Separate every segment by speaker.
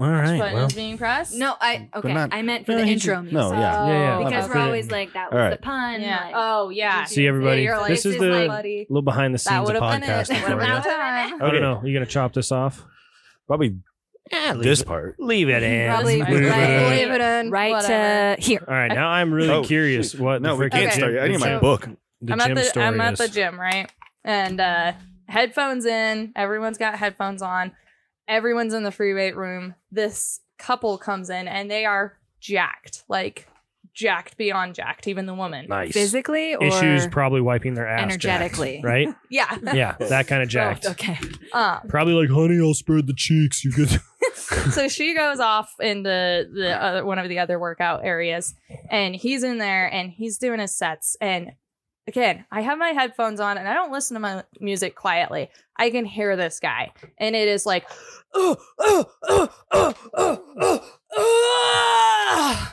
Speaker 1: All right.
Speaker 2: Button
Speaker 1: Well,
Speaker 2: is being pressed.
Speaker 3: No, I okay.
Speaker 1: not-
Speaker 3: I meant for
Speaker 1: No,
Speaker 3: the
Speaker 1: he
Speaker 3: intro
Speaker 1: should-
Speaker 3: music.
Speaker 1: no, yeah.
Speaker 2: Oh,
Speaker 1: Yeah, yeah.
Speaker 3: because
Speaker 1: That's
Speaker 3: we're
Speaker 1: it.
Speaker 3: always like that was
Speaker 1: All right.
Speaker 3: the pun.
Speaker 2: Yeah.
Speaker 3: like,
Speaker 2: Oh yeah.
Speaker 1: See everybody.
Speaker 2: you're like,
Speaker 1: this is
Speaker 3: my
Speaker 1: the
Speaker 3: buddy.
Speaker 1: little behind the
Speaker 3: That
Speaker 1: scenes of
Speaker 3: would've been it.
Speaker 1: podcasting
Speaker 3: Would've
Speaker 1: for
Speaker 3: been
Speaker 1: you.
Speaker 3: it.
Speaker 2: Time.
Speaker 1: I
Speaker 4: Okay.
Speaker 1: don't know. You gonna chop this off?
Speaker 4: Probably
Speaker 1: Yeah,
Speaker 4: this part.
Speaker 1: Leave it in.
Speaker 3: Probably
Speaker 1: Leave it
Speaker 3: right-
Speaker 1: in.
Speaker 3: leave
Speaker 2: it in.
Speaker 3: right
Speaker 2: Whatever.
Speaker 3: uh, here.
Speaker 1: All right, now I'm really
Speaker 4: Oh,
Speaker 1: curious
Speaker 4: shoot.
Speaker 1: what
Speaker 4: No,
Speaker 1: the
Speaker 4: we can't
Speaker 1: freaking-
Speaker 2: start
Speaker 4: yet. I need
Speaker 1: the
Speaker 4: my
Speaker 1: gym-
Speaker 4: book.
Speaker 1: The
Speaker 2: I'm
Speaker 1: gym
Speaker 2: at the
Speaker 1: story
Speaker 2: I'm at
Speaker 1: is.
Speaker 2: the gym, right? And uh headphones in, everyone's got headphones on. Everyone's in the free weight room. This couple comes in and they are jacked, like jacked beyond jacked, even the woman.
Speaker 1: Nice.
Speaker 3: Physically or
Speaker 1: Issues probably wiping their ass. jacked,
Speaker 3: energetically.
Speaker 1: right?
Speaker 2: Yeah.
Speaker 1: Yeah, that kind of jacked.
Speaker 3: Oh, okay.
Speaker 2: Um,
Speaker 1: Probably like, honey, I'll spread the cheeks. You good?
Speaker 2: so she goes off in the the other, one of the other workout areas, and he's in there and he's doing his sets. And again, I have my headphones on and I don't listen to my music quietly. I can hear this guy, and it is like, oh, oh, oh, oh, oh, oh, oh.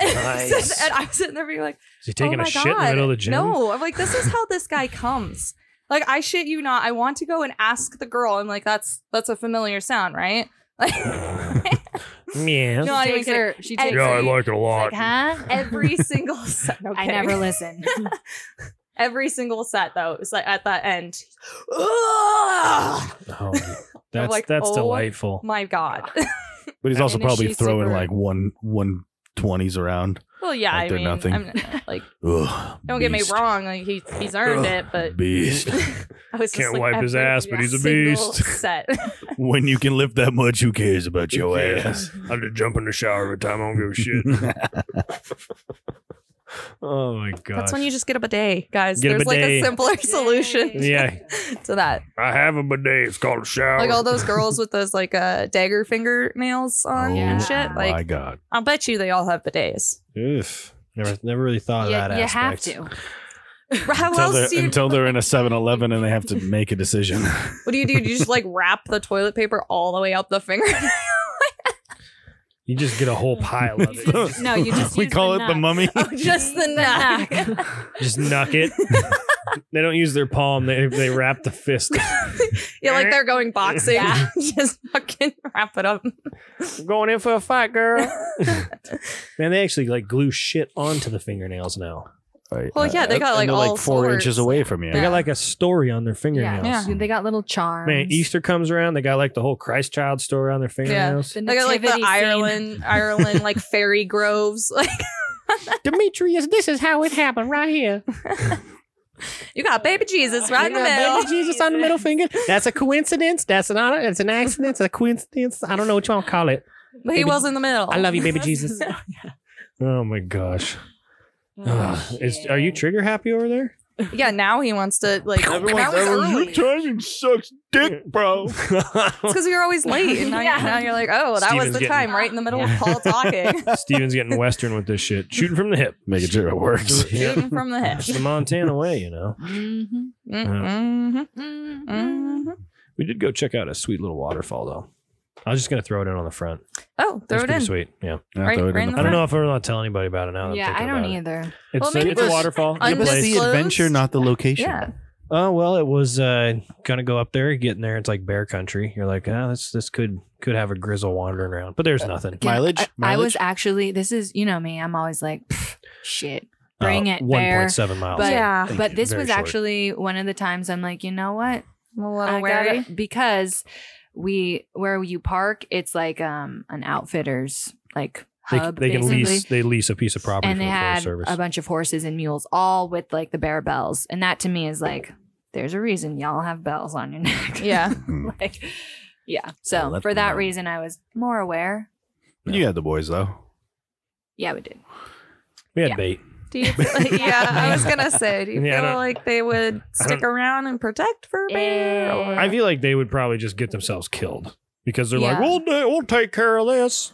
Speaker 1: Nice.
Speaker 2: and I'm sitting there being like,
Speaker 1: Is he taking
Speaker 2: oh
Speaker 1: a
Speaker 2: my
Speaker 1: shit
Speaker 2: God.
Speaker 1: in the middle of the gym?
Speaker 2: No, I'm like, this is how this guy comes. Like, I shit you not. I want to go and ask the girl. I'm like, that's that's a familiar sound, right? Like,
Speaker 1: Yeah.
Speaker 2: No, I don't
Speaker 3: She takes
Speaker 2: get
Speaker 3: her. She takes
Speaker 2: Yeah, I
Speaker 3: her.
Speaker 1: like it a lot.
Speaker 3: Like, huh?
Speaker 2: every single set.
Speaker 3: I never listen.
Speaker 2: Every single set though, it was like at that end. "Ugh!"
Speaker 1: Oh, that's
Speaker 2: like,
Speaker 1: that's
Speaker 2: oh
Speaker 1: delightful.
Speaker 2: My God.
Speaker 4: But he's also
Speaker 3: And is
Speaker 4: probably
Speaker 3: she
Speaker 4: throwing
Speaker 3: super-
Speaker 4: like one one twenties around.
Speaker 2: well, yeah.
Speaker 4: Like
Speaker 2: I
Speaker 4: they're
Speaker 2: mean,
Speaker 4: nothing.
Speaker 2: I'm, like,
Speaker 4: Ugh,
Speaker 2: don't get me
Speaker 4: beast.
Speaker 2: wrong. Like he he's earned it, but
Speaker 4: Beast.
Speaker 2: I was just
Speaker 1: Can't
Speaker 2: like,
Speaker 1: wipe his
Speaker 2: every
Speaker 1: ass, but he's a
Speaker 2: single
Speaker 1: beast.
Speaker 2: Set.
Speaker 4: when you can lift that much, who cares about your ass?
Speaker 1: I'm just jump in the shower every time. I don't give a oh my god.
Speaker 2: That's when you just get a bidet, guys.
Speaker 1: Get a
Speaker 2: There's like a
Speaker 1: bidet.
Speaker 2: simpler solution
Speaker 1: Yeah,
Speaker 2: to that.
Speaker 1: I have a bidet. It's called a shower.
Speaker 2: Like all those girls with those like uh, dagger fingernails on
Speaker 3: Oh
Speaker 2: and shit. Like
Speaker 4: my God.
Speaker 2: I'll bet you they all have bidets.
Speaker 1: Oof. Never, never really thought
Speaker 3: you
Speaker 1: of that.
Speaker 3: you have
Speaker 1: aspect.
Speaker 3: to.
Speaker 2: How
Speaker 4: Until
Speaker 2: else
Speaker 4: they're,
Speaker 2: do you
Speaker 4: until they're in a 7 Eleven and they have to make a decision.
Speaker 2: What do you do? Do you just like wrap the toilet paper all the way up the finger?
Speaker 1: You just get a whole pile of it.
Speaker 3: No, you just
Speaker 4: we
Speaker 3: use
Speaker 4: call
Speaker 3: the
Speaker 4: it the
Speaker 3: knock.
Speaker 4: mummy.
Speaker 2: oh, just the neck.
Speaker 1: just knock it. they don't use their palm. They they wrap the fist.
Speaker 2: yeah, like they're going boxing. just fucking wrap it up.
Speaker 1: I'm going in for a fight, girl. Man, they actually like glue shit onto the fingernails now.
Speaker 4: Right. uh,
Speaker 2: Well, yeah, they got,
Speaker 4: and
Speaker 2: like,
Speaker 4: they're
Speaker 2: all
Speaker 4: like four
Speaker 2: sorts.
Speaker 4: inches away from you.
Speaker 1: They got like a story on their fingernails.
Speaker 3: Yeah. They got little charms.
Speaker 1: Man, Easter comes around, they got like the whole Christ child story on their fingernails.
Speaker 3: The
Speaker 2: They got like the
Speaker 3: nativity scene.
Speaker 2: Ireland, Ireland like fairy groves. Like
Speaker 1: Demetrius, this is how it happened right here.
Speaker 2: you got baby Jesus right in the
Speaker 1: You got
Speaker 2: middle.
Speaker 1: baby Jesus on the middle finger. That's a coincidence. That's an honor. It's an accident. It's a coincidence. I don't know what you want to call it.
Speaker 2: But he
Speaker 1: Baby-
Speaker 2: was in the middle.
Speaker 1: I love you, baby Jesus. oh my gosh.
Speaker 2: Oh,
Speaker 1: Ugh. Is- are you trigger happy over there?
Speaker 2: Yeah, now he wants to like. that was
Speaker 1: "Oh,
Speaker 2: early. It's
Speaker 4: timing sucks dick, bro.
Speaker 2: because we were always late, and now,
Speaker 3: Yeah.
Speaker 2: now you're like, oh, that
Speaker 1: Steven's
Speaker 2: was the
Speaker 1: getting-
Speaker 2: time right in the middle of Paul talking,
Speaker 1: Steven's getting Western with this shit. Shooting from the hip.
Speaker 4: Making sure it works.
Speaker 1: Yeah.
Speaker 2: shooting from the
Speaker 1: It's
Speaker 2: hip.
Speaker 1: the Montana way, you know.
Speaker 3: Mhm.
Speaker 2: Mm-hmm.
Speaker 1: Mm.
Speaker 3: Mhm.
Speaker 2: Mm-hmm.
Speaker 1: We did go check out a sweet little waterfall, though. I was just going to throw it in on the front.
Speaker 2: Oh, throw
Speaker 1: That's
Speaker 2: it
Speaker 1: pretty
Speaker 2: in.
Speaker 1: sweet. Yeah.
Speaker 4: I'll
Speaker 2: Right-
Speaker 4: throw it in
Speaker 2: right in
Speaker 1: I
Speaker 2: the
Speaker 4: the
Speaker 1: don't
Speaker 4: front.
Speaker 1: know if I'm not telling anybody about it now. that I'm
Speaker 3: Yeah, I
Speaker 1: thinking
Speaker 3: don't
Speaker 1: about it.
Speaker 3: either.
Speaker 1: It's,
Speaker 2: Well, maybe
Speaker 1: it's a
Speaker 2: this-
Speaker 1: waterfall.
Speaker 2: I
Speaker 1: Good
Speaker 4: Give us
Speaker 1: place.
Speaker 4: the
Speaker 2: Undisclosed?
Speaker 4: adventure, not the location.
Speaker 2: Yeah.
Speaker 1: Oh well, it was uh, gonna go up there, getting there. It's like bear country. You're like, ah, this this could could have a grizzle wandering around, but
Speaker 2: Uh,
Speaker 1: there's nothing.
Speaker 3: Can-
Speaker 4: Mileage?
Speaker 3: I, I
Speaker 4: Mileage?
Speaker 3: was actually. This is you know me. I'm always like, "Pfft, shit. Bring it,
Speaker 1: Uh, One
Speaker 3: bear.
Speaker 1: point seven miles.
Speaker 3: But-
Speaker 2: yeah.
Speaker 1: Thank
Speaker 3: but
Speaker 1: you.
Speaker 3: this
Speaker 1: Very
Speaker 3: was
Speaker 1: short.
Speaker 3: actually one of the times I'm like, you know what?
Speaker 2: I'm a little
Speaker 3: I
Speaker 2: wary.
Speaker 3: gotta, because we where you park, it's like um an outfitters like
Speaker 1: they,
Speaker 3: hub.
Speaker 1: they can
Speaker 3: basically.
Speaker 1: lease they lease a piece of property
Speaker 3: and
Speaker 1: from
Speaker 3: they
Speaker 1: the Forest
Speaker 3: had
Speaker 1: Service.
Speaker 3: a bunch of horses and mules, all with like the bear bells. And that to me is like, there's a reason y'all have bells on your neck.
Speaker 2: Yeah.
Speaker 4: Hmm.
Speaker 3: like, yeah.
Speaker 4: Yeah,
Speaker 3: So
Speaker 4: let
Speaker 3: for
Speaker 4: them
Speaker 3: that
Speaker 4: know.
Speaker 3: reason, I was more aware.
Speaker 4: You had the boys, though.
Speaker 3: Yeah, we did.
Speaker 1: we had
Speaker 3: yeah.
Speaker 1: bait.
Speaker 2: Do you feel like, yeah, I was gonna say, do you
Speaker 1: Yeah, I
Speaker 2: feel
Speaker 1: don't-
Speaker 2: like they would stick around and protect for a bear? or-
Speaker 1: I feel like they would probably just get themselves killed because they're like,
Speaker 3: Yeah.
Speaker 1: we'll do- we'll take care of this.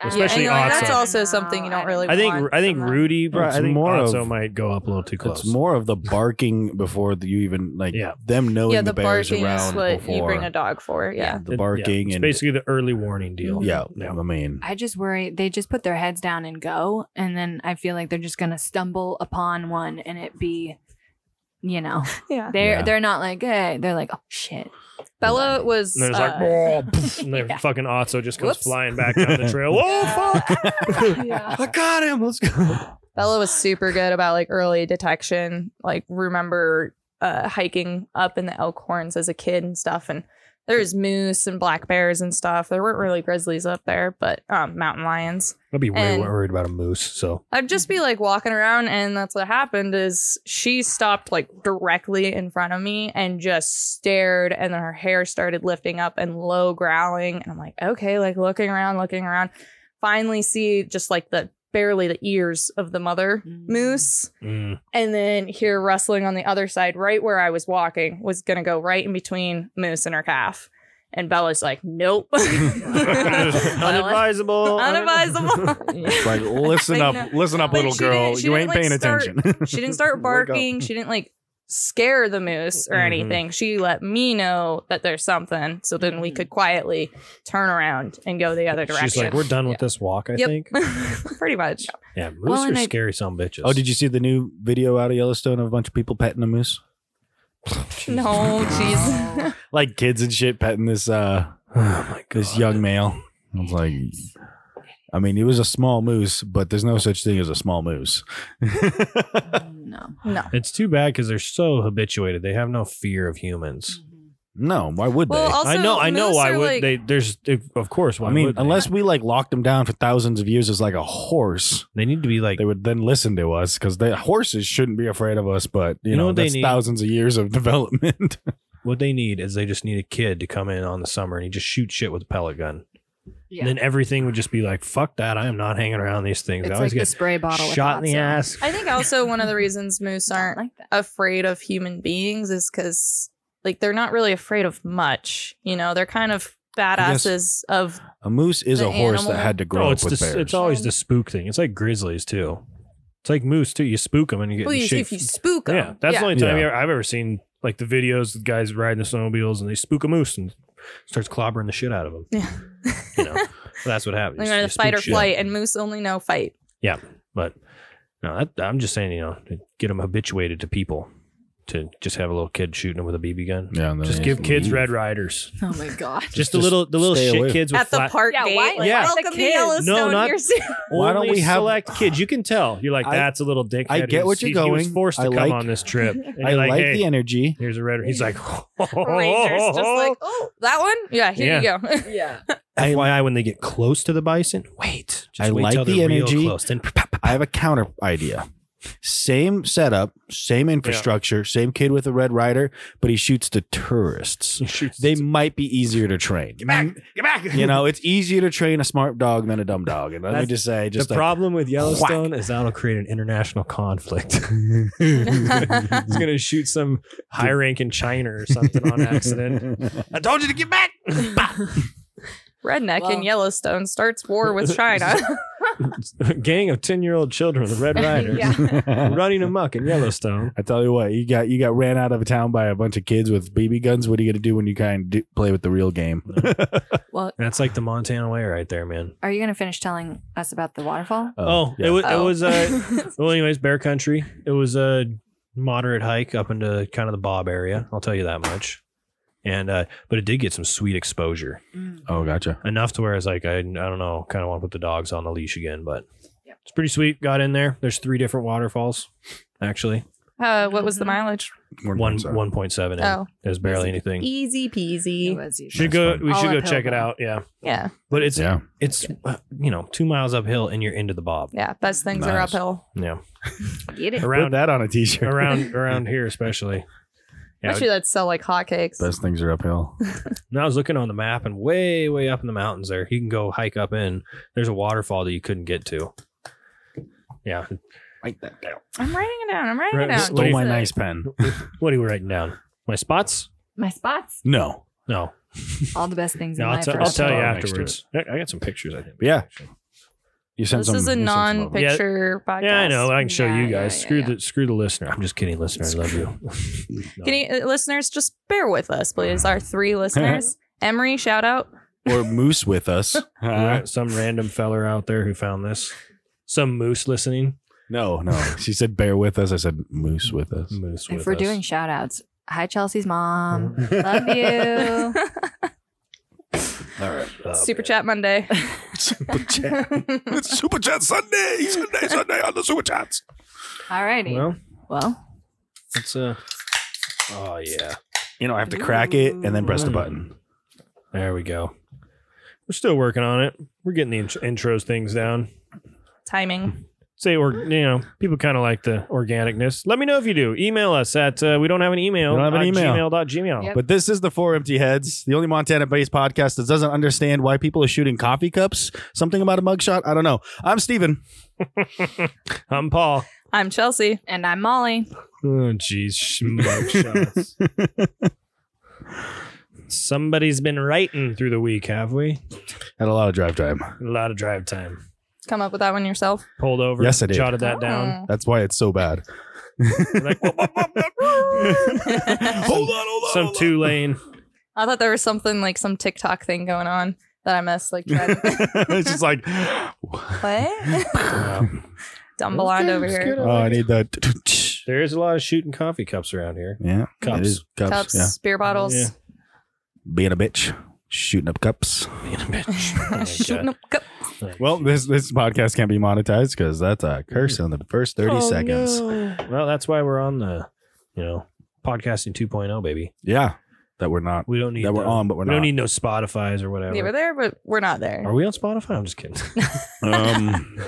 Speaker 1: Especially
Speaker 2: Yeah, and, like,
Speaker 1: Otso.
Speaker 2: that's also something you don't really
Speaker 1: I think
Speaker 2: want
Speaker 1: I think
Speaker 2: from that.
Speaker 1: Rudy, bro,
Speaker 4: It's
Speaker 1: I think
Speaker 4: more of-
Speaker 1: Otso might go up a little too close.
Speaker 4: It's more of the barking before the, you even like
Speaker 1: Yeah.
Speaker 4: them knowing
Speaker 2: yeah,
Speaker 4: the,
Speaker 2: the,
Speaker 4: bears
Speaker 2: barking
Speaker 4: around
Speaker 2: is what
Speaker 4: before
Speaker 2: you bring a dog for. Yeah.
Speaker 1: It- yeah,
Speaker 4: the barking
Speaker 1: it's
Speaker 4: and
Speaker 1: basically the early warning deal.
Speaker 4: yeah, I mean,
Speaker 3: I just worry they just put their heads down and go, and then I feel like they're just gonna stumble upon one and it be you know,
Speaker 2: Yeah.
Speaker 3: they're
Speaker 4: Yeah.
Speaker 3: they're not like, hey, they're like, oh shit.
Speaker 2: Bella was.
Speaker 1: And there's
Speaker 2: uh,
Speaker 1: like, "Whoa," poof, and their
Speaker 2: yeah.
Speaker 1: fucking Otso just comes
Speaker 2: Whoops.
Speaker 1: flying back down the trail. Whoa, fuck!
Speaker 3: Yeah.
Speaker 1: I got him. Let's go.
Speaker 2: Bella was super good about like early detection. Like remember uh, hiking up in the elk horns as a kid and stuff, and there was moose and black bears and stuff. There weren't really grizzlies up there, but um, mountain lions.
Speaker 1: I'd be way
Speaker 2: And-
Speaker 1: worried about a moose. So
Speaker 2: I'd just be like walking around, and that's what happened. Is she stopped like directly in front of me and just stared, and then her hair started lifting up and low growling, and I'm like, okay, like looking around, looking around. Finally, see just like the barely the ears of the mother
Speaker 3: Mm.
Speaker 2: moose
Speaker 1: mm,
Speaker 2: and then hear rustling on the other side, right where I was walking, was gonna go right in between Moose and her calf. And Bella's like, nope. Bella,
Speaker 1: unadvisable.
Speaker 2: Unadvisable.
Speaker 4: It's like, listen
Speaker 2: Like,
Speaker 4: up, listen up,
Speaker 2: Like,
Speaker 4: little
Speaker 2: she didn't-
Speaker 4: girl.
Speaker 2: she
Speaker 4: You
Speaker 2: didn't,
Speaker 4: ain't
Speaker 2: like,
Speaker 4: paying
Speaker 2: start-
Speaker 4: attention.
Speaker 2: she didn't start
Speaker 4: Wake up.
Speaker 2: barking. She didn't like scare the moose or
Speaker 1: Mhm.
Speaker 2: anything. She let me know that there's something. So then we
Speaker 3: Mhm.
Speaker 2: could quietly turn around and go the other direction.
Speaker 1: She's like, we're done with this walk. I
Speaker 2: Yep.
Speaker 1: think.
Speaker 2: pretty much.
Speaker 1: Yeah, moose
Speaker 3: Well,
Speaker 1: are
Speaker 3: and I-
Speaker 1: scary. Some bitches.
Speaker 4: Oh, did you see the new video out of Yellowstone of a bunch of people petting a moose?
Speaker 2: No,
Speaker 3: Mm.
Speaker 2: jeez.
Speaker 4: Like kids and shit petting this uh
Speaker 1: Oh my god.
Speaker 4: this young male. I was like, I mean, it was a small moose, but there's no such thing as a small moose.
Speaker 3: Mm, no.
Speaker 2: no.
Speaker 1: It's too bad because they're so habituated. They have no fear of humans.
Speaker 3: Mm-hmm.
Speaker 4: no, why would
Speaker 2: Well,
Speaker 4: they?
Speaker 2: also,
Speaker 1: I know. I know.
Speaker 2: moose
Speaker 1: Why
Speaker 2: are,
Speaker 1: would
Speaker 2: like-
Speaker 1: they? There's of course. Why
Speaker 4: I mean,
Speaker 1: would they?
Speaker 4: unless we like locked them down for thousands of years as like a horse,
Speaker 1: they need to be like
Speaker 4: they would then listen to us because the horses shouldn't be afraid of us. But you,
Speaker 1: You know
Speaker 4: know,
Speaker 1: what they
Speaker 4: that's
Speaker 1: need?
Speaker 4: thousands of years of development.
Speaker 1: What they need is they just need a kid to come in on the summer and he just shoots shit with a pellet gun.
Speaker 3: Yeah.
Speaker 1: And then everything would just be like, fuck that. I am not hanging around these things.
Speaker 3: it's
Speaker 1: I
Speaker 3: like
Speaker 1: always
Speaker 3: the
Speaker 1: get
Speaker 3: spray bottle with
Speaker 1: shot in the
Speaker 3: Lotso.
Speaker 1: ass.
Speaker 2: I think also one of the reasons moose
Speaker 3: Don't
Speaker 2: aren't
Speaker 3: like that.
Speaker 2: afraid of human beings is because like they're not really afraid of much. You know, they're kind of
Speaker 4: guess-
Speaker 2: badasses of
Speaker 4: a moose is
Speaker 2: The
Speaker 4: a horse that
Speaker 2: animal-
Speaker 4: had to grow
Speaker 1: No,
Speaker 4: up
Speaker 1: it's
Speaker 4: with
Speaker 1: the,
Speaker 4: bears.
Speaker 1: it's always the spook thing. It's like grizzlies too. It's like moose too. You spook them and you get
Speaker 2: well, you,
Speaker 1: shit.
Speaker 2: if you spook them.
Speaker 1: yeah, that's the only time
Speaker 4: Yeah.
Speaker 1: you ever- I've ever seen like the videos. The guys riding the snowmobiles and they spook a moose and starts clobbering the shit out of them.
Speaker 2: Yeah.
Speaker 1: you know, that's what happens.
Speaker 2: They're
Speaker 1: You-
Speaker 2: going
Speaker 1: you
Speaker 2: to fight
Speaker 1: spook
Speaker 2: or
Speaker 1: shit.
Speaker 2: flight, and moose only know fight.
Speaker 1: But no, that, I'm just saying, you know, to get them habituated to people, to just have a little kid shooting them with a BB gun.
Speaker 4: yeah, and then
Speaker 1: Just
Speaker 4: they-
Speaker 1: give kids Red Riders.
Speaker 3: Oh my god.
Speaker 1: Just,
Speaker 4: Just-
Speaker 1: the little, the little
Speaker 4: stay
Speaker 1: shit
Speaker 4: away.
Speaker 1: kids with
Speaker 2: At the
Speaker 1: flat.
Speaker 2: park
Speaker 3: Yeah,
Speaker 2: gate.
Speaker 3: why-
Speaker 1: Yeah.
Speaker 3: why
Speaker 2: Welcome
Speaker 3: the
Speaker 2: to
Speaker 3: kids?
Speaker 2: Yellowstone.
Speaker 1: No, not-
Speaker 2: you're serious.
Speaker 1: Why don't we have select kids? You can tell. You're like,
Speaker 4: I-
Speaker 1: that's a little dickhead.
Speaker 4: I get
Speaker 1: who's-
Speaker 4: what you're
Speaker 1: he- He was
Speaker 4: going.
Speaker 1: forced to
Speaker 4: I
Speaker 1: come
Speaker 4: like-
Speaker 1: on this trip. And
Speaker 4: I
Speaker 1: you're
Speaker 4: like,
Speaker 1: hey,
Speaker 4: the energy.
Speaker 1: Here's a red. He's like,
Speaker 2: Rangers just like, oh, that one? Yeah, here you go.
Speaker 3: Yeah.
Speaker 1: FYI, when they get close to the bison, wait. Just
Speaker 4: I
Speaker 1: wait
Speaker 4: like
Speaker 1: till they're
Speaker 4: the
Speaker 1: real
Speaker 4: energy.
Speaker 1: Close. Then,
Speaker 4: I have a counter idea. Same setup, same infrastructure, same kid with a red rider, but he shoots the tourists.
Speaker 1: shoots.
Speaker 4: They might be easier to train.
Speaker 1: get back, get back.
Speaker 4: You know, it's easier to train a smart dog than a dumb dog. And let me
Speaker 1: That's
Speaker 4: just say, just
Speaker 1: the
Speaker 4: like,
Speaker 1: problem with Yellowstone is that'll create an international conflict. He's gonna shoot some high ranking China or something on accident. I told you to get back.
Speaker 2: Redneck
Speaker 3: Well-
Speaker 2: in Yellowstone starts war with China.
Speaker 1: Gang of ten year old children, the Red Riders,
Speaker 3: Yeah.
Speaker 1: running amok in Yellowstone.
Speaker 4: I tell you what, you got you got ran out of town by a bunch of kids with BB guns. What are you gonna do when you kind of do, play with the real game?
Speaker 3: Well,
Speaker 1: That's like the Montana way, right there, man.
Speaker 3: are you gonna finish telling us about the waterfall?
Speaker 1: Oh,
Speaker 4: yeah.
Speaker 1: it was.
Speaker 2: Oh.
Speaker 1: It was uh, well, anyways, bear country. It was a moderate hike up into kind of the Bob area. I'll tell you that much. And uh, but it did get some sweet exposure
Speaker 2: Mm.
Speaker 4: oh, gotcha.
Speaker 1: enough to where it's like I I don't know, kind of want to put the dogs on the leash again, but
Speaker 3: Yeah.
Speaker 1: it's pretty sweet. Got in there. There's three different waterfalls, actually.
Speaker 2: uh, what was the
Speaker 3: Mhm.
Speaker 2: mileage?
Speaker 1: One one point seven.
Speaker 2: Oh,
Speaker 1: There's barely anything.
Speaker 2: easy
Speaker 3: It
Speaker 2: peasy.
Speaker 3: was easy.
Speaker 1: Should go.
Speaker 4: That's
Speaker 1: We
Speaker 3: All
Speaker 1: should go
Speaker 3: uphill,
Speaker 1: check it
Speaker 3: though.
Speaker 1: out. Yeah,
Speaker 2: Yeah,
Speaker 1: but it's
Speaker 4: Yeah,
Speaker 1: it's uh, you know two miles uphill and you're into the Bob.
Speaker 2: yeah. Best things are
Speaker 4: Nice.
Speaker 2: uphill.
Speaker 1: Yeah,
Speaker 3: Get it.
Speaker 4: put
Speaker 1: around
Speaker 4: that on a t-shirt.
Speaker 1: around around here especially. Yeah,
Speaker 2: Actually, that sell like hotcakes.
Speaker 4: Best things are uphill.
Speaker 1: And I was looking on the map, and way, way up in the mountains there, you can go hike up in. There's a waterfall that you couldn't get to. Yeah.
Speaker 4: Write that down.
Speaker 2: I'm writing it down. I'm writing
Speaker 1: Right,
Speaker 2: it down.
Speaker 1: what do
Speaker 4: Stole
Speaker 1: you-
Speaker 4: my nice pen.
Speaker 1: What are you writing down? My spots?
Speaker 3: My spots.
Speaker 4: No,
Speaker 1: No.
Speaker 3: All the best things
Speaker 1: No,
Speaker 3: in
Speaker 1: I'll,
Speaker 3: life.
Speaker 1: t-
Speaker 3: are
Speaker 1: I'll
Speaker 3: up
Speaker 1: tell you
Speaker 3: above.
Speaker 4: Next to
Speaker 1: afterwards. I I got some pictures, I think.
Speaker 4: Yeah. you sent
Speaker 2: This is a
Speaker 4: some- you sent some over.
Speaker 2: non-picture podcast.
Speaker 1: Yeah, I know. I can show
Speaker 3: Yeah,
Speaker 1: you
Speaker 3: yeah,
Speaker 1: guys.
Speaker 3: yeah,
Speaker 1: screw
Speaker 3: yeah.
Speaker 1: the screw the listener. I'm just kidding, listener. I love you. No.
Speaker 2: Can you, uh, listeners, just bear with us, please? Our three listeners. Emery, shout out.
Speaker 4: or moose with us.
Speaker 1: Some random feller out there who found this. Some moose listening.
Speaker 4: No, no. She said bear with us. I said moose with us.
Speaker 1: Moose
Speaker 3: If
Speaker 1: with
Speaker 3: we're
Speaker 1: us. Mm-hmm.
Speaker 3: doing shout outs, hi, Chelsea's mom. Love you.
Speaker 4: All right.
Speaker 2: Super Chat Monday.
Speaker 4: Super chat. It's Super Chat Sunday. Sunday, Sunday on the Super Chats.
Speaker 3: All righty. Well,
Speaker 1: well, it's uh Oh yeah.
Speaker 4: You know, I have to crack it and then press the
Speaker 1: Ooh.
Speaker 4: button.
Speaker 1: There we go. We're still working on it. We're getting the int- intros things down.
Speaker 2: Timing.
Speaker 1: Say, or you know, people kind of like the organicness. Let me know if you do. Email us at uh, we don't have an email.
Speaker 4: We don't have an email.
Speaker 1: Gmail.gmail.
Speaker 3: Yep.
Speaker 4: But this is the Four Empty Heads, the only Montana based podcast that doesn't understand why people are shooting coffee cups. Something about a mugshot? I don't know. I'm Steven.
Speaker 1: I'm Paul.
Speaker 2: I'm Chelsea.
Speaker 3: and I'm Molly.
Speaker 1: Oh, jeez. Smoke shots. Somebody's been writing through the week, have we?
Speaker 4: Had a lot of drive time.
Speaker 1: A lot of drive time.
Speaker 2: Come up with that one yourself.
Speaker 1: Pulled over.
Speaker 4: Yes, I did.
Speaker 1: Jotted that down.
Speaker 2: Oh.
Speaker 4: That's why it's so bad.
Speaker 1: Like, whoop, whoop, whoop, whoop.
Speaker 4: hold on, hold on.
Speaker 1: Some
Speaker 4: hold on.
Speaker 1: two lane.
Speaker 2: I thought there was something like some TikTok thing going on that I missed. Like, dread.
Speaker 4: it's just like,
Speaker 2: what? Dumblonde
Speaker 1: Okay,
Speaker 2: over
Speaker 1: just
Speaker 2: here.
Speaker 1: get
Speaker 4: oh, I need that.
Speaker 1: There is a lot of shooting coffee cups around here.
Speaker 4: Yeah,
Speaker 1: Cups.
Speaker 4: it is cups.
Speaker 2: Cups,
Speaker 4: Yeah,
Speaker 2: beer bottles.
Speaker 1: Yeah.
Speaker 4: being a bitch, shooting up cups. Oh
Speaker 2: Shooting up cup-
Speaker 4: Well, this this podcast can't be monetized because that's a curse on the first thirty
Speaker 1: Oh,
Speaker 4: seconds.
Speaker 1: Well, that's why we're on the, you know, podcasting 2.0, baby.
Speaker 4: Yeah, that we're not.
Speaker 1: We don't need
Speaker 4: That we're
Speaker 1: the-
Speaker 4: on, but we're
Speaker 1: we don't
Speaker 4: not.
Speaker 1: need no Spotify's or whatever.
Speaker 2: Yeah, we're there, but we're not
Speaker 1: Are
Speaker 2: there.
Speaker 1: we on Spotify? I'm just kidding.
Speaker 4: Um,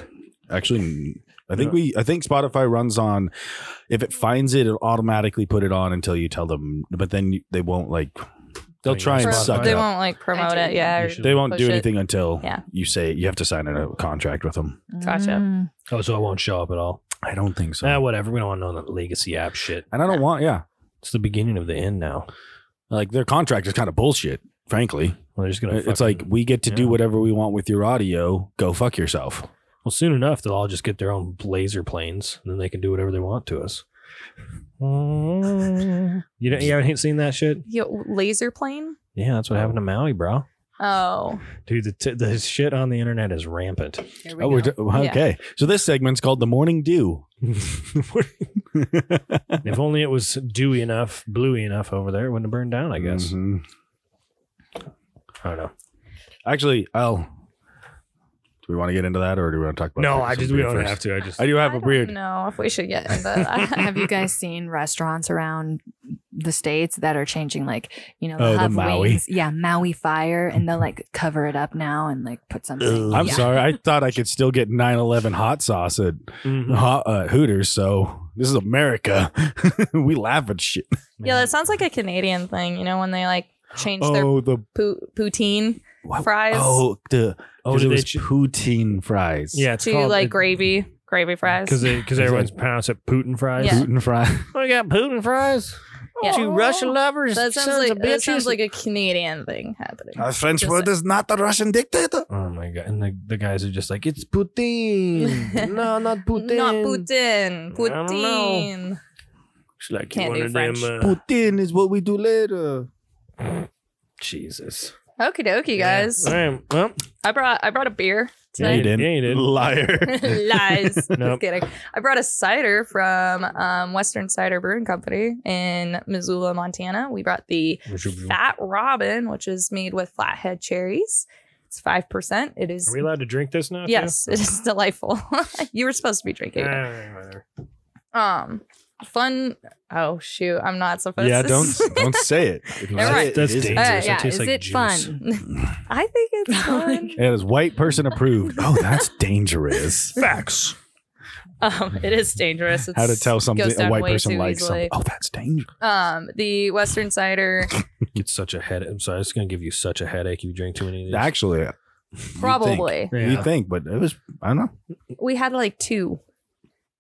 Speaker 4: actually, I think we. I think Spotify runs on. If it finds it, it'll automatically put it on until you tell them. But then you- they won't like. They'll
Speaker 1: Oh, yeah,
Speaker 4: try and
Speaker 2: Pro-
Speaker 1: Spotify.
Speaker 4: suck
Speaker 2: they
Speaker 4: it up.
Speaker 2: won't like promote
Speaker 3: iTunes.
Speaker 2: it. Yeah.
Speaker 1: You
Speaker 2: or-
Speaker 1: should-
Speaker 4: They won't
Speaker 2: push
Speaker 4: do
Speaker 2: it.
Speaker 4: anything
Speaker 2: Oh,
Speaker 4: until
Speaker 2: Yeah.
Speaker 4: you say you have to sign a contract with them.
Speaker 2: Gotcha.
Speaker 3: Mm.
Speaker 1: Oh, so it won't show up at all.
Speaker 4: I don't think so.
Speaker 1: Ah, whatever. We don't want none of that legacy app shit.
Speaker 4: and I don't want. Yeah,
Speaker 1: It's the beginning of the end now.
Speaker 4: like their contract is kind of bullshit. Frankly,
Speaker 1: Well, they're just gonna.
Speaker 4: it's
Speaker 1: fucking-
Speaker 4: like we get to do
Speaker 1: yeah.
Speaker 4: whatever we want with your audio. Go fuck yourself.
Speaker 1: well, soon enough they'll all just get their own laser planes, and then they can do whatever they want to us.
Speaker 3: mm.
Speaker 1: You don't, you haven't seen that shit?
Speaker 2: Yo, laser plane?
Speaker 1: Yeah, that's what happened to Maui, bro.
Speaker 2: Oh.
Speaker 1: Dude, the, t- the shit on the internet is rampant.
Speaker 3: Here
Speaker 4: oh, we're
Speaker 3: go.
Speaker 4: d- okay. So this segment's called the Morning Dew.
Speaker 1: if only it was dewy enough, bluey enough over there, it wouldn't have burned down, I guess.
Speaker 4: Mhm.
Speaker 1: I don't know.
Speaker 4: Actually, I'll. Do we want to get into that, or do we want to talk about?
Speaker 1: no,
Speaker 4: Breakfast
Speaker 1: I just,
Speaker 4: with
Speaker 1: we
Speaker 4: Beer
Speaker 1: don't
Speaker 4: first?
Speaker 1: have to. I just,
Speaker 4: I do have
Speaker 2: I
Speaker 4: a
Speaker 2: don't
Speaker 4: weird.
Speaker 2: know if we should get into that.
Speaker 3: Have you guys seen restaurants around the states that are changing, like you know,
Speaker 4: Oh,
Speaker 3: they'll
Speaker 4: the
Speaker 3: have
Speaker 4: Maui.
Speaker 3: wings- yeah, Maui fire, and they'll
Speaker 1: Mm-hmm.
Speaker 3: like cover it up now and like put something.
Speaker 4: I'm
Speaker 3: yeah.
Speaker 4: sorry. I thought I could still get 9/11 hot sauce at
Speaker 1: Mm-hmm.
Speaker 4: hot, uh, Hooters. So this is America. we laugh at shit.
Speaker 1: Mm-hmm.
Speaker 2: yeah, that sounds like a Canadian thing, you know, when they like change their
Speaker 4: Oh, the
Speaker 2: pu- poutine
Speaker 4: What?
Speaker 2: fries
Speaker 4: Oh, the
Speaker 1: Oh,
Speaker 4: oh, it
Speaker 1: did
Speaker 4: was
Speaker 1: they ch-
Speaker 4: poutine fries.
Speaker 1: yeah, it's
Speaker 2: to
Speaker 1: called,
Speaker 2: like gravy, gravy fries.
Speaker 1: because because
Speaker 4: it-
Speaker 1: everyone's pronounced it Putin fries.
Speaker 2: Yeah.
Speaker 4: Putin fries.
Speaker 1: Oh, you got Putin fries?
Speaker 2: Yeah. Oh,
Speaker 1: You Russian lovers,
Speaker 2: that sounds
Speaker 1: sons
Speaker 2: like
Speaker 1: of
Speaker 2: that sounds
Speaker 1: bitches.
Speaker 2: like a Canadian thing happening.
Speaker 4: French
Speaker 2: Just word
Speaker 4: is not the Russian dictator.
Speaker 1: Oh my god! And the, the guys are just like, it's poutine. no, not poutine.
Speaker 2: Not Putin.
Speaker 1: I don't know.
Speaker 2: Poutine.
Speaker 1: It's like
Speaker 2: Can't
Speaker 1: one
Speaker 2: do
Speaker 1: of them.
Speaker 2: French.
Speaker 1: uh,
Speaker 4: Putin is what we do later.
Speaker 1: Jesus,
Speaker 2: Okie dokie, guys.
Speaker 1: Yeah. All right. Well,
Speaker 2: I brought I brought a beer
Speaker 1: yeah, you
Speaker 2: today.
Speaker 1: did. Yeah, you did.
Speaker 4: Liar.
Speaker 2: Lies.
Speaker 1: Nope.
Speaker 2: Just kidding. I brought a cider from um, Western Cider Brewing Company in Missoula, Montana. We brought the
Speaker 1: Are
Speaker 2: Fat Robin, which is made with flathead cherries. It's five percent. It is.
Speaker 1: we allowed to drink this now? too?
Speaker 2: Yes, it is delightful. you were supposed to be drinking it.
Speaker 1: Ah,
Speaker 2: Um, fun. Oh shoot, I'm not supposed.
Speaker 4: yeah,
Speaker 2: to
Speaker 4: don't
Speaker 2: say-
Speaker 4: don't say it. If you
Speaker 2: All
Speaker 4: say
Speaker 2: right.
Speaker 4: it,
Speaker 1: That's
Speaker 4: it is-
Speaker 1: dangerous.
Speaker 2: Alright,
Speaker 1: It
Speaker 3: yeah,
Speaker 1: tastes
Speaker 3: is
Speaker 1: like
Speaker 3: it
Speaker 1: juice.
Speaker 3: fun?
Speaker 2: I think it's fun.
Speaker 4: It is white person approved. Oh, that's dangerous.
Speaker 1: Facts.
Speaker 2: um, it is dangerous. It's,
Speaker 4: How to tell
Speaker 2: goes
Speaker 4: something a
Speaker 2: down
Speaker 4: white
Speaker 2: way
Speaker 4: person
Speaker 2: too
Speaker 4: likes
Speaker 2: easily.
Speaker 4: something. Oh, that's dangerous.
Speaker 2: Um, the Western cider
Speaker 1: It's such a headache. I'm sorry. It's going to give you such a headache if you drink too many of these.
Speaker 4: Actually,
Speaker 2: probably.
Speaker 4: you
Speaker 1: Yeah.
Speaker 4: think, but it was I don't know.
Speaker 2: We had like two.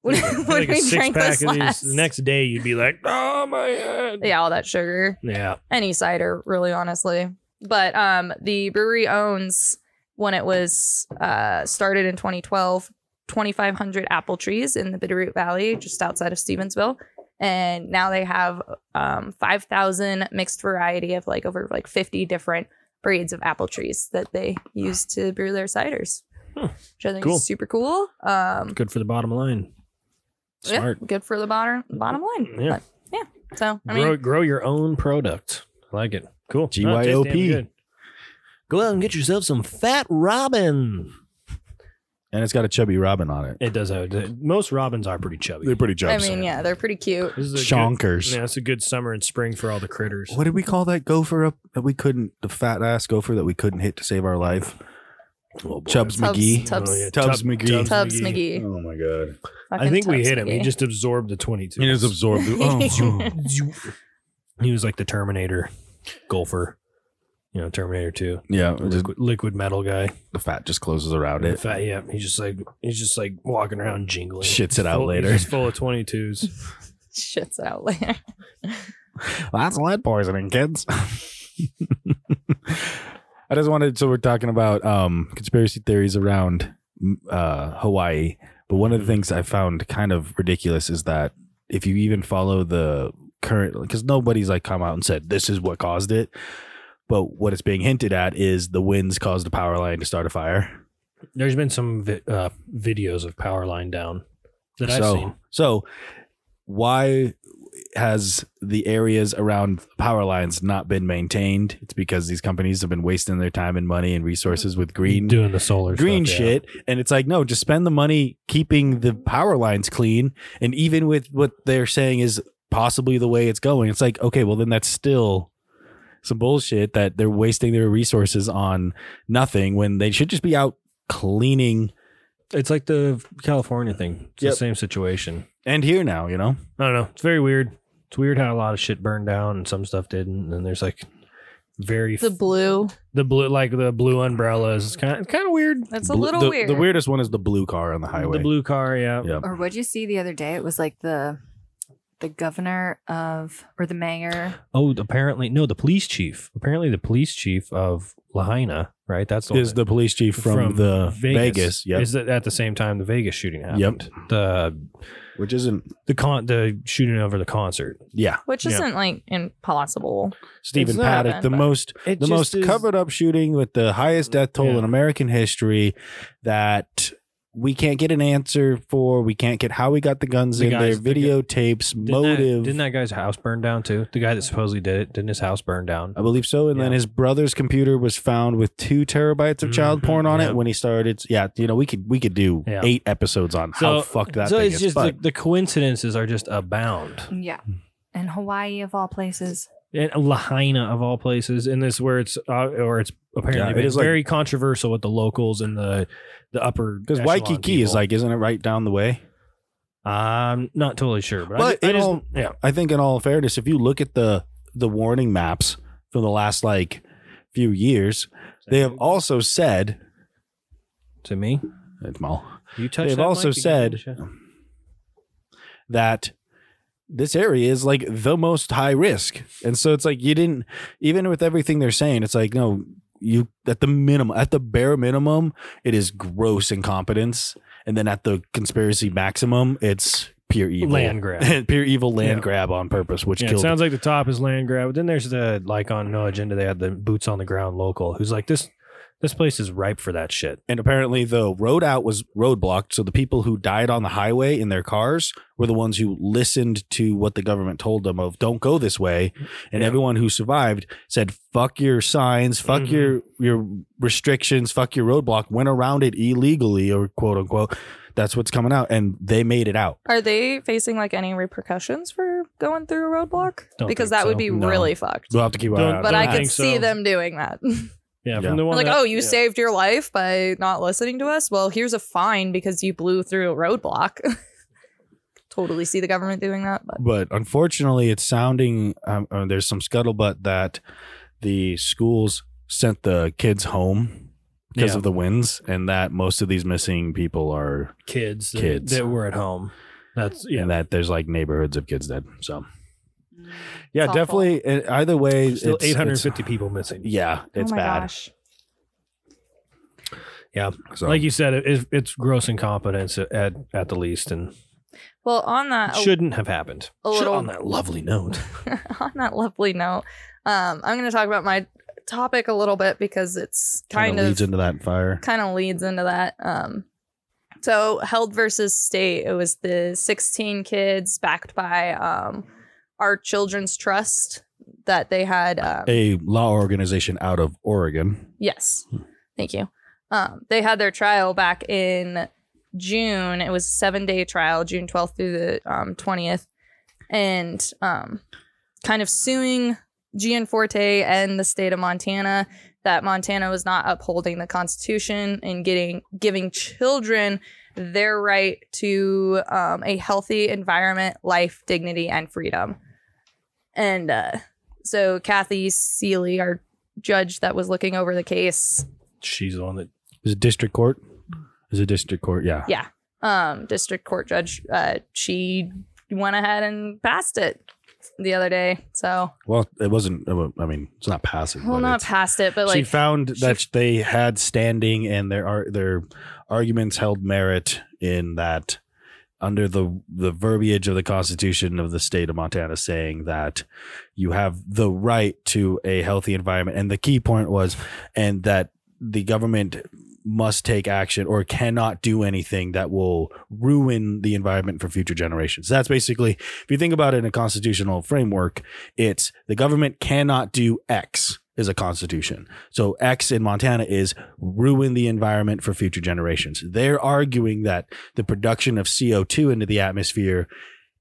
Speaker 2: When,
Speaker 1: Like a
Speaker 2: when we
Speaker 1: six
Speaker 2: drank
Speaker 1: pack
Speaker 2: this
Speaker 1: of these,
Speaker 2: last.
Speaker 1: The next day, you'd be like, oh, my head.
Speaker 2: yeah, all that sugar.
Speaker 1: Yeah.
Speaker 2: Any cider, really, honestly. But um, the brewery owns when it was uh, started in 2012, 2,500 apple trees in the Bitterroot Valley, just outside of Stevensville, and now they have um 5,000 mixed variety of like over like 50 different braids of apple trees that they use to brew their ciders.
Speaker 1: Hmm.
Speaker 2: Which I think
Speaker 1: Cool.
Speaker 2: is super cool. Um,
Speaker 1: Good for the bottom line.
Speaker 2: Yeah,
Speaker 4: Smart.
Speaker 2: good for the bottom bottom line.
Speaker 1: Yeah.
Speaker 2: But, yeah. So I mean,
Speaker 1: grow, grow your own product. I like it. Cool.
Speaker 4: GYOP.
Speaker 1: No, it tastes damn good. Go out and get yourself some Fat Robin.
Speaker 4: And it's got a chubby robin on it.
Speaker 1: It does have most robins are pretty chubby.
Speaker 4: They're pretty
Speaker 2: I
Speaker 4: chubby.
Speaker 2: mean, yeah, they're pretty cute.
Speaker 1: This is a good-
Speaker 4: Chonkers.
Speaker 1: yeah, it's a good summer and spring for all the critters.
Speaker 4: What did we call that gopher up that we couldn't, the fat ass gopher that we couldn't hit to save our life?
Speaker 1: Oh, boy.
Speaker 4: Chubbs
Speaker 2: Tubbs-
Speaker 4: McGee.
Speaker 2: Tubbs-
Speaker 1: Oh,
Speaker 4: Tubbs
Speaker 1: Tub-
Speaker 4: McGee.
Speaker 2: Tubbs McGee.
Speaker 4: Oh my god.
Speaker 1: I think we
Speaker 2: Fucking
Speaker 1: hit him.
Speaker 2: Tubbs
Speaker 1: He
Speaker 2: McGee.
Speaker 1: just absorbed the twenty-two.
Speaker 4: He just absorbed it. Oh.
Speaker 1: he was like the Terminator, golfer, you know, Terminator Two,
Speaker 4: yeah, just,
Speaker 1: liquid, liquid metal guy.
Speaker 4: the fat just closes around
Speaker 1: In
Speaker 4: it.
Speaker 1: fact, yeah, he's just like he's just like walking around jingling.
Speaker 4: Shits it out
Speaker 1: Full-
Speaker 4: later.
Speaker 1: He's just full of twenty-twos.
Speaker 2: shits out later.
Speaker 4: That's lead poisoning, kids. I just wanted so we're talking about um conspiracy theories around mm, uh Hawaii, but one of the things I found kind of ridiculous is that if you even follow the current because nobody's like come out and said this is what caused it, but what it's being hinted at is the winds caused the power line to start a fire.
Speaker 1: There's been some vi- uh, videos of power line down that I've
Speaker 4: so,
Speaker 1: seen.
Speaker 4: So why has the areas around power lines not been maintained? It's because these companies have been wasting their time and money and resources with green
Speaker 1: doing the solar
Speaker 4: green
Speaker 1: stuff, yeah.
Speaker 4: shit. And it's like, no, just spend the money keeping the power lines clean. And even with what they're saying is possibly the way it's going, it's like, okay, well then that's still some bullshit that they're wasting their resources on nothing when they should just be out cleaning
Speaker 1: It's like the California thing. It's
Speaker 4: Yep.
Speaker 1: the same situation.
Speaker 4: and here now, you know?
Speaker 1: I don't know. It's very weird. It's weird how a lot of shit burned down and some stuff didn't. And there's like very f-
Speaker 2: The
Speaker 1: the,
Speaker 2: blue.
Speaker 1: blue like the blue umbrellas. It's kind of kind of weird.
Speaker 2: That's a
Speaker 4: Blue-
Speaker 2: little
Speaker 4: the,
Speaker 2: weird.
Speaker 4: The weirdest one is the blue car on the highway.
Speaker 1: The blue car, yeah.
Speaker 4: Yeah.
Speaker 3: Or what'd you see the other day? It was like the the governor of or the mayor.
Speaker 1: Oh, apparently no, the police chief. Apparently the police chief of Lahaina, right? That's the
Speaker 4: is the police chief from, the Vegas,
Speaker 1: Yeah,
Speaker 4: yep,
Speaker 1: Is that at the same time the Vegas shooting happened? Yep. The
Speaker 4: which isn't
Speaker 1: the con the shooting over the concert.
Speaker 4: yeah.
Speaker 2: which
Speaker 1: Yeah.
Speaker 2: isn't like impossible.
Speaker 4: Stephen
Speaker 1: not
Speaker 4: Paddock,
Speaker 2: bad,
Speaker 4: the
Speaker 2: but-
Speaker 4: most
Speaker 1: It
Speaker 4: the
Speaker 1: just
Speaker 4: most
Speaker 1: is-
Speaker 4: covered up shooting with the highest death toll
Speaker 1: Yeah.
Speaker 4: in American history that we can't get an answer for. We can't get how we got the guns
Speaker 1: The
Speaker 4: in
Speaker 1: guys- the
Speaker 4: there,
Speaker 1: gu-
Speaker 4: videotapes,
Speaker 1: Didn't that-
Speaker 4: motive.
Speaker 1: didn't that guy's house burn down too? The guy that supposedly did it, didn't his house burn down?
Speaker 4: I believe so. And then
Speaker 1: Yeah.
Speaker 4: his brother's computer was found with two terabytes of child
Speaker 1: Mhm,
Speaker 4: porn on
Speaker 1: yeah.
Speaker 4: it when he started. Yeah, you know, we could we could do
Speaker 1: Yeah.
Speaker 4: eight episodes on how fucked that
Speaker 1: so
Speaker 4: thing
Speaker 1: it's
Speaker 4: is.
Speaker 1: just
Speaker 4: but-
Speaker 1: the, the coincidences are just abound.
Speaker 3: Yeah. And Hawaii of all places.
Speaker 1: And Eh, Lahaina of all places, and this where it's uh, or it's apparently
Speaker 4: Yeah, it
Speaker 1: been
Speaker 4: is like-
Speaker 1: very controversial with the locals and the the upper
Speaker 4: Because
Speaker 1: echelon
Speaker 4: Waikiki is
Speaker 1: people.
Speaker 4: like, isn't it right down the way?
Speaker 1: I'm not totally sure, but,
Speaker 4: But
Speaker 1: I, I
Speaker 4: in
Speaker 1: just
Speaker 4: all-
Speaker 1: yeah
Speaker 4: I think, in all fairness, if you look at the the warning maps for the last like few years, they have also said
Speaker 1: to me
Speaker 4: it's Mal,
Speaker 1: you touched.
Speaker 4: They've
Speaker 1: that
Speaker 4: also
Speaker 1: mic again,
Speaker 4: said-
Speaker 1: didn't you?
Speaker 4: that this area is like the most high risk, and so it's like you didn't even with everything they're saying, it's like no, you at the minimum, at the bare minimum, it is gross incompetence, and then at the conspiracy maximum, it's pure evil
Speaker 1: land grab.
Speaker 4: pure evil land
Speaker 1: Yeah.
Speaker 4: grab on purpose, which
Speaker 1: Yeah, it
Speaker 4: killed
Speaker 1: sounds like the top is land grab. But then there's the like on no agenda. They had the boots on the ground local who's like this. This place is ripe for that shit.
Speaker 4: And apparently the road out was roadblocked, so the people who died on the highway in their cars were the ones who listened to what the government told them of don't go this way. And
Speaker 1: Yeah.
Speaker 4: everyone who survived said fuck your signs, fuck
Speaker 1: Mhm.
Speaker 4: your your restrictions, fuck your roadblock, went around it illegally or quote unquote. That's what's coming out and they made it out.
Speaker 2: Are they facing like any repercussions for going through a roadblock?
Speaker 1: Don't
Speaker 2: because
Speaker 1: think
Speaker 2: that would
Speaker 1: so.
Speaker 2: be
Speaker 4: No.
Speaker 2: really fucked.
Speaker 4: We'll have to keep our eye
Speaker 1: Don't-
Speaker 4: out.
Speaker 2: But
Speaker 4: on
Speaker 2: I
Speaker 4: that.
Speaker 2: could
Speaker 1: think so.
Speaker 2: see them doing that.
Speaker 1: Yeah,
Speaker 4: Yeah.
Speaker 1: from the one
Speaker 2: like,
Speaker 1: that-
Speaker 2: oh, you
Speaker 1: yeah.
Speaker 2: saved your life by not listening to us. Well, here's a fine because you blew through a roadblock. totally see the government doing that, but
Speaker 4: but unfortunately, it's sounding um, uh, there's some scuttlebutt that the schools sent the kids home because
Speaker 1: Yeah.
Speaker 4: of the winds, and that most of these missing people are,
Speaker 1: kids, that-
Speaker 4: Kids.
Speaker 1: that were at home. That's yeah.
Speaker 4: and that there's like neighborhoods of kids dead. So,
Speaker 1: Mm.
Speaker 4: yeah,
Speaker 2: It's awful.
Speaker 4: definitely. uh, Either way,
Speaker 1: Still
Speaker 4: it's-
Speaker 1: 850 people missing.
Speaker 4: it's- yeah, it's
Speaker 2: oh my
Speaker 4: bad.
Speaker 2: gosh.
Speaker 4: So,
Speaker 1: Like you said, it, it, it's gross incompetence at, at at the least, and
Speaker 2: Well, on that
Speaker 1: it shouldn't have happened.
Speaker 2: a
Speaker 1: Should-
Speaker 2: little-
Speaker 1: on that lovely note,
Speaker 2: on that lovely note, um, I'm going to talk about my topic a little bit because it's kind
Speaker 4: kinda
Speaker 2: of
Speaker 4: leads into that fire.
Speaker 2: kind of leads into that. Um, So held versus state. It was the 16 kids backed by um, our children's trust that they had. Um,
Speaker 4: a law organization out of Oregon.
Speaker 2: Yes. Thank you. Um, they had their trial back in June. It was a seven day trial, June 12th through the um, 20th, and um, kind of suing Gianforte and the state of Montana that Montana was not upholding the Constitution and getting giving children their right to um, a healthy environment, life, dignity, and freedom. And uh, so Kathy Seeley, our judge that was looking over the case
Speaker 1: She's the one that
Speaker 4: Is it district court? Is it district court? Yeah.
Speaker 2: Yeah. um district court judge uh she went ahead and passed it the other day so
Speaker 4: Well, it wasn't. I mean, it's not passing.
Speaker 2: well
Speaker 4: but
Speaker 2: not
Speaker 4: it's-
Speaker 2: passed it but
Speaker 4: she
Speaker 2: like
Speaker 4: found
Speaker 2: she-
Speaker 4: that they had standing and their ar- their arguments held merit in that under the the verbiage of the Constitution of the state of Montana saying that you have the right to a healthy environment and the key point was and that the government must take action or cannot do anything that will ruin the environment for future generations. That's basically if you think about it in a constitutional framework, it's the government cannot do X is a constitution. So X in Montana is ruin the environment for future generations. They're arguing that the production of CO2 into the atmosphere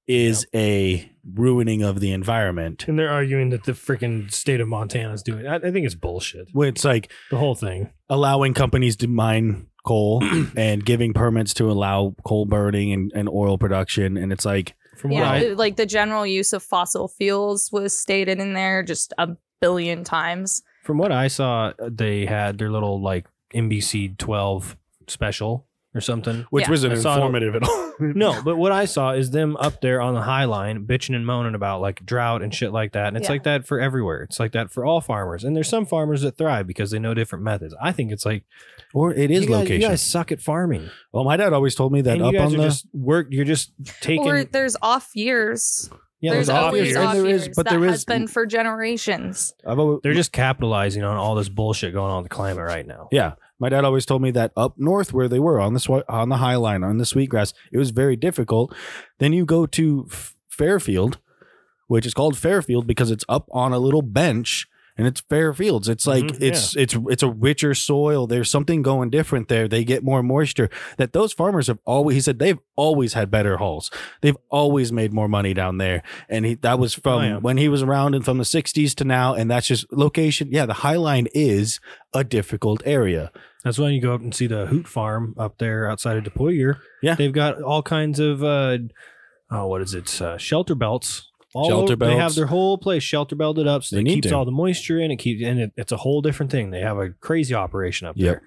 Speaker 4: is a ruining of the environment.
Speaker 1: and they're arguing that the freaking state of Montana's doing. I, I think it's bullshit.
Speaker 4: Well, It's like
Speaker 1: The whole thing.
Speaker 4: allowing companies to mine coal and giving permits to allow coal burning and, and oil production. And it's like,
Speaker 1: From
Speaker 2: yeah
Speaker 1: what I,
Speaker 2: it- like the general use of fossil fuels was stated in there just a billion times
Speaker 1: from what I saw, they had their little like NBC twelve special or something.
Speaker 4: which
Speaker 2: Yeah.
Speaker 4: wasn't
Speaker 1: I saw it-
Speaker 4: informative at all.
Speaker 1: No, but what I saw is them up there on the high line bitching and moaning about like drought and shit like that. And it's
Speaker 2: Yeah.
Speaker 1: like that for everywhere. It's like that for all farmers. And there's some farmers that thrive because they know different methods. I think it's like
Speaker 4: Or it is
Speaker 1: you guys,
Speaker 4: location.
Speaker 1: You guys suck at farming.
Speaker 4: well, my dad always told me that
Speaker 1: and
Speaker 4: up
Speaker 1: you guys
Speaker 4: on
Speaker 1: are
Speaker 4: the.
Speaker 1: just work. You're just taking.
Speaker 2: or there's off years
Speaker 1: yeah,
Speaker 2: there's
Speaker 1: those off
Speaker 2: always
Speaker 1: years.
Speaker 2: off
Speaker 4: And there is-
Speaker 2: years
Speaker 4: but
Speaker 2: that
Speaker 4: there
Speaker 2: has
Speaker 4: is-
Speaker 2: been for generations
Speaker 4: I've always-
Speaker 1: They're just capitalizing on all this bullshit going on with the climate right now.
Speaker 4: Yeah. My dad always told me that up north where they were on the swi- on the high line on the sweetgrass, it was very difficult. Then you go to F- Fairfield, which is called Fairfield because it's up on a little bench and it's fair fields. It's like
Speaker 1: Mhm,
Speaker 4: it's it's it's a richer soil. There's something going different there. They get more moisture. That those farmers have always he said they've always had better hauls. They've always made more money down there. And he, that was from
Speaker 1: Oh, yeah.
Speaker 4: when he was around and from the 60s to now and that's just location. Yeah, the high line is a difficult area.
Speaker 1: That's when you go up and see the Hoot Farm up there outside of Depoyer.
Speaker 4: Yeah.
Speaker 1: they've got all kinds of uh, oh, what is it? Uh, shelter belts. All
Speaker 4: Shelter
Speaker 1: over, They have
Speaker 4: belts.
Speaker 1: their whole place shelter belted up, so
Speaker 4: They
Speaker 1: it
Speaker 4: need
Speaker 1: keeps
Speaker 4: to.
Speaker 1: all the moisture in. It keeps and it, it's a whole different thing. They have a crazy operation up
Speaker 4: Yep.
Speaker 1: there.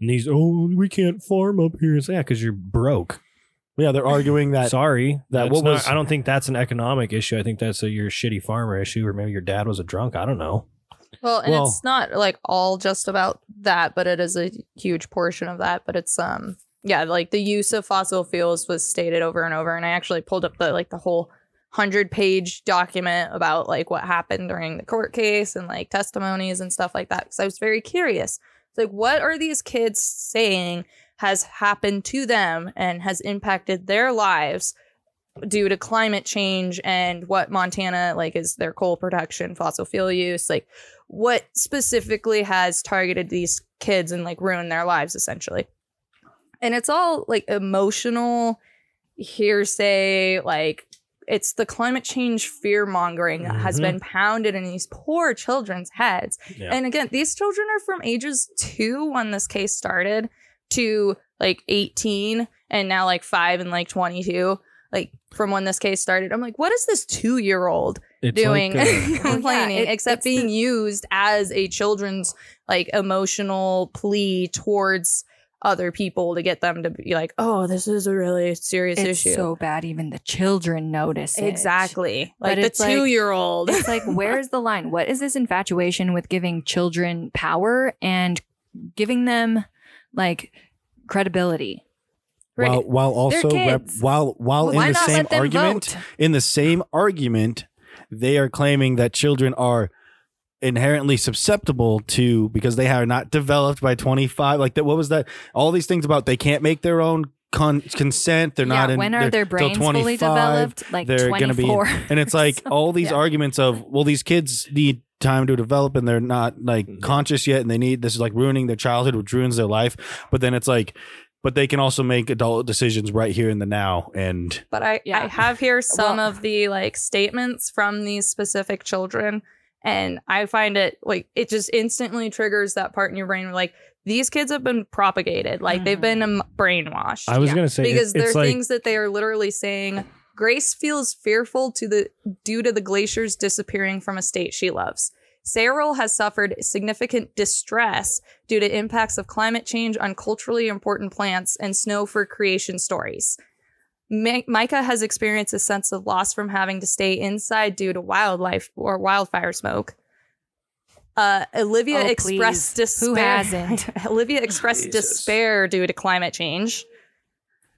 Speaker 1: And these oh, we can't farm up here. It's yeah, because you're broke.
Speaker 4: Yeah, they're arguing that.
Speaker 1: Sorry,
Speaker 4: that
Speaker 1: That's
Speaker 4: what
Speaker 1: not-
Speaker 4: was-
Speaker 1: I don't think that's an economic issue. I think that's a your shitty farmer issue, or maybe your dad was a drunk. I don't know.
Speaker 2: well and
Speaker 4: Well-
Speaker 2: it's not like all just about that but it is a huge portion of that but it's um yeah like the use of fossil fuels was stated over and over and i actually pulled up the like the whole 100 page document about like what happened during the court case and like testimonies and stuff like that because i was very curious It's like what are these kids saying has happened to them and has impacted their lives due to climate change and what Montana like is their coal production, fossil fuel use, like what specifically has targeted these kids and like ruined their lives essentially. And it's all like emotional hearsay, like it's the climate change fear mongering that has
Speaker 1: Mhm.
Speaker 2: been pounded in these poor children's heads.
Speaker 1: Yeah.
Speaker 2: And again, these children are from ages two when this case started to like 18 and now like five and like 22, like from when this case started. I'm like, what is this two year old
Speaker 1: It's
Speaker 2: doing
Speaker 1: like, uh,
Speaker 2: complaining
Speaker 3: it-
Speaker 2: except
Speaker 3: it's
Speaker 2: being
Speaker 3: the-
Speaker 2: used as a children's like emotional plea towards other people to get them to be like, oh, this is a really serious
Speaker 3: It's
Speaker 2: issue.
Speaker 3: so bad, even the children notice it.
Speaker 2: exactly.
Speaker 3: But
Speaker 2: Like the
Speaker 3: it's like-
Speaker 2: two year old.
Speaker 3: It's like, where's the line? What is this infatuation with giving children power and giving them like credibility? Right.
Speaker 4: While, while also
Speaker 3: They're
Speaker 4: rep,
Speaker 3: kids.
Speaker 4: while while
Speaker 3: Why
Speaker 4: in the
Speaker 3: not
Speaker 4: same
Speaker 3: let them
Speaker 4: argument
Speaker 3: vote?
Speaker 4: in the same argument they are claiming that children are inherently susceptible to because they are not developed by 25 like that what was that all these things about they can't make their own con- consent. They're not
Speaker 3: yeah,
Speaker 4: in.
Speaker 3: when are their
Speaker 4: they're till
Speaker 3: brains fully
Speaker 4: 25.
Speaker 3: developed? Like
Speaker 4: they're gonna be in-
Speaker 3: 24.
Speaker 4: And it's like all these
Speaker 3: yeah.
Speaker 4: arguments of well, these kids need time to develop and they're not like
Speaker 1: Mhm.
Speaker 4: conscious yet, and they need this is like ruining their childhood, which ruins their life. But then it's like, but they can also make adult decisions right here in the now, and
Speaker 2: but I,
Speaker 3: Yeah.
Speaker 2: I have here some
Speaker 3: Well-
Speaker 2: of the like statements from these specific children and I find it like it just instantly triggers that part in your brain where, like these kids have been propagated like they've been
Speaker 3: Mm.
Speaker 2: um, brainwashed
Speaker 1: I was
Speaker 3: Yeah.
Speaker 1: gonna say it-
Speaker 2: because there are
Speaker 1: it's like,
Speaker 2: things that they are literally saying Grace feels fearful to the due to the glaciers disappearing from a state she loves. Cyril has suffered significant distress due to impacts of climate change on culturally important plants and snow for creation stories. Mi- Micah has experienced a sense of loss from having to stay inside due to wildlife or wildfire smoke. Uh, Olivia
Speaker 3: Oh,
Speaker 2: expressed
Speaker 3: please. Who
Speaker 2: despair.
Speaker 3: hasn't?
Speaker 2: Olivia expressed
Speaker 4: Jesus.
Speaker 2: despair due to climate change.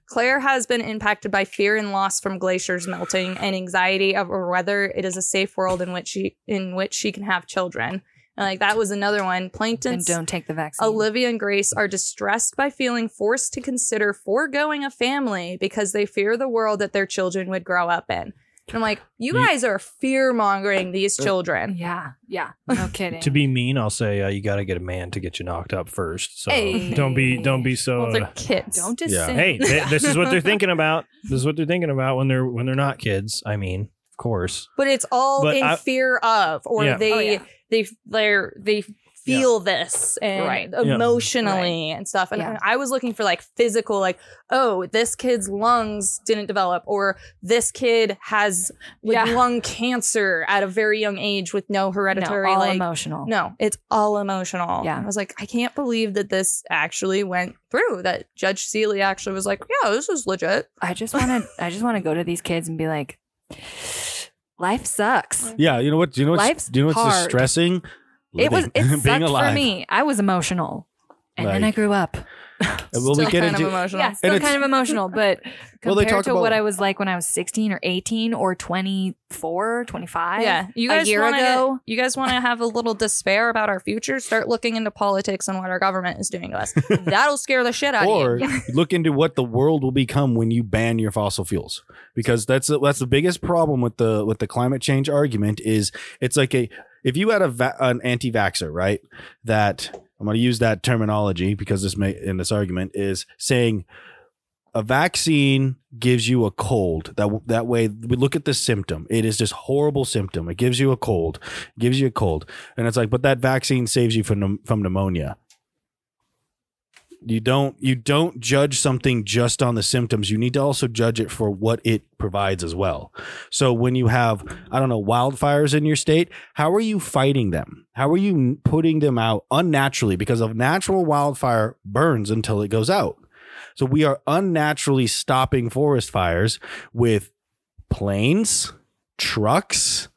Speaker 2: Claire has been impacted by fear and loss from glaciers melting and anxiety of whether it is a safe world in which she in which she can have children. And like that was another one.
Speaker 3: and
Speaker 2: Plankton's
Speaker 3: don't take the vaccine.
Speaker 2: Olivia and Grace are distressed by feeling forced to consider foregoing a family because they fear the world that their children would grow up in. And I'm like, you
Speaker 1: You-
Speaker 2: guys are fear mongering these
Speaker 1: Uh,
Speaker 2: children.
Speaker 3: yeah, yeah. No kidding.
Speaker 1: to be mean, I'll say uh, you got to get a man to get you knocked up first. So
Speaker 3: Hey.
Speaker 1: don't be don't be so.
Speaker 2: Well, they're kids.
Speaker 3: don't just
Speaker 4: Yeah.
Speaker 1: uh, hey, th- this is what they're thinking about. This is what they're thinking about when they're when they're not kids. I mean, of course.
Speaker 2: But it's all
Speaker 1: But
Speaker 2: in
Speaker 1: I-
Speaker 2: fear of, or
Speaker 1: Yeah.
Speaker 2: they
Speaker 3: Oh, yeah.
Speaker 2: they they're they feel this and
Speaker 3: Right.
Speaker 1: Yeah.
Speaker 2: emotionally and stuff. And
Speaker 3: Yeah.
Speaker 2: I was looking for like physical, like oh, this kid's lungs didn't develop, or this kid has like
Speaker 3: Yeah.
Speaker 2: lung cancer at a very young age with no hereditary
Speaker 3: no, all
Speaker 2: like.
Speaker 3: emotional.
Speaker 2: No, it's all emotional.
Speaker 3: Yeah.
Speaker 2: I was like, I can't believe that this actually went through. That Judge Seeley actually was like, yeah, this is legit.
Speaker 3: I just want to. I just want to go to these kids and be like, life sucks.
Speaker 4: yeah, you know what? You know what's
Speaker 3: Life's
Speaker 4: do you know what's
Speaker 3: hard.
Speaker 4: distressing?
Speaker 3: It was.
Speaker 4: Living.
Speaker 3: It sucked for me. I was emotional, and then
Speaker 4: Like-
Speaker 3: I grew up.
Speaker 4: And Will we
Speaker 2: Still
Speaker 4: get
Speaker 2: kind
Speaker 4: into?
Speaker 2: of emotional.
Speaker 3: Yeah, still
Speaker 4: it's-
Speaker 3: kind of emotional, but
Speaker 4: Well, they
Speaker 3: compared
Speaker 4: talk
Speaker 3: to
Speaker 4: about-
Speaker 3: what I was like when I was 16 or 18 or 24, 25.
Speaker 2: yeah, you
Speaker 3: a
Speaker 2: guys
Speaker 3: year
Speaker 2: wanna,
Speaker 3: ago.
Speaker 2: You guys want to have a little despair about our future? Start looking into politics and what our government is doing to us. That'll scare the shit out
Speaker 4: or
Speaker 2: of you.
Speaker 4: look into what the world will become when you ban your fossil fuels because that's that's the biggest problem with the with the climate change argument is it's like a if you had a va- an anti-vaxxer right that i'm going to use that terminology because this may in this argument is saying a vaccine gives you a cold that w- that way we look at the symptom it is this horrible symptom it gives you a cold gives you a cold and it's like but that vaccine saves you from pneum- from pneumonia you don't you don't judge something just on the symptoms you need to also judge it for what it provides as well so when you have i don't know wildfires in your state how are you fighting them how are you n- putting them out unnaturally because a natural wildfire burns until it goes out so we are unnaturally stopping forest fires with planes trucks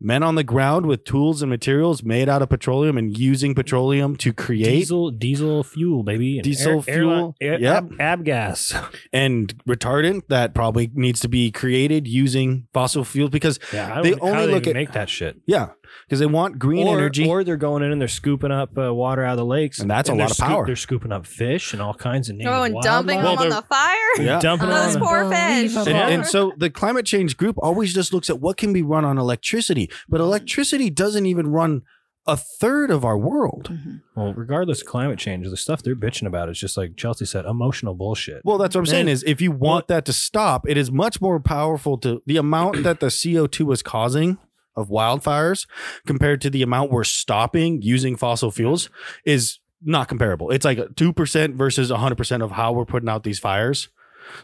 Speaker 4: men on the ground with tools and materials made out of petroleum and using petroleum to create
Speaker 1: Diesel diesel fuel, baby. And
Speaker 4: Diesel fuel.
Speaker 1: air-
Speaker 4: Yep.
Speaker 1: ab, ab gas.
Speaker 4: and retardant that probably needs to be created using fossil fuel because
Speaker 1: Yeah, I
Speaker 4: They
Speaker 1: don't,
Speaker 4: only
Speaker 1: how do they
Speaker 4: look
Speaker 1: even
Speaker 4: at-
Speaker 1: make that shit.
Speaker 4: yeah because they want green
Speaker 1: or,
Speaker 4: energy
Speaker 1: or they're going in and they're scooping up uh, water out of the lakes,
Speaker 4: And that's a
Speaker 1: they're
Speaker 4: lot of power.
Speaker 1: They're scooping up fish and all kinds of native
Speaker 2: Oh, and dumping
Speaker 1: wildlife.
Speaker 2: them on
Speaker 4: Well,
Speaker 2: the fire.
Speaker 4: Yeah.
Speaker 1: dumping
Speaker 2: Those
Speaker 1: them. on-
Speaker 2: poor fish.
Speaker 3: Unbelievable.
Speaker 4: and,
Speaker 1: Yeah.
Speaker 4: and so the climate change group always just looks at what can be run on electricity but electricity doesn't even run a third of our world
Speaker 3: Mhm.
Speaker 1: Well, regardless of climate change, the stuff they're bitching about is just like Chelsea said, emotional bullshit.
Speaker 4: well that's what i'm saying
Speaker 1: And-
Speaker 4: is if you want that to stop it is much more powerful to the amount that the co2 is causing of wildfires compared to the amount we're stopping using fossil fuels is not comparable it's like 2% versus 100% of how we're putting out these fires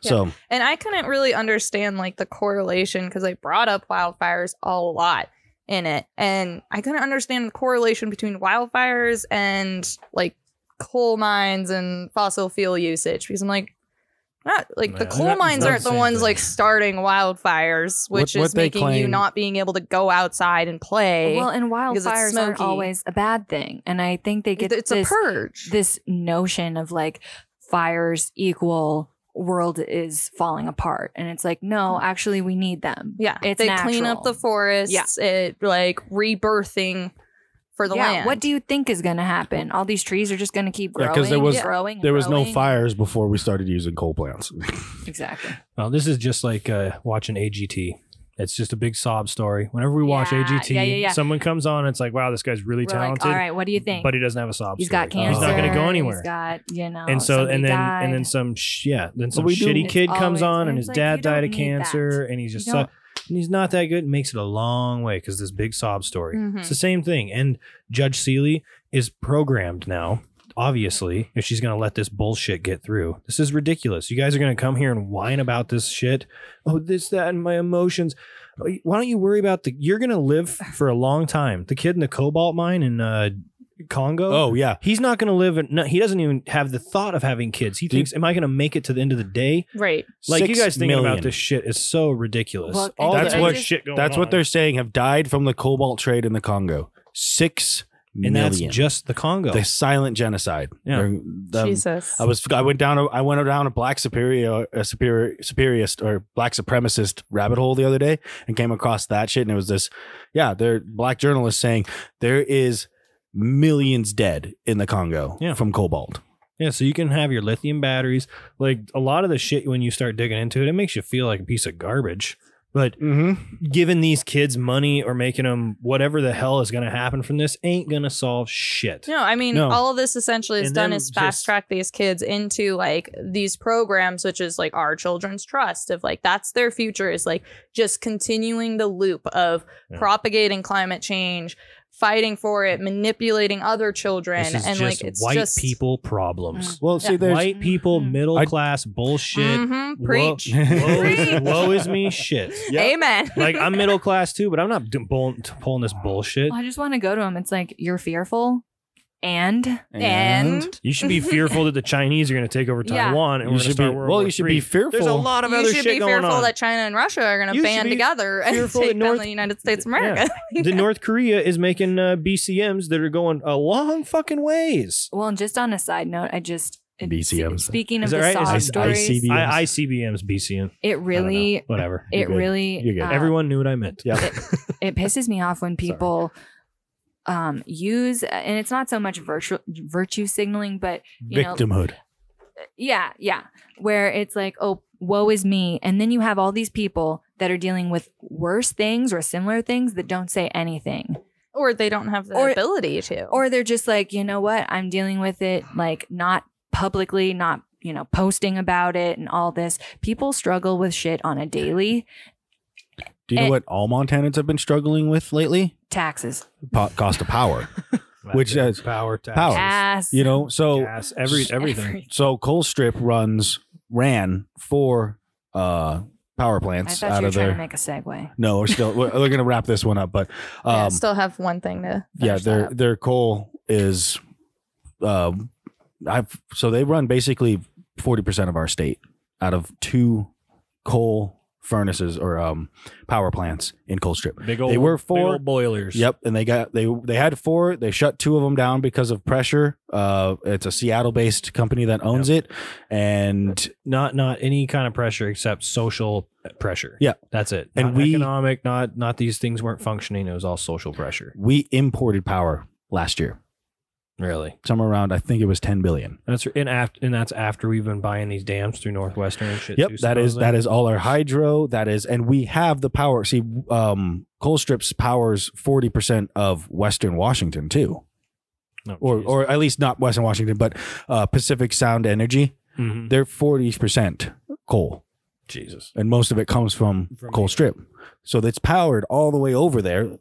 Speaker 4: so
Speaker 2: And I couldn't really understand like the correlation because they brought up wildfires a lot in it. And I couldn't understand the correlation between wildfires and like coal mines and fossil fuel usage because I'm like, not like the
Speaker 1: Yeah,
Speaker 2: coal
Speaker 1: that-
Speaker 2: mines
Speaker 1: that's
Speaker 2: aren't the
Speaker 1: the same
Speaker 2: ones
Speaker 1: thing.
Speaker 2: like starting wildfires,
Speaker 4: What-
Speaker 2: which
Speaker 4: what
Speaker 2: is
Speaker 4: they
Speaker 2: making you
Speaker 4: claim-
Speaker 2: not being able to go outside and play.
Speaker 3: Well, and
Speaker 2: it's
Speaker 3: wildfires aren't
Speaker 2: smoky.
Speaker 3: always a bad thing. And I think they get
Speaker 2: it's
Speaker 3: this,
Speaker 2: a purge.
Speaker 3: this notion of like fires equal world is falling apart. And it's like, no, actually, we need them.
Speaker 2: yeah,
Speaker 3: It's
Speaker 2: they clean up
Speaker 3: natural.
Speaker 2: the forests. It like rebirthing for the
Speaker 3: yeah,
Speaker 2: land.
Speaker 3: what do you think is going to happen? All these trees are just going to keep
Speaker 4: Yeah,
Speaker 3: growing.
Speaker 4: 'cause there
Speaker 3: and
Speaker 4: was-
Speaker 3: growing. and
Speaker 4: There was no
Speaker 3: growing.
Speaker 4: fires before we started using coal plants.
Speaker 1: Oh,
Speaker 3: Exactly.
Speaker 1: Well, this is just like uh, watching AGT. It's just a big sob story. Whenever we watch
Speaker 3: Yeah,
Speaker 1: AGT,
Speaker 3: yeah, yeah, yeah.
Speaker 1: someone comes on, it's like, wow, this guy's really
Speaker 3: We're like,
Speaker 1: talented,
Speaker 3: all right, what do you think?
Speaker 1: but he doesn't have a sob
Speaker 3: he's
Speaker 1: story.
Speaker 3: got cancer.
Speaker 1: He's not going to go
Speaker 3: he's
Speaker 1: anywhere.
Speaker 3: got, you know.
Speaker 1: and so,
Speaker 3: Oh, somebody
Speaker 1: and then,
Speaker 3: died.
Speaker 1: and then some, sh- yeah, then some
Speaker 4: we do.
Speaker 1: shitty
Speaker 3: It's
Speaker 1: kid comes
Speaker 3: always-
Speaker 1: on, and
Speaker 3: it's
Speaker 1: his
Speaker 3: like,
Speaker 1: dad
Speaker 3: you don't
Speaker 1: died of
Speaker 3: need that.
Speaker 1: cancer, and he's just
Speaker 3: You
Speaker 1: so-
Speaker 3: don't-
Speaker 1: and he's not that good. It makes it a long way because this big sob story. It's
Speaker 2: Mm-hmm.
Speaker 3: Mm-hmm.
Speaker 1: the same thing. And Judge Seeley is programmed now, obviously, if she's going to let this bullshit get through. This is ridiculous. You guys are going to come here and whine about this shit. Oh, this, that, and my emotions. Oh, y- Why don't you worry about the. You're going to live for a long time. The kid in the cobalt mine in uh, Congo.
Speaker 4: oh yeah,
Speaker 1: He's not going to live. in- No, he doesn't even have the thought of having kids. He
Speaker 4: Dude.
Speaker 1: thinks, "Am I going to make it to the end of the day?"
Speaker 2: Right.
Speaker 1: Like
Speaker 4: Six
Speaker 1: you guys thinking
Speaker 4: million.
Speaker 1: about this shit is so ridiculous.
Speaker 3: Well,
Speaker 1: All
Speaker 4: That's
Speaker 1: the
Speaker 4: what-
Speaker 1: other shit going
Speaker 4: That's
Speaker 1: on.
Speaker 4: what they're saying. Have died from the cobalt trade in the Congo. Six
Speaker 1: and
Speaker 4: million.
Speaker 1: that's just the Congo.
Speaker 4: the silent genocide.
Speaker 1: Yeah.
Speaker 4: Or the-
Speaker 2: Jesus.
Speaker 4: I was I went down a, I went down a black superior a superior superiorist or black supremacist rabbit hole the other day and came across that shit and it was this yeah they're black journalists saying there is millions dead in the Congo
Speaker 1: Yeah.
Speaker 4: from cobalt.
Speaker 1: Yeah, so you can have your lithium batteries. Like a lot of the shit when you start digging into it, it makes you feel like a piece of garbage. But
Speaker 4: Mm-hmm.
Speaker 1: giving these kids money or making them whatever the hell is going to happen from this ain't going to solve shit.
Speaker 2: No, I mean,
Speaker 4: No.
Speaker 2: all of this essentially is
Speaker 1: And
Speaker 2: done
Speaker 1: then
Speaker 2: is fast
Speaker 1: just-
Speaker 2: track these kids into like these programs, which is like our children's trust of like that's their future is like just continuing the loop of
Speaker 1: Yeah.
Speaker 2: propagating climate change, fighting for it, manipulating other children,
Speaker 1: This is
Speaker 2: and
Speaker 1: just
Speaker 2: like it's
Speaker 1: white
Speaker 2: just Mm.
Speaker 1: people problems.
Speaker 4: Well, see,
Speaker 2: Yeah.
Speaker 4: there's
Speaker 1: white people,
Speaker 3: Mhm.
Speaker 1: middle
Speaker 4: I-
Speaker 1: class bullshit.
Speaker 2: Mhm,
Speaker 1: Wo-
Speaker 2: preach.
Speaker 1: Woe, is,
Speaker 2: Preach.
Speaker 1: woe is me shit.
Speaker 2: Amen.
Speaker 1: Like I'm middle class too, but I'm not d- bull- pulling this bullshit.
Speaker 3: Well, I just want to go to him. It's like you're fearful, and
Speaker 2: and
Speaker 1: You should be fearful that the Chinese are going to take over
Speaker 3: Yeah.
Speaker 1: Taiwan and we're
Speaker 4: you
Speaker 1: going to
Speaker 4: should be
Speaker 1: start World
Speaker 4: well.
Speaker 1: War
Speaker 4: You should
Speaker 1: III.
Speaker 4: be fearful.
Speaker 1: There's a lot of
Speaker 2: you
Speaker 1: other
Speaker 2: should
Speaker 1: shit
Speaker 2: be
Speaker 1: going
Speaker 2: fearful
Speaker 1: on.
Speaker 2: that China and Russia are going
Speaker 1: You
Speaker 2: to
Speaker 1: should
Speaker 2: band
Speaker 1: be
Speaker 2: together and
Speaker 1: fearful that
Speaker 2: take down
Speaker 1: North-
Speaker 2: the United States of America.
Speaker 1: the North Korea is making uh, BCMs that are going a long fucking ways.
Speaker 3: well, and just on a side note, I just it-
Speaker 4: BCMs.
Speaker 3: Speaking
Speaker 1: Is
Speaker 3: of the
Speaker 1: that right?
Speaker 3: sob
Speaker 1: Is-
Speaker 3: stories,
Speaker 4: ICB?
Speaker 1: I, ICBMs, BCM,
Speaker 3: it really,
Speaker 1: whatever.
Speaker 4: You're
Speaker 3: it
Speaker 4: good.
Speaker 3: really,
Speaker 4: You're good.
Speaker 3: uh,
Speaker 1: Everyone knew what I meant.
Speaker 4: Yeah.
Speaker 3: it pisses me off when people um use and it's not so much virtue virtue signaling but you know,
Speaker 4: victimhood.
Speaker 3: yeah yeah where it's like oh woe is me and then you have all these people that are dealing with worse things or similar things that don't say anything
Speaker 2: or they don't have the
Speaker 3: Or-
Speaker 2: ability to.
Speaker 3: or they're just like you know what i'm dealing with it like not publicly not you know posting about it and all this people struggle with shit on a daily
Speaker 4: Do you know
Speaker 3: And-
Speaker 4: what all Montanans have been struggling with lately?
Speaker 3: taxes
Speaker 4: Po- cost of power. Which, uh,
Speaker 1: power, taxes,
Speaker 4: power.
Speaker 3: ass
Speaker 4: you know, so
Speaker 1: gas, every everything.
Speaker 3: Every-
Speaker 4: So Coalstrip runs ran four uh, power
Speaker 3: i
Speaker 4: plants
Speaker 3: thought
Speaker 4: out
Speaker 3: you were
Speaker 4: of
Speaker 3: trying to
Speaker 4: there.
Speaker 3: make a segue
Speaker 4: No, we're still we're, we're gonna wrap this one up, but
Speaker 2: Yeah, I
Speaker 4: um,
Speaker 2: still have one thing to.
Speaker 4: yeah,
Speaker 2: finish that
Speaker 4: their
Speaker 2: up.
Speaker 4: their coal is um, I've so they run basically forty percent of our state out of two coal furnaces or um, power plants in Coalstrip.
Speaker 1: Big old,
Speaker 4: They were
Speaker 1: big
Speaker 4: for-
Speaker 1: old boilers.
Speaker 4: Yep, and they got they they had four. They shut two of them down because of pressure. Uh, it's a Seattle-based company that owns it, and
Speaker 1: Not not any kind of pressure except social pressure.
Speaker 4: Yeah.
Speaker 1: that's it.
Speaker 4: And
Speaker 1: Not
Speaker 4: we-
Speaker 1: economic. Not not these things weren't functioning. It was all social pressure.
Speaker 4: we imported power last year,
Speaker 1: Really.
Speaker 4: somewhere around I think it was ten billion.
Speaker 1: That's and after and that's after we've been buying these dams through Northwestern and shit.
Speaker 4: Yep,
Speaker 1: too,
Speaker 4: that is
Speaker 1: supposedly.
Speaker 4: that is all our hydro. That is, and we have the power. See, um, Coalstrips powers forty percent of Western Washington too,
Speaker 1: Oh,
Speaker 4: or
Speaker 1: jeez.
Speaker 4: or at least not Western Washington, but uh, Pacific Sound Energy.
Speaker 1: Mhm.
Speaker 4: They're forty percent coal.
Speaker 1: Jesus.
Speaker 4: and most of it comes from,
Speaker 1: From
Speaker 4: coal
Speaker 1: here.
Speaker 4: strip so it's powered all the way over there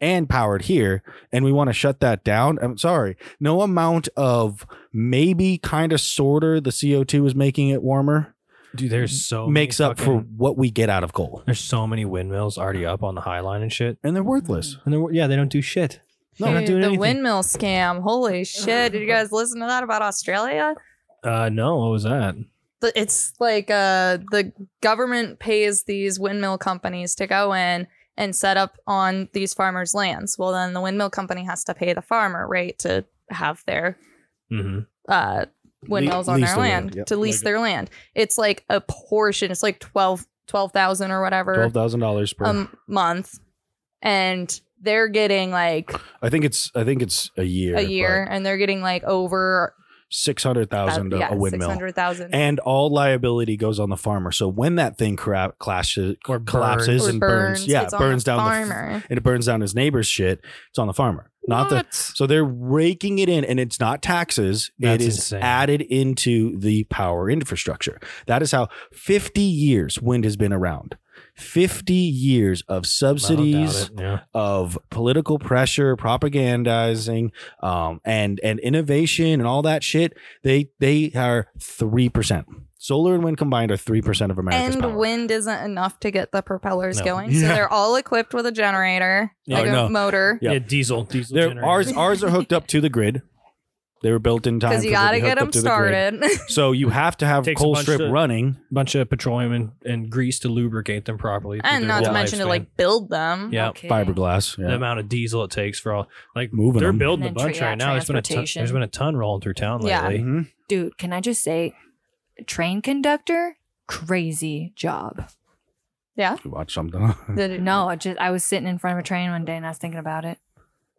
Speaker 4: and powered here and we want to shut that down i'm sorry no amount of maybe kind of sorter the co2 is making it warmer
Speaker 1: Dude, there's so
Speaker 4: makes
Speaker 1: many
Speaker 4: up for
Speaker 1: fucking-
Speaker 4: what we get out of coal
Speaker 1: There's so many windmills already up on the high line and shit.
Speaker 4: and they're worthless
Speaker 1: And they're, yeah, they don't do shit. No,
Speaker 2: Dude,
Speaker 1: not doing
Speaker 2: the
Speaker 1: anything.
Speaker 2: windmill scam. Holy shit. Did you guys listen to that about Australia?
Speaker 1: Uh, no, what was that?
Speaker 2: The- It's like uh, the government pays these windmill companies to go in and set up on these farmers' lands. Well, then the windmill company has to pay the farmer, right, to have their
Speaker 1: Mm-hmm.
Speaker 2: uh, windmills on
Speaker 4: lease
Speaker 2: their
Speaker 4: the
Speaker 2: land,
Speaker 4: land, yep.
Speaker 2: to lease
Speaker 1: Like-
Speaker 2: their land. It's like a portion, it's like 12 12,000 or whatever.
Speaker 4: $12000 per
Speaker 2: a m- month and they're getting like
Speaker 4: I think it's I think it's a year.
Speaker 2: a year and they're getting like over
Speaker 4: Six hundred thousand
Speaker 2: yeah,
Speaker 4: a windmill.
Speaker 2: 600,000.
Speaker 4: And all liability goes on the farmer. So when that thing cra- clashes
Speaker 1: Or
Speaker 4: collapses
Speaker 1: burns.
Speaker 2: Or
Speaker 4: and burns, yeah,
Speaker 2: it's
Speaker 4: it
Speaker 2: on the
Speaker 4: burns down the f-
Speaker 2: farmer.
Speaker 4: and it burns down his neighbor's shit. It's on the farmer, not the. So they're raking it in, and it's not taxes.
Speaker 1: That's
Speaker 4: it is
Speaker 1: insane.
Speaker 4: added into the power infrastructure. That is how 50 years wind has been around. 50 years of subsidies,
Speaker 1: Yeah.
Speaker 4: of political pressure, propagandizing, um, and and innovation and all that shit. They they are three percent. Solar and wind combined are three percent of America's
Speaker 2: and
Speaker 4: power.
Speaker 2: wind isn't enough to get the propellers
Speaker 1: No.
Speaker 2: going. So
Speaker 4: Yeah.
Speaker 2: they're all equipped with a generator,
Speaker 4: Yeah,
Speaker 2: like
Speaker 4: I know.
Speaker 2: a motor.
Speaker 4: Yeah.
Speaker 1: yeah, diesel, diesel.
Speaker 4: They're,
Speaker 1: generator.
Speaker 4: ours ours are hooked up to the grid. They were built in time
Speaker 2: Because you
Speaker 4: for them
Speaker 2: got
Speaker 4: to
Speaker 2: to
Speaker 4: be
Speaker 2: get
Speaker 4: hooked
Speaker 2: them
Speaker 4: up to the grid.
Speaker 2: started.
Speaker 4: So you have to have
Speaker 1: Takes a
Speaker 4: coal
Speaker 1: bunch
Speaker 4: strip
Speaker 1: to-
Speaker 4: running.
Speaker 1: bunch of petroleum and, and grease to lubricate them properly, through
Speaker 2: and
Speaker 1: their
Speaker 2: not to
Speaker 1: whole
Speaker 2: mention to
Speaker 1: lifespan.
Speaker 2: like build them.
Speaker 1: Yeah.
Speaker 3: Okay.
Speaker 4: fiberglass.
Speaker 1: the amount of diesel it takes for all like
Speaker 4: Moving
Speaker 1: They're
Speaker 4: them.
Speaker 1: building a
Speaker 3: And then
Speaker 1: bunch
Speaker 3: tra-
Speaker 1: right now. There's been a ton,
Speaker 3: transportation.
Speaker 1: there's been a ton rolling through town
Speaker 2: Yeah.
Speaker 1: lately.
Speaker 4: Mhm.
Speaker 3: Dude, can I just say, train conductor, crazy job.
Speaker 4: You watch something.
Speaker 2: Did it-
Speaker 3: No, I just I was sitting in front of a train one day and I was thinking about it.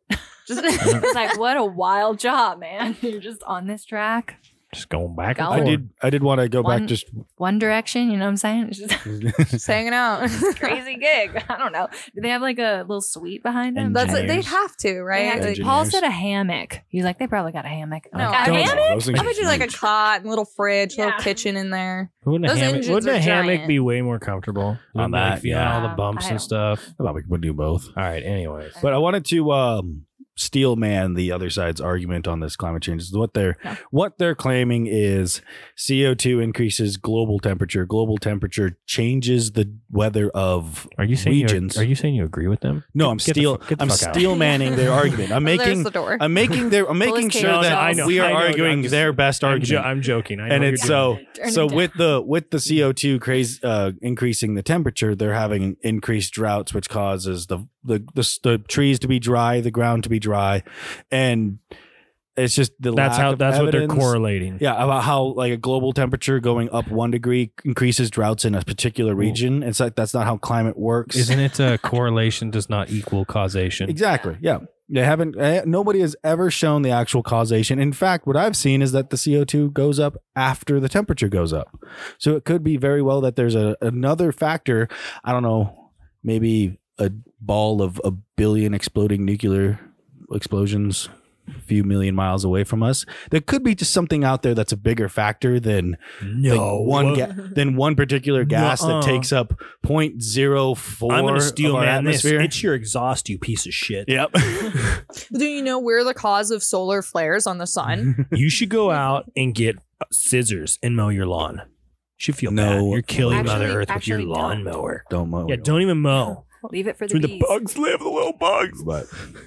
Speaker 2: Just,
Speaker 3: I was like, what a wild job, man. You're just on this track,
Speaker 1: Just going back
Speaker 3: Going.
Speaker 1: and
Speaker 4: I
Speaker 1: forth.
Speaker 4: did. I did want to go
Speaker 3: One-
Speaker 4: back. Just
Speaker 3: one direction. You know what I'm saying? It's just
Speaker 2: just hanging out.
Speaker 3: crazy gig. I don't know. Do they have like a little suite behind them?
Speaker 2: That's it. They'd
Speaker 4: Engineers.
Speaker 2: have to,
Speaker 3: They
Speaker 2: right?
Speaker 3: have to-
Speaker 2: Like,
Speaker 4: Engineers.
Speaker 3: Paul said a hammock. He's like, they probably got a hammock.
Speaker 2: No,
Speaker 3: Like,
Speaker 2: I
Speaker 3: a
Speaker 2: don't-
Speaker 3: hammock?
Speaker 4: Those things
Speaker 2: I would do like a
Speaker 4: huge.
Speaker 2: cot, and little fridge, little
Speaker 3: Yeah.
Speaker 2: kitchen in there.
Speaker 1: Wouldn't a
Speaker 2: Those
Speaker 1: hammock,
Speaker 2: engines
Speaker 1: wouldn't
Speaker 2: are
Speaker 1: a hammock
Speaker 2: giant.
Speaker 1: be way more comfortable?
Speaker 4: On
Speaker 1: Wouldn't, like,
Speaker 4: that,
Speaker 1: feeling
Speaker 4: yeah.
Speaker 1: all the bumps
Speaker 3: I
Speaker 1: and
Speaker 3: don't-
Speaker 1: stuff.
Speaker 4: I probably would do both.
Speaker 1: All right. Anyways,
Speaker 4: But I wanted to um, steel man the other side's argument on this climate change. Is what they're
Speaker 3: Yeah.
Speaker 4: what they're claiming is CO two increases global temperature. Global temperature changes the weather of
Speaker 1: are you saying you,
Speaker 4: Regions.
Speaker 1: are you saying you agree with them?
Speaker 4: no. I'm
Speaker 1: Get the
Speaker 4: steel.
Speaker 1: fu- get the
Speaker 4: I'm
Speaker 1: fuck out.
Speaker 4: steel manning their argument. I'm
Speaker 2: Well, there's
Speaker 4: making.
Speaker 2: the door.
Speaker 4: I'm making their. I'm
Speaker 3: Well,
Speaker 4: making
Speaker 3: it's
Speaker 4: sure
Speaker 3: chaos.
Speaker 4: that
Speaker 3: I know,
Speaker 4: we are
Speaker 1: I know, I'm
Speaker 4: arguing
Speaker 1: just-
Speaker 4: their best
Speaker 1: I'm,
Speaker 4: argument.
Speaker 1: jo- I'm joking. I know
Speaker 4: and
Speaker 1: you're
Speaker 4: it's
Speaker 1: doing
Speaker 4: so
Speaker 1: it.
Speaker 3: Turn
Speaker 4: so
Speaker 3: it down.
Speaker 4: with the with the CO2 craze uh, increasing the temperature, they're having increased droughts, which causes the the, the the trees to be dry, the ground to be dry, and it's just the
Speaker 1: that's
Speaker 4: lack
Speaker 1: how
Speaker 4: of
Speaker 1: that's what they're
Speaker 4: evidence.
Speaker 1: correlating.
Speaker 4: Yeah, about how like a global temperature going up one degree increases droughts in a particular region. It's like that's not how climate works.
Speaker 1: Isn't it uh, correlation does not equal causation?
Speaker 4: Exactly. Yeah. They haven't, eh, nobody has ever shown the actual causation. In fact, what I've seen is that the CO2 goes up after the temperature goes up. So it could be very well that there's a, another factor. I don't know, maybe a ball of a billion exploding nuclear explosions a few million miles away from us. There could be just something out there that's a bigger factor than than one ga- than one particular gas
Speaker 1: Nuh-uh.
Speaker 4: that takes up 0.04
Speaker 1: I'm gonna
Speaker 4: of
Speaker 1: steel
Speaker 4: our
Speaker 1: man this.
Speaker 4: atmosphere.
Speaker 1: It's your exhaust, you piece of shit.
Speaker 4: Yep.
Speaker 2: Do you know we're the cause of solar flares on the sun?
Speaker 1: You should go out and get scissors and mow your lawn. You should feel
Speaker 4: No.
Speaker 1: bad. You're killing
Speaker 3: Actually-
Speaker 1: Mother Earth with your
Speaker 3: actually don't.
Speaker 1: lawnmower.
Speaker 4: Don't mow.
Speaker 1: Yeah, don't even mow.
Speaker 3: Leave it for
Speaker 1: It's
Speaker 3: the
Speaker 1: where
Speaker 3: bees.
Speaker 1: the bugs live, the little bugs.
Speaker 4: But Mm-hmm.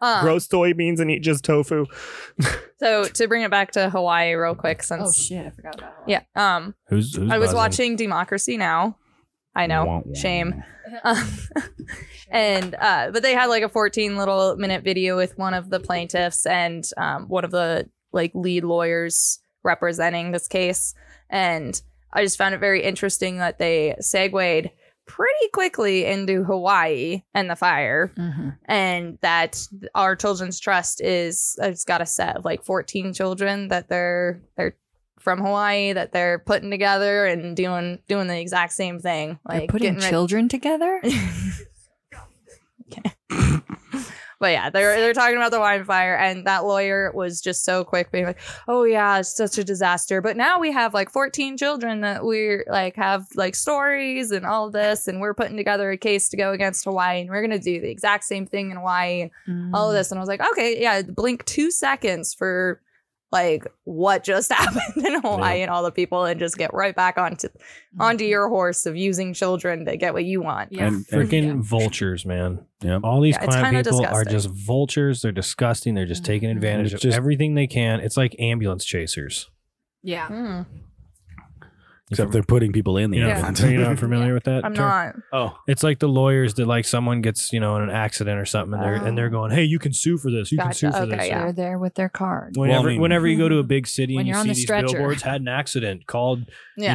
Speaker 2: Um,
Speaker 1: Grow soybeans and eat just tofu.
Speaker 2: So to bring it back to Hawaii real quick, since
Speaker 3: Oh shit, I forgot about that.
Speaker 2: yeah, um,
Speaker 1: Who's, who's
Speaker 2: I was
Speaker 1: buzzing?
Speaker 2: watching Democracy Now. I know, shame. Um, and uh, but they had like a 14 little minute video with one of the plaintiffs and um, one of the like lead lawyers representing this case, and I just found it very interesting that they segued pretty quickly into Hawaii and the fire
Speaker 3: Mhm.
Speaker 2: and that our children's trust is it's got a set of like 14 children that they're they're from Hawaii that they're putting together and doing doing the exact same thing
Speaker 3: They're
Speaker 2: like
Speaker 3: putting
Speaker 2: getting rid-
Speaker 3: children together.
Speaker 2: Okay. But yeah, they're they're talking about the wildfire, and that lawyer was just so quick, being like, "Oh yeah, it's such a disaster." But now we have like 14 children that we're like have like stories and all this, and we're putting together a case to go against Hawaii, and we're gonna do the exact same thing in Hawaii, all of this. And I was like, okay, yeah, blink two seconds for like what just happened in Hawaii and all the people and just get right back onto
Speaker 3: Mm.
Speaker 2: onto your horse of using children to get what you want.
Speaker 3: Yeah.
Speaker 4: And- and-
Speaker 1: Freaking
Speaker 3: Yeah.
Speaker 1: vultures, man.
Speaker 4: Yep.
Speaker 1: All these
Speaker 2: Yeah, it's
Speaker 1: climate
Speaker 2: kinda
Speaker 1: people are
Speaker 2: disgusting. Mm-hmm.
Speaker 1: just vultures. They're disgusting. They're just taking
Speaker 3: Mhm.
Speaker 1: advantage
Speaker 4: It's
Speaker 1: of
Speaker 4: just-
Speaker 1: everything they can. It's like ambulance chasers.
Speaker 3: Yeah.
Speaker 2: Mm,
Speaker 4: Except they're putting people in the
Speaker 1: you know,
Speaker 3: Yeah.
Speaker 4: ambulance.
Speaker 1: Are you not familiar with that?
Speaker 2: I'm
Speaker 1: term?
Speaker 2: not.
Speaker 4: Oh,
Speaker 1: It's like the lawyers that like someone gets you know in an accident or something, and they're and they're
Speaker 3: Oh.
Speaker 1: going, "Hey, you can sue for this. You
Speaker 2: Gotcha.
Speaker 1: can sue for
Speaker 2: Okay,
Speaker 1: this."
Speaker 2: yeah.
Speaker 3: They're there with their card.
Speaker 1: Whenever,
Speaker 4: Well, I mean-
Speaker 1: whenever you go to a big city
Speaker 3: Hmm. When
Speaker 1: and you
Speaker 3: you're on
Speaker 1: see
Speaker 3: the
Speaker 1: these
Speaker 3: stretcher.
Speaker 1: billboards, had an accident, called
Speaker 2: Yeah.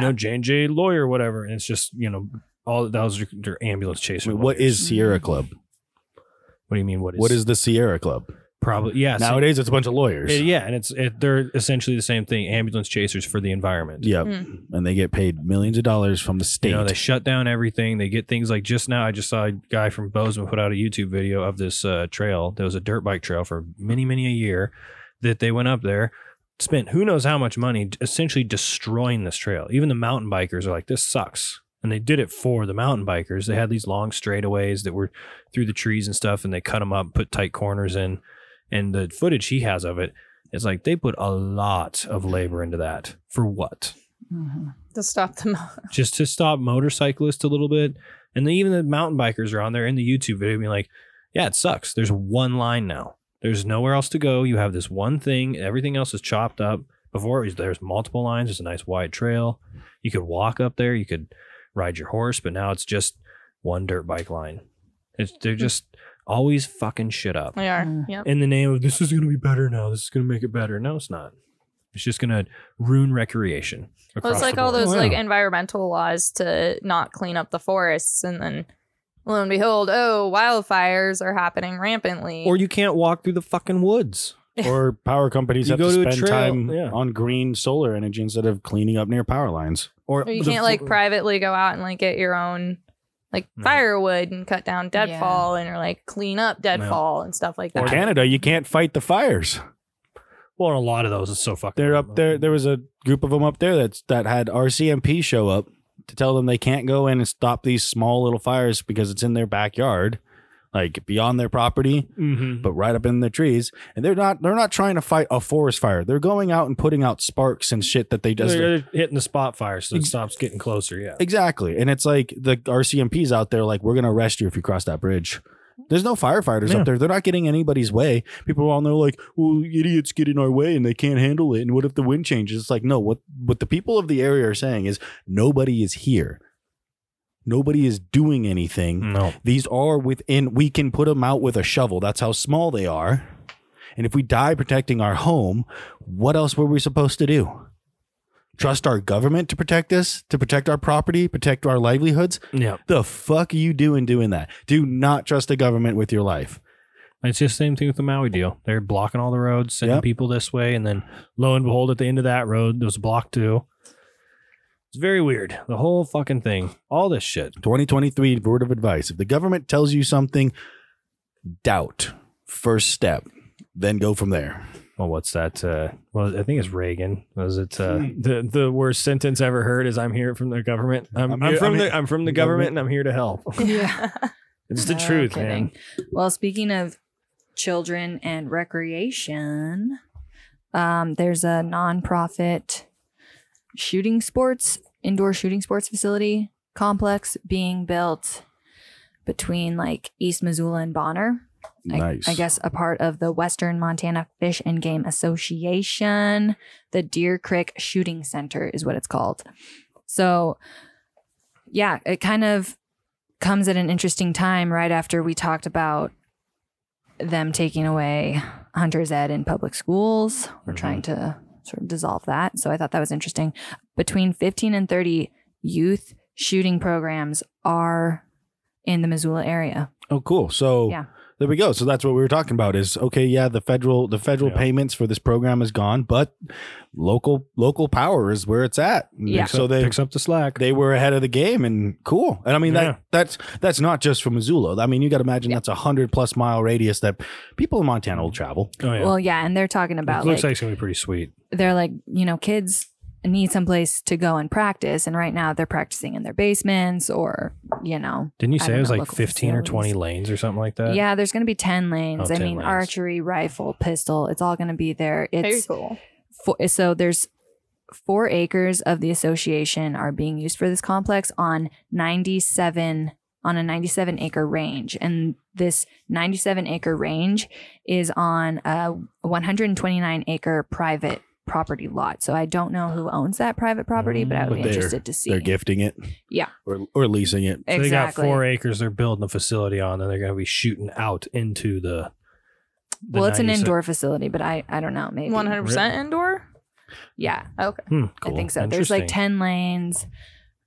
Speaker 1: you know J and J lawyer, whatever, and it's just you know all that was your, your ambulance
Speaker 4: I
Speaker 1: chaser.
Speaker 4: mean, what
Speaker 1: lawyers.
Speaker 4: is Sierra Club?
Speaker 1: What do you mean? What is
Speaker 4: What is the Sierra Club?
Speaker 1: probably? Yeah, so-
Speaker 4: Nowadays, it's a bunch of lawyers.
Speaker 1: it- yeah, and it's it, they're essentially the same thing. Ambulance chasers for the environment.
Speaker 4: Yep.
Speaker 2: Mm.
Speaker 4: And they get paid millions of dollars from the state.
Speaker 1: You know, they shut down everything. They get things like just now. I just saw a guy from Bozeman put out a YouTube video of this uh, trail. There was a dirt bike trail for many, many a year that they went up there, spent who knows how much money essentially destroying this trail. Even the mountain bikers are like, this sucks. And they did it for the mountain bikers. They had these long straightaways that were through the trees and stuff, and they cut them up, put tight corners in. And the footage he has of it, it's like they put a lot of labor into that. For what?
Speaker 3: Mhm.
Speaker 2: to stop them.
Speaker 1: just to stop motorcyclists a little bit. And then even the mountain bikers are on there in the YouTube video being like, yeah, it sucks. There's one line now. There's nowhere else to go. You have this one thing. Everything else is chopped up. Before it was, there's multiple lines. There's a nice wide trail. You could walk up there. You could ride your horse. But now it's just one dirt bike line. It's, they're just always fucking shit up
Speaker 2: They are.
Speaker 3: Mm.
Speaker 2: Yep.
Speaker 1: in the name of this is going to be better now. This is going to make it better. No, it's not. It's just going to ruin recreation.
Speaker 2: Well,
Speaker 1: across
Speaker 2: it's
Speaker 1: the
Speaker 2: like all
Speaker 1: board.
Speaker 2: those like
Speaker 4: Wow.
Speaker 2: environmental laws to not clean up the forests, and then lo and behold, oh, wildfires are happening rampantly.
Speaker 1: Or you can't walk through the fucking woods.
Speaker 4: or power companies
Speaker 1: You
Speaker 4: have
Speaker 1: go
Speaker 4: to
Speaker 1: to a
Speaker 4: spend
Speaker 1: trail,
Speaker 4: time
Speaker 1: yeah.
Speaker 4: on green solar energy instead of cleaning up near power lines.
Speaker 1: or
Speaker 2: Or you
Speaker 1: the
Speaker 2: can't like
Speaker 1: fl-
Speaker 2: privately go out and like get your own like
Speaker 1: No.
Speaker 2: firewood and cut down
Speaker 3: Yeah.
Speaker 2: deadfall and or like clean up deadfall and stuff like
Speaker 4: Or
Speaker 2: that.
Speaker 4: Canada, you can't fight the fires.
Speaker 1: Well, a lot of those is so fucking.
Speaker 4: They're up there. There was a group of them up there that's that had RCMP show up to tell them they can't go in and stop these small little fires because it's in their backyard, like beyond their property,
Speaker 1: Mm-hmm.
Speaker 4: but right up in the trees. And they're not they're not trying to fight a forest fire. They're going out and putting out sparks and shit that they just
Speaker 1: They're hitting the spot fire, so it
Speaker 4: Ex-
Speaker 1: stops getting closer. Yeah,
Speaker 4: Exactly. And it's like the RCMP's out there like, we're gonna arrest you if you cross that bridge. There's no firefighters
Speaker 1: Yeah.
Speaker 4: up there. They're not getting anybody's way. People are on there like, well, idiots get in our way and they can't handle it. And what if the wind changes? It's like, no, what what the people of the area are saying is nobody is here. Nobody is doing anything.
Speaker 1: no,
Speaker 4: These are within, we can put them out with a shovel. That's how small they are. And if we die protecting our home, what else were we supposed to do? Trust our government to protect us, to protect our property, protect our livelihoods?
Speaker 1: yeah.
Speaker 4: The fuck are you doing doing that? Do not trust the government with your life.
Speaker 1: It's just the same thing with the Maui deal. They're blocking all the roads, sending
Speaker 4: Yep.
Speaker 1: people this way, and then lo and behold, at the end of that road, there's a block too. It's very weird. The whole fucking thing, all this shit.
Speaker 4: 2023 word of advice if the government tells you something, doubt. First step, then go from there.
Speaker 1: Well, what's that? Uh, well, I think it's Reagan. Was it uh, the the worst sentence ever heard? Is I'm here from the government. I'm,
Speaker 4: I'm
Speaker 1: I'm,
Speaker 4: here-
Speaker 1: from
Speaker 4: I'm
Speaker 1: the
Speaker 4: here-
Speaker 1: I'm from the
Speaker 4: government.
Speaker 1: government, and I'm here to help.
Speaker 3: Yeah.
Speaker 1: It's the
Speaker 3: No
Speaker 1: truth,
Speaker 3: kidding.
Speaker 1: man.
Speaker 3: Well, speaking of children and recreation, um, there's a nonprofit shooting sports, indoor shooting sports facility complex being built between like East Missoula and Bonner. I-
Speaker 4: nice.
Speaker 3: I, guess a part of the Western Montana Fish and Game Association. The Deer Creek Shooting Center is what it's called. So, yeah, it kind of comes at an interesting time right after we talked about them taking away Hunter's Ed in public schools. We're
Speaker 1: Mhm.
Speaker 3: trying to sort of dissolve that. So, I thought that was interesting. Between 15 and 30 youth shooting programs are in the Missoula area.
Speaker 4: Oh, cool. So
Speaker 3: Yeah.
Speaker 4: there we go. So that's what we were talking about is okay, yeah, the federal the federal
Speaker 1: Yeah.
Speaker 4: payments for this program is gone, but local local power is where it's at.
Speaker 3: Yeah.
Speaker 4: So they
Speaker 1: picks up the slack.
Speaker 4: they were ahead of the game and cool. And I mean
Speaker 1: Yeah.
Speaker 4: that that's that's not just from Missoula. I mean you gotta imagine that's a hundred plus mile radius that people in Montana will travel.
Speaker 1: oh yeah.
Speaker 3: Well, yeah, and they're talking about
Speaker 1: it looks
Speaker 3: like
Speaker 1: like it's gonna be pretty sweet.
Speaker 3: they're like, you know, kids need someplace to go and practice. And right now they're practicing in their basements or, you know,
Speaker 1: Didn't you
Speaker 3: I
Speaker 1: say
Speaker 3: don't
Speaker 1: it was
Speaker 3: know,
Speaker 1: like
Speaker 3: local
Speaker 1: 15 or 20
Speaker 3: facilities.
Speaker 1: lanes or something like that?
Speaker 3: yeah, there's going to be 10 lanes.
Speaker 1: Oh,
Speaker 3: I
Speaker 1: 10
Speaker 3: mean,
Speaker 1: lanes.
Speaker 3: archery, rifle, pistol, it's all going to be there.
Speaker 2: Very
Speaker 3: It's
Speaker 2: cool.
Speaker 3: four, so there's four acres of the association are being used for this complex on 97 on a 97 acre range and this 97 acre range is on a 129 acre private property lot so i don't know who owns that private property but i would
Speaker 1: Mm,
Speaker 3: be
Speaker 4: but they're-
Speaker 3: interested to see
Speaker 4: They're gifting it.
Speaker 3: Yeah.
Speaker 4: Or or leasing it.
Speaker 1: So they got four acres they're building a facility on, and they're going to be shooting out into the. the
Speaker 3: well it's an
Speaker 1: 96
Speaker 3: indoor facility but i i don't know maybe
Speaker 2: One hundred percent indoor.
Speaker 3: yeah
Speaker 2: Okay.
Speaker 1: Hmm, cool.
Speaker 3: i think so there's like
Speaker 1: Interesting.
Speaker 3: 10 lanes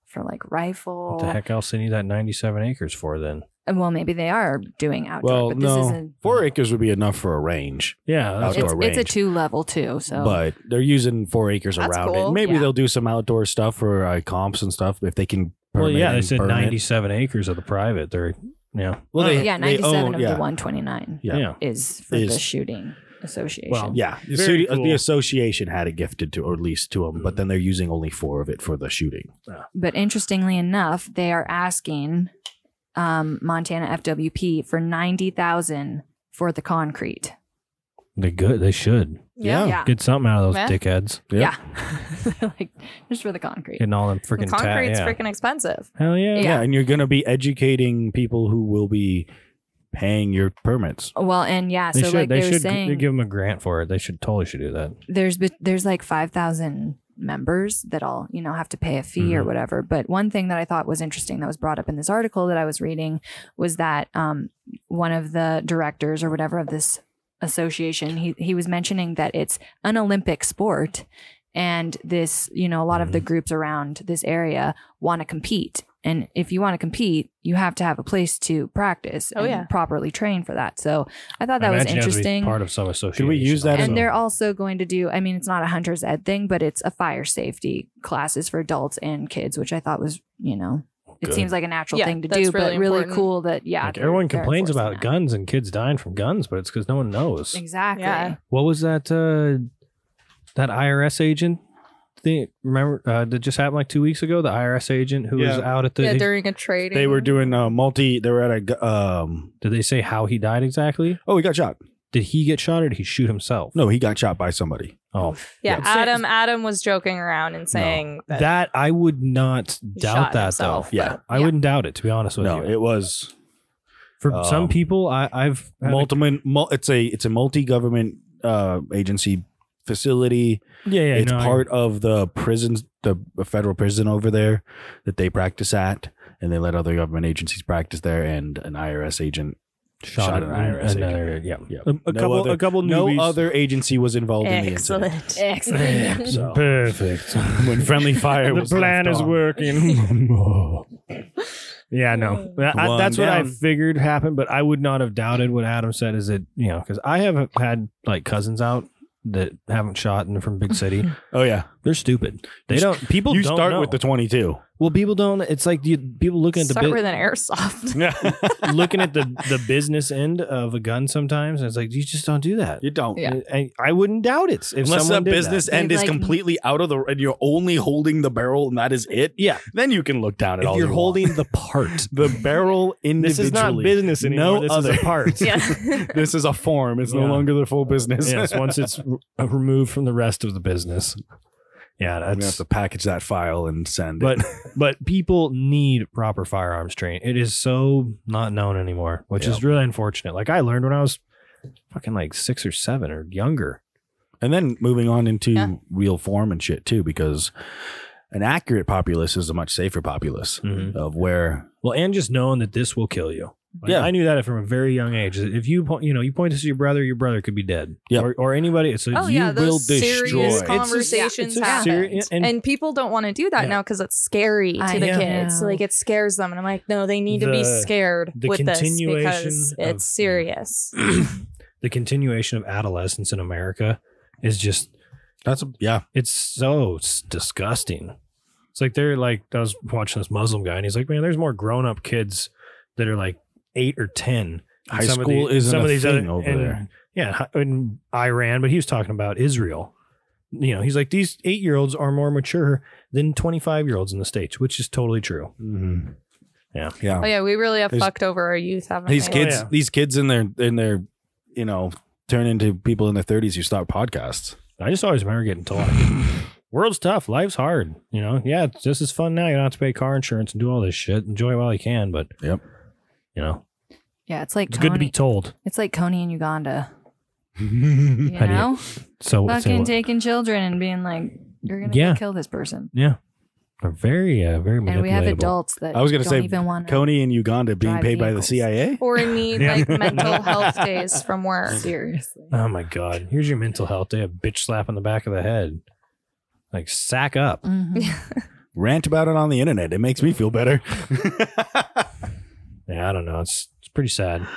Speaker 3: for like rifle
Speaker 1: What the heck else they need that 97 acres for then?
Speaker 3: well, maybe they are doing outdoor,
Speaker 4: Well,
Speaker 3: but this
Speaker 4: no,
Speaker 3: isn't.
Speaker 4: four acres would be enough for a range.
Speaker 1: Yeah, that's
Speaker 4: Outdoor
Speaker 3: It's, it's a
Speaker 4: range.
Speaker 3: two level too. So
Speaker 4: but they're using four acres
Speaker 2: That's
Speaker 4: around
Speaker 2: cool.
Speaker 4: it. Maybe
Speaker 3: Yeah.
Speaker 4: they'll do some outdoor stuff for uh, comps and stuff if they can.
Speaker 1: well,
Speaker 4: permit
Speaker 1: yeah. They
Speaker 4: and
Speaker 1: said
Speaker 4: burn it.
Speaker 1: ninety-seven acres of the private. They're yeah.
Speaker 4: Well, they-
Speaker 3: Oh, yeah,
Speaker 4: they
Speaker 3: 97
Speaker 4: own-
Speaker 3: of
Speaker 4: yeah.
Speaker 3: the 129
Speaker 1: yeah,
Speaker 4: Yeah.
Speaker 3: is for
Speaker 4: Is-
Speaker 3: the shooting association.
Speaker 1: Well,
Speaker 4: Yeah, the,
Speaker 1: Very
Speaker 4: studio-
Speaker 1: cool. Mm.
Speaker 4: the association had it gifted to, or leased to them, but then they're using only four of it for the shooting.
Speaker 3: But interestingly enough, they are asking um, Montana FWP for 90,000 for the concrete.
Speaker 1: They good. They should
Speaker 4: Yeah.
Speaker 3: Yeah.
Speaker 1: get something out of those
Speaker 2: Yeah.
Speaker 1: dickheads.
Speaker 3: Yeah. like just for the concrete.
Speaker 1: Getting all them
Speaker 2: The
Speaker 1: freaking ta-
Speaker 2: concrete's
Speaker 1: yeah.
Speaker 2: freaking expensive.
Speaker 1: Hell yeah.
Speaker 3: Yeah.
Speaker 4: and you're going to be educating people who will be paying your permits.
Speaker 3: Well, and yeah,
Speaker 1: They
Speaker 3: so
Speaker 1: should.
Speaker 3: like
Speaker 1: they
Speaker 3: they, were
Speaker 1: should. They
Speaker 3: saying
Speaker 1: give them a grant for it. They should totally should do that.
Speaker 3: there's be- there's like 5,000 members that all, you know, have to pay a fee or
Speaker 1: Mhm.
Speaker 3: whatever. But one thing that I thought was interesting that was brought up in this article that I was reading was that um, one of the directors or whatever of this association, he he was mentioning that it's an Olympic sport and this, you know, a lot of
Speaker 1: Mm-hmm.
Speaker 3: the groups around this area want to compete. And if you want to compete, you have to have a place to practice
Speaker 2: Oh,
Speaker 3: and
Speaker 2: yeah.
Speaker 3: properly train for that. So I thought
Speaker 1: I
Speaker 3: Oh, that was
Speaker 1: imagine it has to be
Speaker 3: interesting.
Speaker 1: Part of some association.
Speaker 4: use that
Speaker 1: also.
Speaker 4: as a-
Speaker 3: And they're also going to do, I mean, it's not a hunter's ed thing, but it's a fire safety classes for adults and kids, which I thought was, you know, it
Speaker 1: Good.
Speaker 3: seems like a natural
Speaker 2: Yeah,
Speaker 3: thing to
Speaker 2: that's
Speaker 3: do,
Speaker 2: really
Speaker 3: but really
Speaker 2: important.
Speaker 3: cool that, yeah.
Speaker 1: Like,
Speaker 3: they're-
Speaker 1: everyone
Speaker 3: they're
Speaker 1: complains
Speaker 3: enforcing
Speaker 1: about
Speaker 3: that.
Speaker 1: guns and kids dying from guns, but it's because no one knows.
Speaker 3: Exactly.
Speaker 2: Yeah.
Speaker 1: What was that? Uh, that IRS agent thing? Remember uh, that just happened like two weeks ago? The IRS agent who was
Speaker 4: Yeah.
Speaker 1: out at the.
Speaker 2: yeah, during a trading.
Speaker 4: They were doing uh, multi, they were at a, gu- um,
Speaker 1: did they say how he died exactly?
Speaker 4: oh, he got shot.
Speaker 1: Did he get shot or did he shoot himself?
Speaker 4: No, he got shot by somebody.
Speaker 1: Oh,
Speaker 2: Yeah,
Speaker 1: Yeah.
Speaker 2: Adam. Adam was joking around and saying that,
Speaker 1: that I would not
Speaker 2: he
Speaker 1: doubt
Speaker 2: shot
Speaker 1: that
Speaker 2: himself,
Speaker 1: though.
Speaker 4: Yeah.
Speaker 2: but-
Speaker 1: I wouldn't doubt it to be honest with
Speaker 4: no,
Speaker 1: you.
Speaker 4: it was
Speaker 1: For
Speaker 4: um,
Speaker 1: some people, I, I've had a-
Speaker 4: multi, mul- it's a, it's a multi-government uh, agency facility.
Speaker 1: yeah, yeah,
Speaker 4: it's
Speaker 1: no, I-
Speaker 4: part of the prisons, the federal prison over there that they practice at, and they let other government agencies practice there. And an IRS agent,
Speaker 1: shot,
Speaker 4: shot
Speaker 1: an
Speaker 4: an IRS
Speaker 1: another- Yeah,
Speaker 4: Yeah.
Speaker 1: A, a
Speaker 4: No
Speaker 1: couple,
Speaker 4: other-
Speaker 1: a couple
Speaker 4: no
Speaker 1: newbies.
Speaker 4: other agency was involved in the incident.
Speaker 2: Excellent.
Speaker 3: Excellent.
Speaker 4: So-
Speaker 1: Perfect.
Speaker 4: when friendly fire
Speaker 1: the
Speaker 4: was
Speaker 1: plan
Speaker 4: left
Speaker 1: is
Speaker 4: on.
Speaker 1: working. yeah, no, I,
Speaker 4: One
Speaker 1: that's what I
Speaker 4: down.
Speaker 1: figured happened, but I would not have doubted what Adam said. Is that you know because I have had like cousins out that haven't shot and they're from big city.
Speaker 4: Oh yeah,
Speaker 1: they're stupid. They
Speaker 4: You
Speaker 1: don't. People
Speaker 4: you
Speaker 1: don't
Speaker 4: start
Speaker 1: know.
Speaker 4: with the twenty-two.
Speaker 1: well, people don't. It's like you, people looking at the
Speaker 2: Start
Speaker 1: bit.
Speaker 2: with an airsoft.
Speaker 1: looking at the the business end of a gun sometimes, and it's like you just don't do that.
Speaker 4: you don't.
Speaker 3: Yeah.
Speaker 1: I, I wouldn't doubt it if
Speaker 4: Unless
Speaker 1: someone
Speaker 4: that
Speaker 1: did
Speaker 4: business
Speaker 1: that.
Speaker 4: end
Speaker 3: They've,
Speaker 4: is
Speaker 3: like-
Speaker 4: completely out of the, and you're only holding the barrel, and that is it.
Speaker 1: Yeah,
Speaker 4: Then you can look down at
Speaker 1: if
Speaker 4: all.
Speaker 1: you're
Speaker 4: you want.
Speaker 1: holding the part,
Speaker 4: the barrel individually,
Speaker 1: this is not business anymore.
Speaker 4: No
Speaker 1: this
Speaker 4: other.
Speaker 1: is a part.
Speaker 2: yeah.
Speaker 4: This is a form. It's
Speaker 1: Yeah.
Speaker 4: no longer the full business.
Speaker 1: yes, once it's r- removed from the rest of the business. Yeah,
Speaker 4: I'm gonna have
Speaker 1: that's.
Speaker 4: to package that file and send.
Speaker 1: But
Speaker 4: it.
Speaker 1: but people need proper firearms training. It is so not known anymore, which is
Speaker 4: Yep.
Speaker 1: really unfortunate. Like I learned when I was fucking like six or seven or younger.
Speaker 4: and then moving on into
Speaker 2: Yeah.
Speaker 4: real form and shit too, because an accurate populace is a much safer populace
Speaker 1: Mhm.
Speaker 4: of where
Speaker 1: Well, and just knowing that this will kill you. Like,
Speaker 4: Yeah.
Speaker 1: I knew that from a very young age. If you point, you know, you point this to your brother, your brother could be dead.
Speaker 4: Yeah.
Speaker 1: Or, or anybody. It's a,
Speaker 2: Oh
Speaker 4: You
Speaker 2: yeah,
Speaker 4: will
Speaker 2: those
Speaker 4: destroy. It's
Speaker 2: serious
Speaker 4: a-
Speaker 2: conversations
Speaker 1: it's a
Speaker 2: happen,
Speaker 1: serious- and-
Speaker 2: and, people don't want to do that
Speaker 1: Yeah.
Speaker 2: now because it's scary to
Speaker 3: I
Speaker 2: the
Speaker 1: know.
Speaker 2: kids. Like it scares them, and I'm like, no, they need to be
Speaker 1: The-
Speaker 2: scared
Speaker 1: the
Speaker 2: with this
Speaker 1: continuation
Speaker 2: because
Speaker 1: of-
Speaker 2: it's serious.
Speaker 1: the continuation of adolescence in America is just
Speaker 4: that's a, yeah.
Speaker 1: it's so s- disgusting. It's like they're like I was watching this Muslim guy and he's like, man, there's more grown up kids that are like eight or ten. And
Speaker 4: High
Speaker 1: some of the-
Speaker 4: school isn't
Speaker 1: some
Speaker 4: a
Speaker 1: of these
Speaker 4: thing
Speaker 1: other-
Speaker 4: over
Speaker 1: and-
Speaker 4: there.
Speaker 1: Yeah, hi- in Iran, but he was talking about Israel. You know, he's like these eight year olds are more mature than twenty five year olds in the states, which is totally true.
Speaker 4: Mhm.
Speaker 1: Mm-hmm. Yeah.
Speaker 4: yeah.
Speaker 2: Oh yeah, we really have
Speaker 4: There's-
Speaker 2: fucked over our youth, haven't
Speaker 4: These
Speaker 2: we?
Speaker 4: kids,
Speaker 1: Oh, yeah.
Speaker 4: these kids in their in their, you know, turn into people in their thirties who start podcasts.
Speaker 1: I just always remember getting told, like, "World's tough, life's hard." You know, yeah, it's- this is fun now. You don't have to pay car insurance and do all this shit. Enjoy it while you can, but
Speaker 4: Yep.
Speaker 1: you know,
Speaker 3: Yeah. It's like,
Speaker 1: it's
Speaker 3: Coney,
Speaker 1: good to be told.
Speaker 3: it's like Coney in Uganda, you
Speaker 1: Hmm. How do you-
Speaker 3: know,
Speaker 1: So, so
Speaker 3: fucking
Speaker 1: what-
Speaker 3: taking children and being like, you're going to
Speaker 1: Yeah.
Speaker 3: kill this person.
Speaker 1: yeah, They're very, uh, very
Speaker 3: And we have
Speaker 1: manipulatable.
Speaker 3: adults that
Speaker 4: I was gonna
Speaker 3: don't
Speaker 4: say
Speaker 3: even want to.
Speaker 4: Coney in Uganda being
Speaker 3: Drive
Speaker 4: paid by the
Speaker 3: vehicles.
Speaker 4: CIA.
Speaker 2: or need
Speaker 1: Yeah.
Speaker 2: like mental health days from work.
Speaker 3: Seriously.
Speaker 1: Oh my god! Here's your mental health. They have bitch slap on the back of the head. Like sack up.
Speaker 3: Mhm.
Speaker 4: Rant about it on the internet. It makes me feel better.
Speaker 1: Yeah, I don't know. It's it's pretty sad.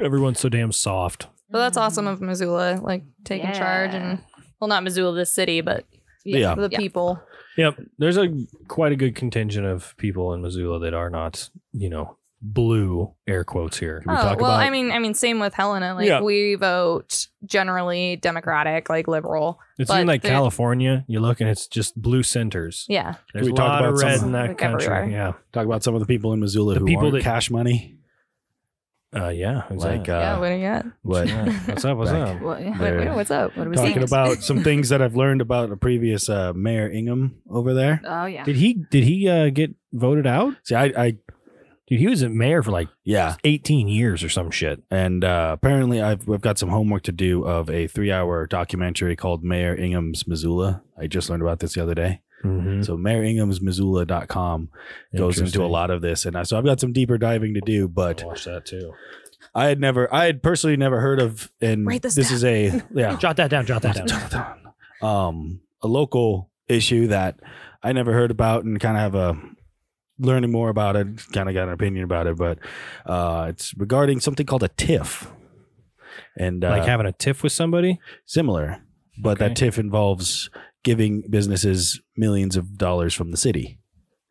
Speaker 1: Everyone's so damn soft.
Speaker 2: But that's awesome of Missoula, like taking
Speaker 3: Yeah.
Speaker 2: charge and well, not Missoula, the city, but
Speaker 4: Yeah.
Speaker 2: the people.
Speaker 1: Yep. There's a quite a good contingent of people in Missoula that are not, you know, blue air quotes here.
Speaker 4: we
Speaker 2: oh well,
Speaker 4: talk about-
Speaker 2: I mean, I mean, same with Helena. Like
Speaker 1: Yeah.
Speaker 2: we vote generally Democratic, like liberal.
Speaker 1: It's
Speaker 2: But
Speaker 1: in like
Speaker 2: there-
Speaker 1: California. You look and it's just blue centers.
Speaker 2: Yeah,
Speaker 1: There's
Speaker 4: we
Speaker 1: a
Speaker 4: talk
Speaker 1: lot of
Speaker 4: about
Speaker 1: red
Speaker 4: some-
Speaker 1: in that
Speaker 2: Like
Speaker 1: country.
Speaker 2: everywhere.
Speaker 4: Talk about some of the people in Missoula
Speaker 1: The
Speaker 4: who
Speaker 1: people
Speaker 4: people
Speaker 1: that-
Speaker 4: cash money.
Speaker 1: Yeah. Uh, yeah. Who's
Speaker 4: Like
Speaker 1: that?
Speaker 4: uh,
Speaker 2: yeah. What do you got?
Speaker 4: what?
Speaker 1: What's up? What's
Speaker 4: Back.
Speaker 1: up?
Speaker 3: Well, yeah,
Speaker 4: They're-
Speaker 3: wait, wait, "Oh, what's up? What do we
Speaker 4: Talking
Speaker 3: saying?
Speaker 4: about some things that I've learned about a previous uh, mayor Ingham over there.
Speaker 3: Oh yeah.
Speaker 1: Did he did he uh, get voted out?
Speaker 4: See, I, I
Speaker 1: Dude, he was a mayor for like
Speaker 4: yeah,
Speaker 1: 18 years or some shit.
Speaker 4: and uh, apparently I've we've got some homework to do of a three-hour documentary called Mayor Ingham's Missoula. I just learned about this the other day. So Mayor Ingham's Missoula.com goes
Speaker 1: Mm-hmm.
Speaker 4: into a
Speaker 1: Hmm. Interesting.
Speaker 4: lot of this, and I, so I've got some deeper diving to do. But
Speaker 1: I'll watch that too.
Speaker 4: I had never, I had personally never heard of, and
Speaker 2: Write this
Speaker 4: is a yeah,
Speaker 1: Jot that down. Jot that down.
Speaker 4: um, a local issue that I never heard about, and kind of have a learning more about it. Kind of got an opinion about it, but uh, it's regarding something called a TIF, and uh,
Speaker 1: like having a tiff with somebody.
Speaker 4: similar, but that
Speaker 1: Okay.
Speaker 4: TIF involves giving businesses millions of dollars from the city.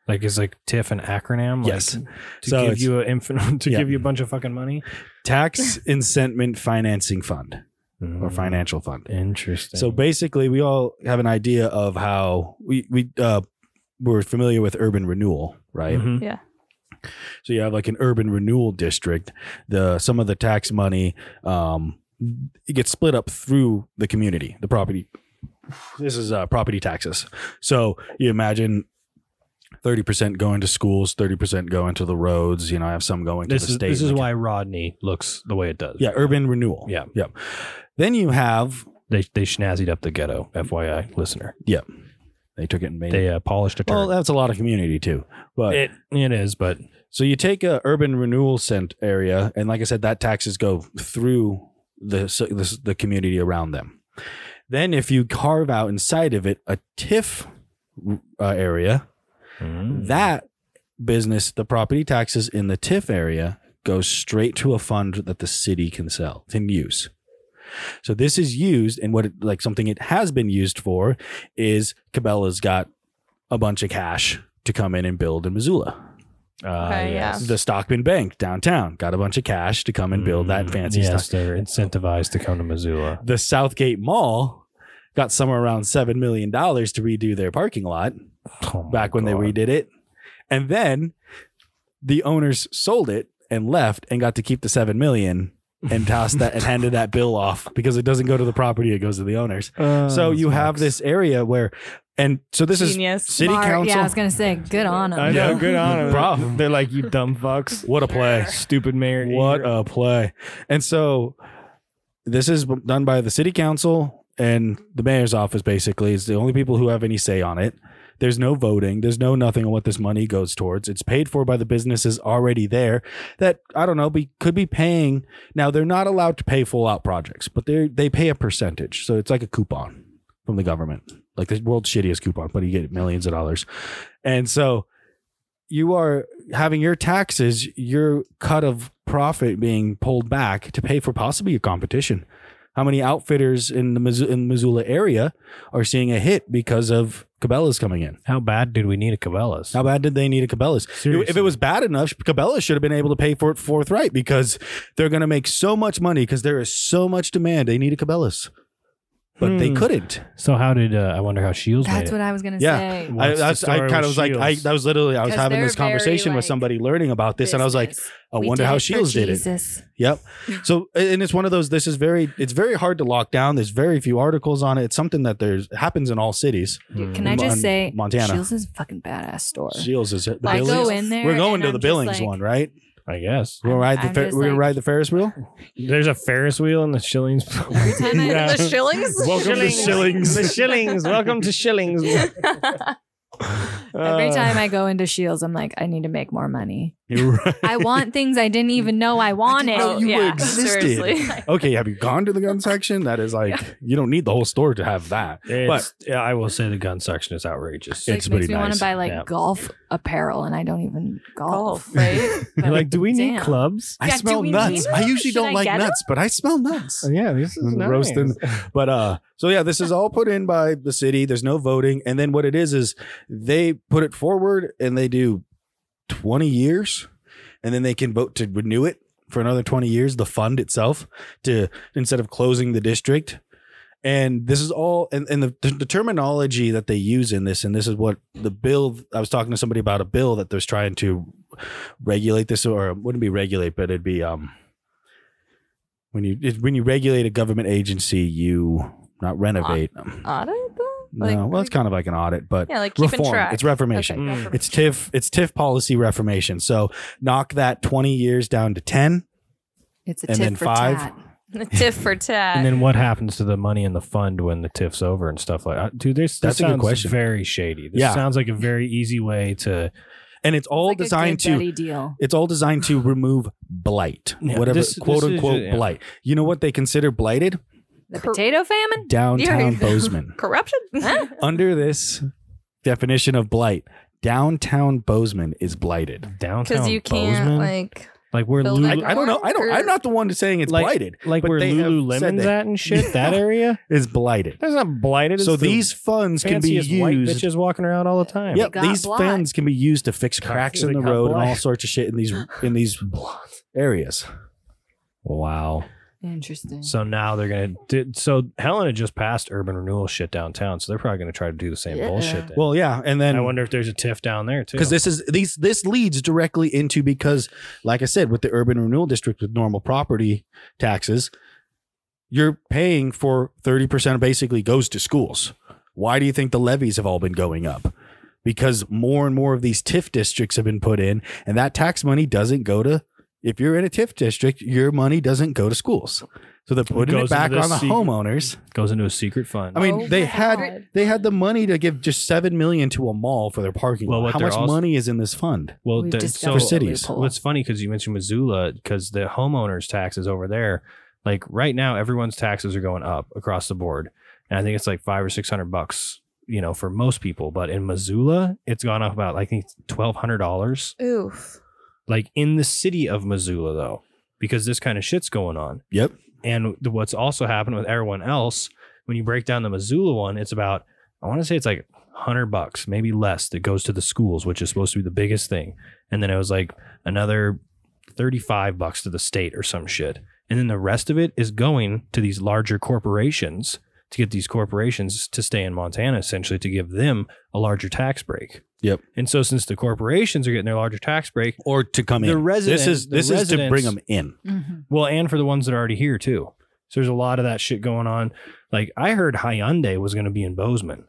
Speaker 1: Like is like tiff an acronym? Like,
Speaker 4: Yes.
Speaker 1: To
Speaker 4: So
Speaker 1: give
Speaker 4: it's-
Speaker 1: you an infinite to
Speaker 4: Yeah.
Speaker 1: give you a bunch of fucking money
Speaker 4: Tax Incentment Financing Fund or financial fund.
Speaker 1: Mm-hmm. Mm. Interesting.
Speaker 4: So basically, we all have an idea of how we we uh, we're familiar with urban renewal, right?
Speaker 1: Mhm.
Speaker 4: So you have like an urban renewal district. The some of the tax money um, it gets split up through the community, the property. This is uh, property taxes. So you imagine. 30% going to schools, 30% going to the roads. You know, I have some going to
Speaker 1: this
Speaker 4: the
Speaker 1: is
Speaker 4: state.
Speaker 1: this is
Speaker 4: like-
Speaker 1: why Rodney looks the way it does.
Speaker 4: Yeah, urban renewal.
Speaker 1: Yeah.
Speaker 4: Yep. Then you have
Speaker 1: They they schnazzied up the ghetto. FYI, listener.
Speaker 4: they took it and made it.
Speaker 1: They uh, polished a
Speaker 4: Well,
Speaker 1: turd.
Speaker 4: that's a lot of community too. But
Speaker 1: it it is, but
Speaker 4: so you take a urban renewal cent area, and like I said, that taxes go through the so the, the community around them. Then, if you carve out inside of it a TIF uh, area,
Speaker 1: Mm. Mm-hmm.
Speaker 4: that business, the property taxes in the TIF area goes straight to a fund that the city can sell, can use. So this is used, and what it, like something it has been used for is Cabela's got a bunch of cash to come in and build in Missoula.
Speaker 1: Uh,
Speaker 2: Okay, yeah.
Speaker 4: The Stockman Bank downtown got a bunch of cash to come and build that
Speaker 1: Mm,
Speaker 4: fancy
Speaker 1: Yes,
Speaker 4: stuff.
Speaker 1: they're incentivized to come to Missoula.
Speaker 4: The Southgate Mall got somewhere around $7 million to redo their parking lot
Speaker 1: Oh my
Speaker 4: back when they
Speaker 1: God.
Speaker 4: redid it. And then the owners sold it and left and got to keep the seven million and tossed that and handed that bill off because it doesn't go to the property, it goes to the owners.
Speaker 1: Uh, Oh,
Speaker 4: so you have this area where and so this
Speaker 2: Genius.
Speaker 4: is city
Speaker 3: Smart.
Speaker 4: council.
Speaker 3: Yeah, I was gonna say, good on him.
Speaker 1: I know. Good on 'em.
Speaker 4: Bro.
Speaker 1: They're like you dumb fucks.
Speaker 4: What a play.
Speaker 1: Stupid mayor.
Speaker 4: What a play. And so this is done by the city council and the mayor's office, basically, is the only people who have any say on it. There's no voting. There's no nothing on what this money goes towards. It's paid for by the businesses already there that I don't know be could be paying. Now they're not allowed to pay full out projects, but they they pay a percentage, so it's like a coupon from the government, like the world's shittiest coupon, but you get millions of dollars. And so you are having your taxes, your cut of profit being pulled back to pay for possibly your competition. How many outfitters in the Mizzou- in Missoula area are seeing a hit because of Cabela's coming in?
Speaker 1: How bad did we need a Cabela's?
Speaker 4: How bad did they need a Cabela's? If
Speaker 1: Seriously.
Speaker 4: it was bad enough, Cabela should have been able to pay for it forthright because they're going to make so much money because there is so much demand. They need a Cabela's, but they
Speaker 1: Hmm.
Speaker 4: couldn't.
Speaker 1: So how did uh, I wonder how Shields made
Speaker 3: That's
Speaker 1: it?
Speaker 3: what I was gonna
Speaker 4: Yeah.
Speaker 3: say.
Speaker 4: I,
Speaker 1: What's the
Speaker 4: I, I
Speaker 1: story
Speaker 4: kind of
Speaker 1: with
Speaker 4: was like, I,
Speaker 1: Shields?
Speaker 4: that was literally, I was
Speaker 3: 'Cause
Speaker 4: having
Speaker 3: they're
Speaker 4: this conversation
Speaker 3: very,
Speaker 4: with
Speaker 3: like,
Speaker 4: somebody learning about this, and I was like,
Speaker 3: Business.
Speaker 4: I
Speaker 3: We
Speaker 4: wonder
Speaker 3: did
Speaker 4: how
Speaker 3: it for
Speaker 4: Shields did it.
Speaker 3: Jesus.
Speaker 4: Yep. So, and it's one of those. This is very. It's very hard to lock down. There's very few articles on it. It's something that there's happens in all cities.
Speaker 3: Dude,
Speaker 1: Mm.
Speaker 3: can I just
Speaker 4: Mon-
Speaker 3: say,
Speaker 4: Montana.
Speaker 3: Shields is a fucking badass store.
Speaker 4: Shields is it the
Speaker 3: I
Speaker 2: Like,
Speaker 4: Billings.
Speaker 3: go in there.
Speaker 4: We're going
Speaker 3: and
Speaker 4: to
Speaker 3: I'm
Speaker 4: the
Speaker 3: just
Speaker 4: Billings
Speaker 3: like-
Speaker 4: one, right?
Speaker 1: I guess
Speaker 4: We're gonna ride the
Speaker 3: I'm
Speaker 4: fer-
Speaker 3: just
Speaker 4: we're gonna
Speaker 3: like-
Speaker 4: ride the Ferris wheel.
Speaker 1: there's a Ferris wheel in the shillings.
Speaker 3: Every time I-
Speaker 1: Yeah.
Speaker 2: The shillings.
Speaker 1: Welcome to shillings. the shillings. Welcome to shillings. Uh,
Speaker 3: Every time I go into Shields, I'm like, I need to make more money.
Speaker 4: You're right.
Speaker 3: I want things I didn't even know I wanted.
Speaker 4: know you
Speaker 2: Oh, yeah,
Speaker 4: existed.
Speaker 2: seriously.
Speaker 4: Okay, have you gone to the gun section? That is like you don't need the whole store to have that.
Speaker 1: It's, yeah, I will say the gun section is outrageous.
Speaker 3: Like, makes
Speaker 4: It's pretty
Speaker 3: me want
Speaker 4: nice.
Speaker 3: to buy like
Speaker 1: Yeah.
Speaker 3: golf apparel, and I don't even
Speaker 2: Golf,
Speaker 3: golf.
Speaker 2: oh, right?
Speaker 1: You're like, do we need
Speaker 3: Damn.
Speaker 1: clubs?
Speaker 4: I
Speaker 2: Yeah, do
Speaker 4: smell
Speaker 2: we need
Speaker 4: nuts.
Speaker 2: them?
Speaker 4: I usually
Speaker 2: Should
Speaker 4: don't
Speaker 2: I
Speaker 4: like
Speaker 2: get
Speaker 4: nuts, but I smell nuts.
Speaker 1: Yeah, this
Speaker 4: is nice. Roasting. But uh so yeah, this is all put in by the city. There's no voting. And then what it is is they put it forward and they do 20 years and then they can vote to renew it for another 20 years the fund itself to instead of closing the district. And this is all and, and the, the terminology that they use in this and this is what the bill I was talking to somebody about a bill that was trying to regulate this or it wouldn't be regulate but it'd be um when you it, when you regulate a government agency, you not renovate.
Speaker 2: Audit though?
Speaker 4: no,
Speaker 2: Like-
Speaker 4: well, it's kind of like an audit, but
Speaker 2: Yeah, like keeping
Speaker 4: reform.
Speaker 2: track.
Speaker 4: It's reformation.
Speaker 2: Okay,
Speaker 1: Mm.
Speaker 2: reformation.
Speaker 4: It's TIF. It's TIF policy reformation. So knock that twenty years down to ten,
Speaker 3: It's a
Speaker 4: And
Speaker 3: tip
Speaker 4: then
Speaker 3: for
Speaker 4: five.
Speaker 3: tat.
Speaker 2: Tiff for tat.
Speaker 1: And then what happens to the money in the fund when the TIF's over and stuff like that? Dude, this, this
Speaker 4: That's a good
Speaker 1: sounds
Speaker 4: question.
Speaker 1: very shady. This
Speaker 4: Yeah.
Speaker 1: sounds like a very easy way to.
Speaker 4: and it's all
Speaker 3: It's like a
Speaker 4: designed
Speaker 3: Good
Speaker 4: to.
Speaker 3: Buddy deal.
Speaker 4: It's all designed to remove blight,
Speaker 1: Yeah,
Speaker 4: whatever
Speaker 1: this-
Speaker 4: quote
Speaker 1: this is
Speaker 4: unquote
Speaker 1: ju- yeah.
Speaker 4: blight. You know what they consider blighted?
Speaker 3: The
Speaker 2: Cor-
Speaker 3: potato famine.
Speaker 4: Downtown
Speaker 2: You're-
Speaker 4: Bozeman.
Speaker 2: Corruption?
Speaker 4: Under this definition of blight, downtown Bozeman is blighted.
Speaker 1: Downtown
Speaker 2: Because you can't
Speaker 1: Bozeman? like,
Speaker 2: like
Speaker 1: where
Speaker 2: build
Speaker 1: Lulu,
Speaker 2: like-
Speaker 4: I don't know. I don't. I'm not the one saying it's
Speaker 1: Like-
Speaker 4: blighted.
Speaker 1: like
Speaker 4: but
Speaker 1: where
Speaker 4: they have said
Speaker 1: Lululemon's
Speaker 4: that-
Speaker 1: at and shit. That area
Speaker 4: It's blighted.
Speaker 1: that's not blighted.
Speaker 4: so
Speaker 1: it's the
Speaker 4: these funds can be
Speaker 1: fanciest white
Speaker 4: used.
Speaker 1: bitches walking around all the time.
Speaker 4: Yep,
Speaker 3: They got
Speaker 4: these
Speaker 3: blocked.
Speaker 4: funds can be used to fix cracks in
Speaker 1: They
Speaker 4: the
Speaker 1: got
Speaker 4: road and all
Speaker 1: blocked.
Speaker 4: sorts of shit in these in these areas.
Speaker 1: Wow.
Speaker 3: Interesting.
Speaker 1: So now they're gonna. Did, so Helena just passed urban renewal shit downtown. So they're probably gonna try to do the same
Speaker 3: Yeah.
Speaker 1: bullshit. Then.
Speaker 4: Well, yeah, and
Speaker 1: I
Speaker 4: then
Speaker 1: wonder if there's a TIF down there too.
Speaker 4: because this is these this leads directly into because, like I said, with the urban renewal district with normal property taxes, you're paying for thirty percent basically goes to schools. Why do you think the levies have all been going up? Because more and more of these TIF districts have been put in, and that tax money doesn't go to. If you're in a TIF district, your money doesn't go to schools. So they're putting it
Speaker 1: goes into
Speaker 4: back
Speaker 1: the
Speaker 4: on the
Speaker 1: secret-
Speaker 4: homeowners.
Speaker 1: goes into a secret fund.
Speaker 4: I mean,
Speaker 2: Oh
Speaker 4: they
Speaker 2: my
Speaker 4: had
Speaker 2: God.
Speaker 4: they had the money to give just seven million to a mall for their parking
Speaker 1: Well,
Speaker 4: lot.
Speaker 1: what
Speaker 4: How
Speaker 1: they're
Speaker 4: much
Speaker 1: also-
Speaker 4: money is in this fund?
Speaker 1: well,
Speaker 3: We've
Speaker 1: the, so
Speaker 3: discovered
Speaker 4: For cities.
Speaker 3: a
Speaker 1: Well,
Speaker 3: loophole.
Speaker 1: it's funny because you mentioned Missoula because the homeowners taxes over there, like right now, everyone's taxes are going up across the board, and I think it's like five or six hundred bucks, you know, for most people. But in Missoula, it's gone up about I think twelve hundred dollars,
Speaker 2: oof.
Speaker 1: like in the city of Missoula though, because this kind of shit's going on.
Speaker 4: Yep.
Speaker 1: And the- what's also happened with everyone else, when you break down the Missoula one, it's about I want to say it's like hundred bucks, maybe less, that goes to the schools, which is supposed to be the biggest thing. And then it was like another thirty-five bucks to the state or some shit. And then the rest of it is going to these larger corporations to get these corporations to stay in Montana, essentially to give them a larger tax break.
Speaker 4: Yep.
Speaker 1: And so since the corporations are getting their larger tax break,
Speaker 4: Or to come
Speaker 1: The
Speaker 4: in.
Speaker 1: resident-
Speaker 4: this is
Speaker 1: the
Speaker 4: this is to
Speaker 1: residents-
Speaker 4: bring them in.
Speaker 3: Mhm.
Speaker 1: well, and for the ones that are already here too. So there's a lot of that shit going on. Like I heard Hyundai was going to be in Bozeman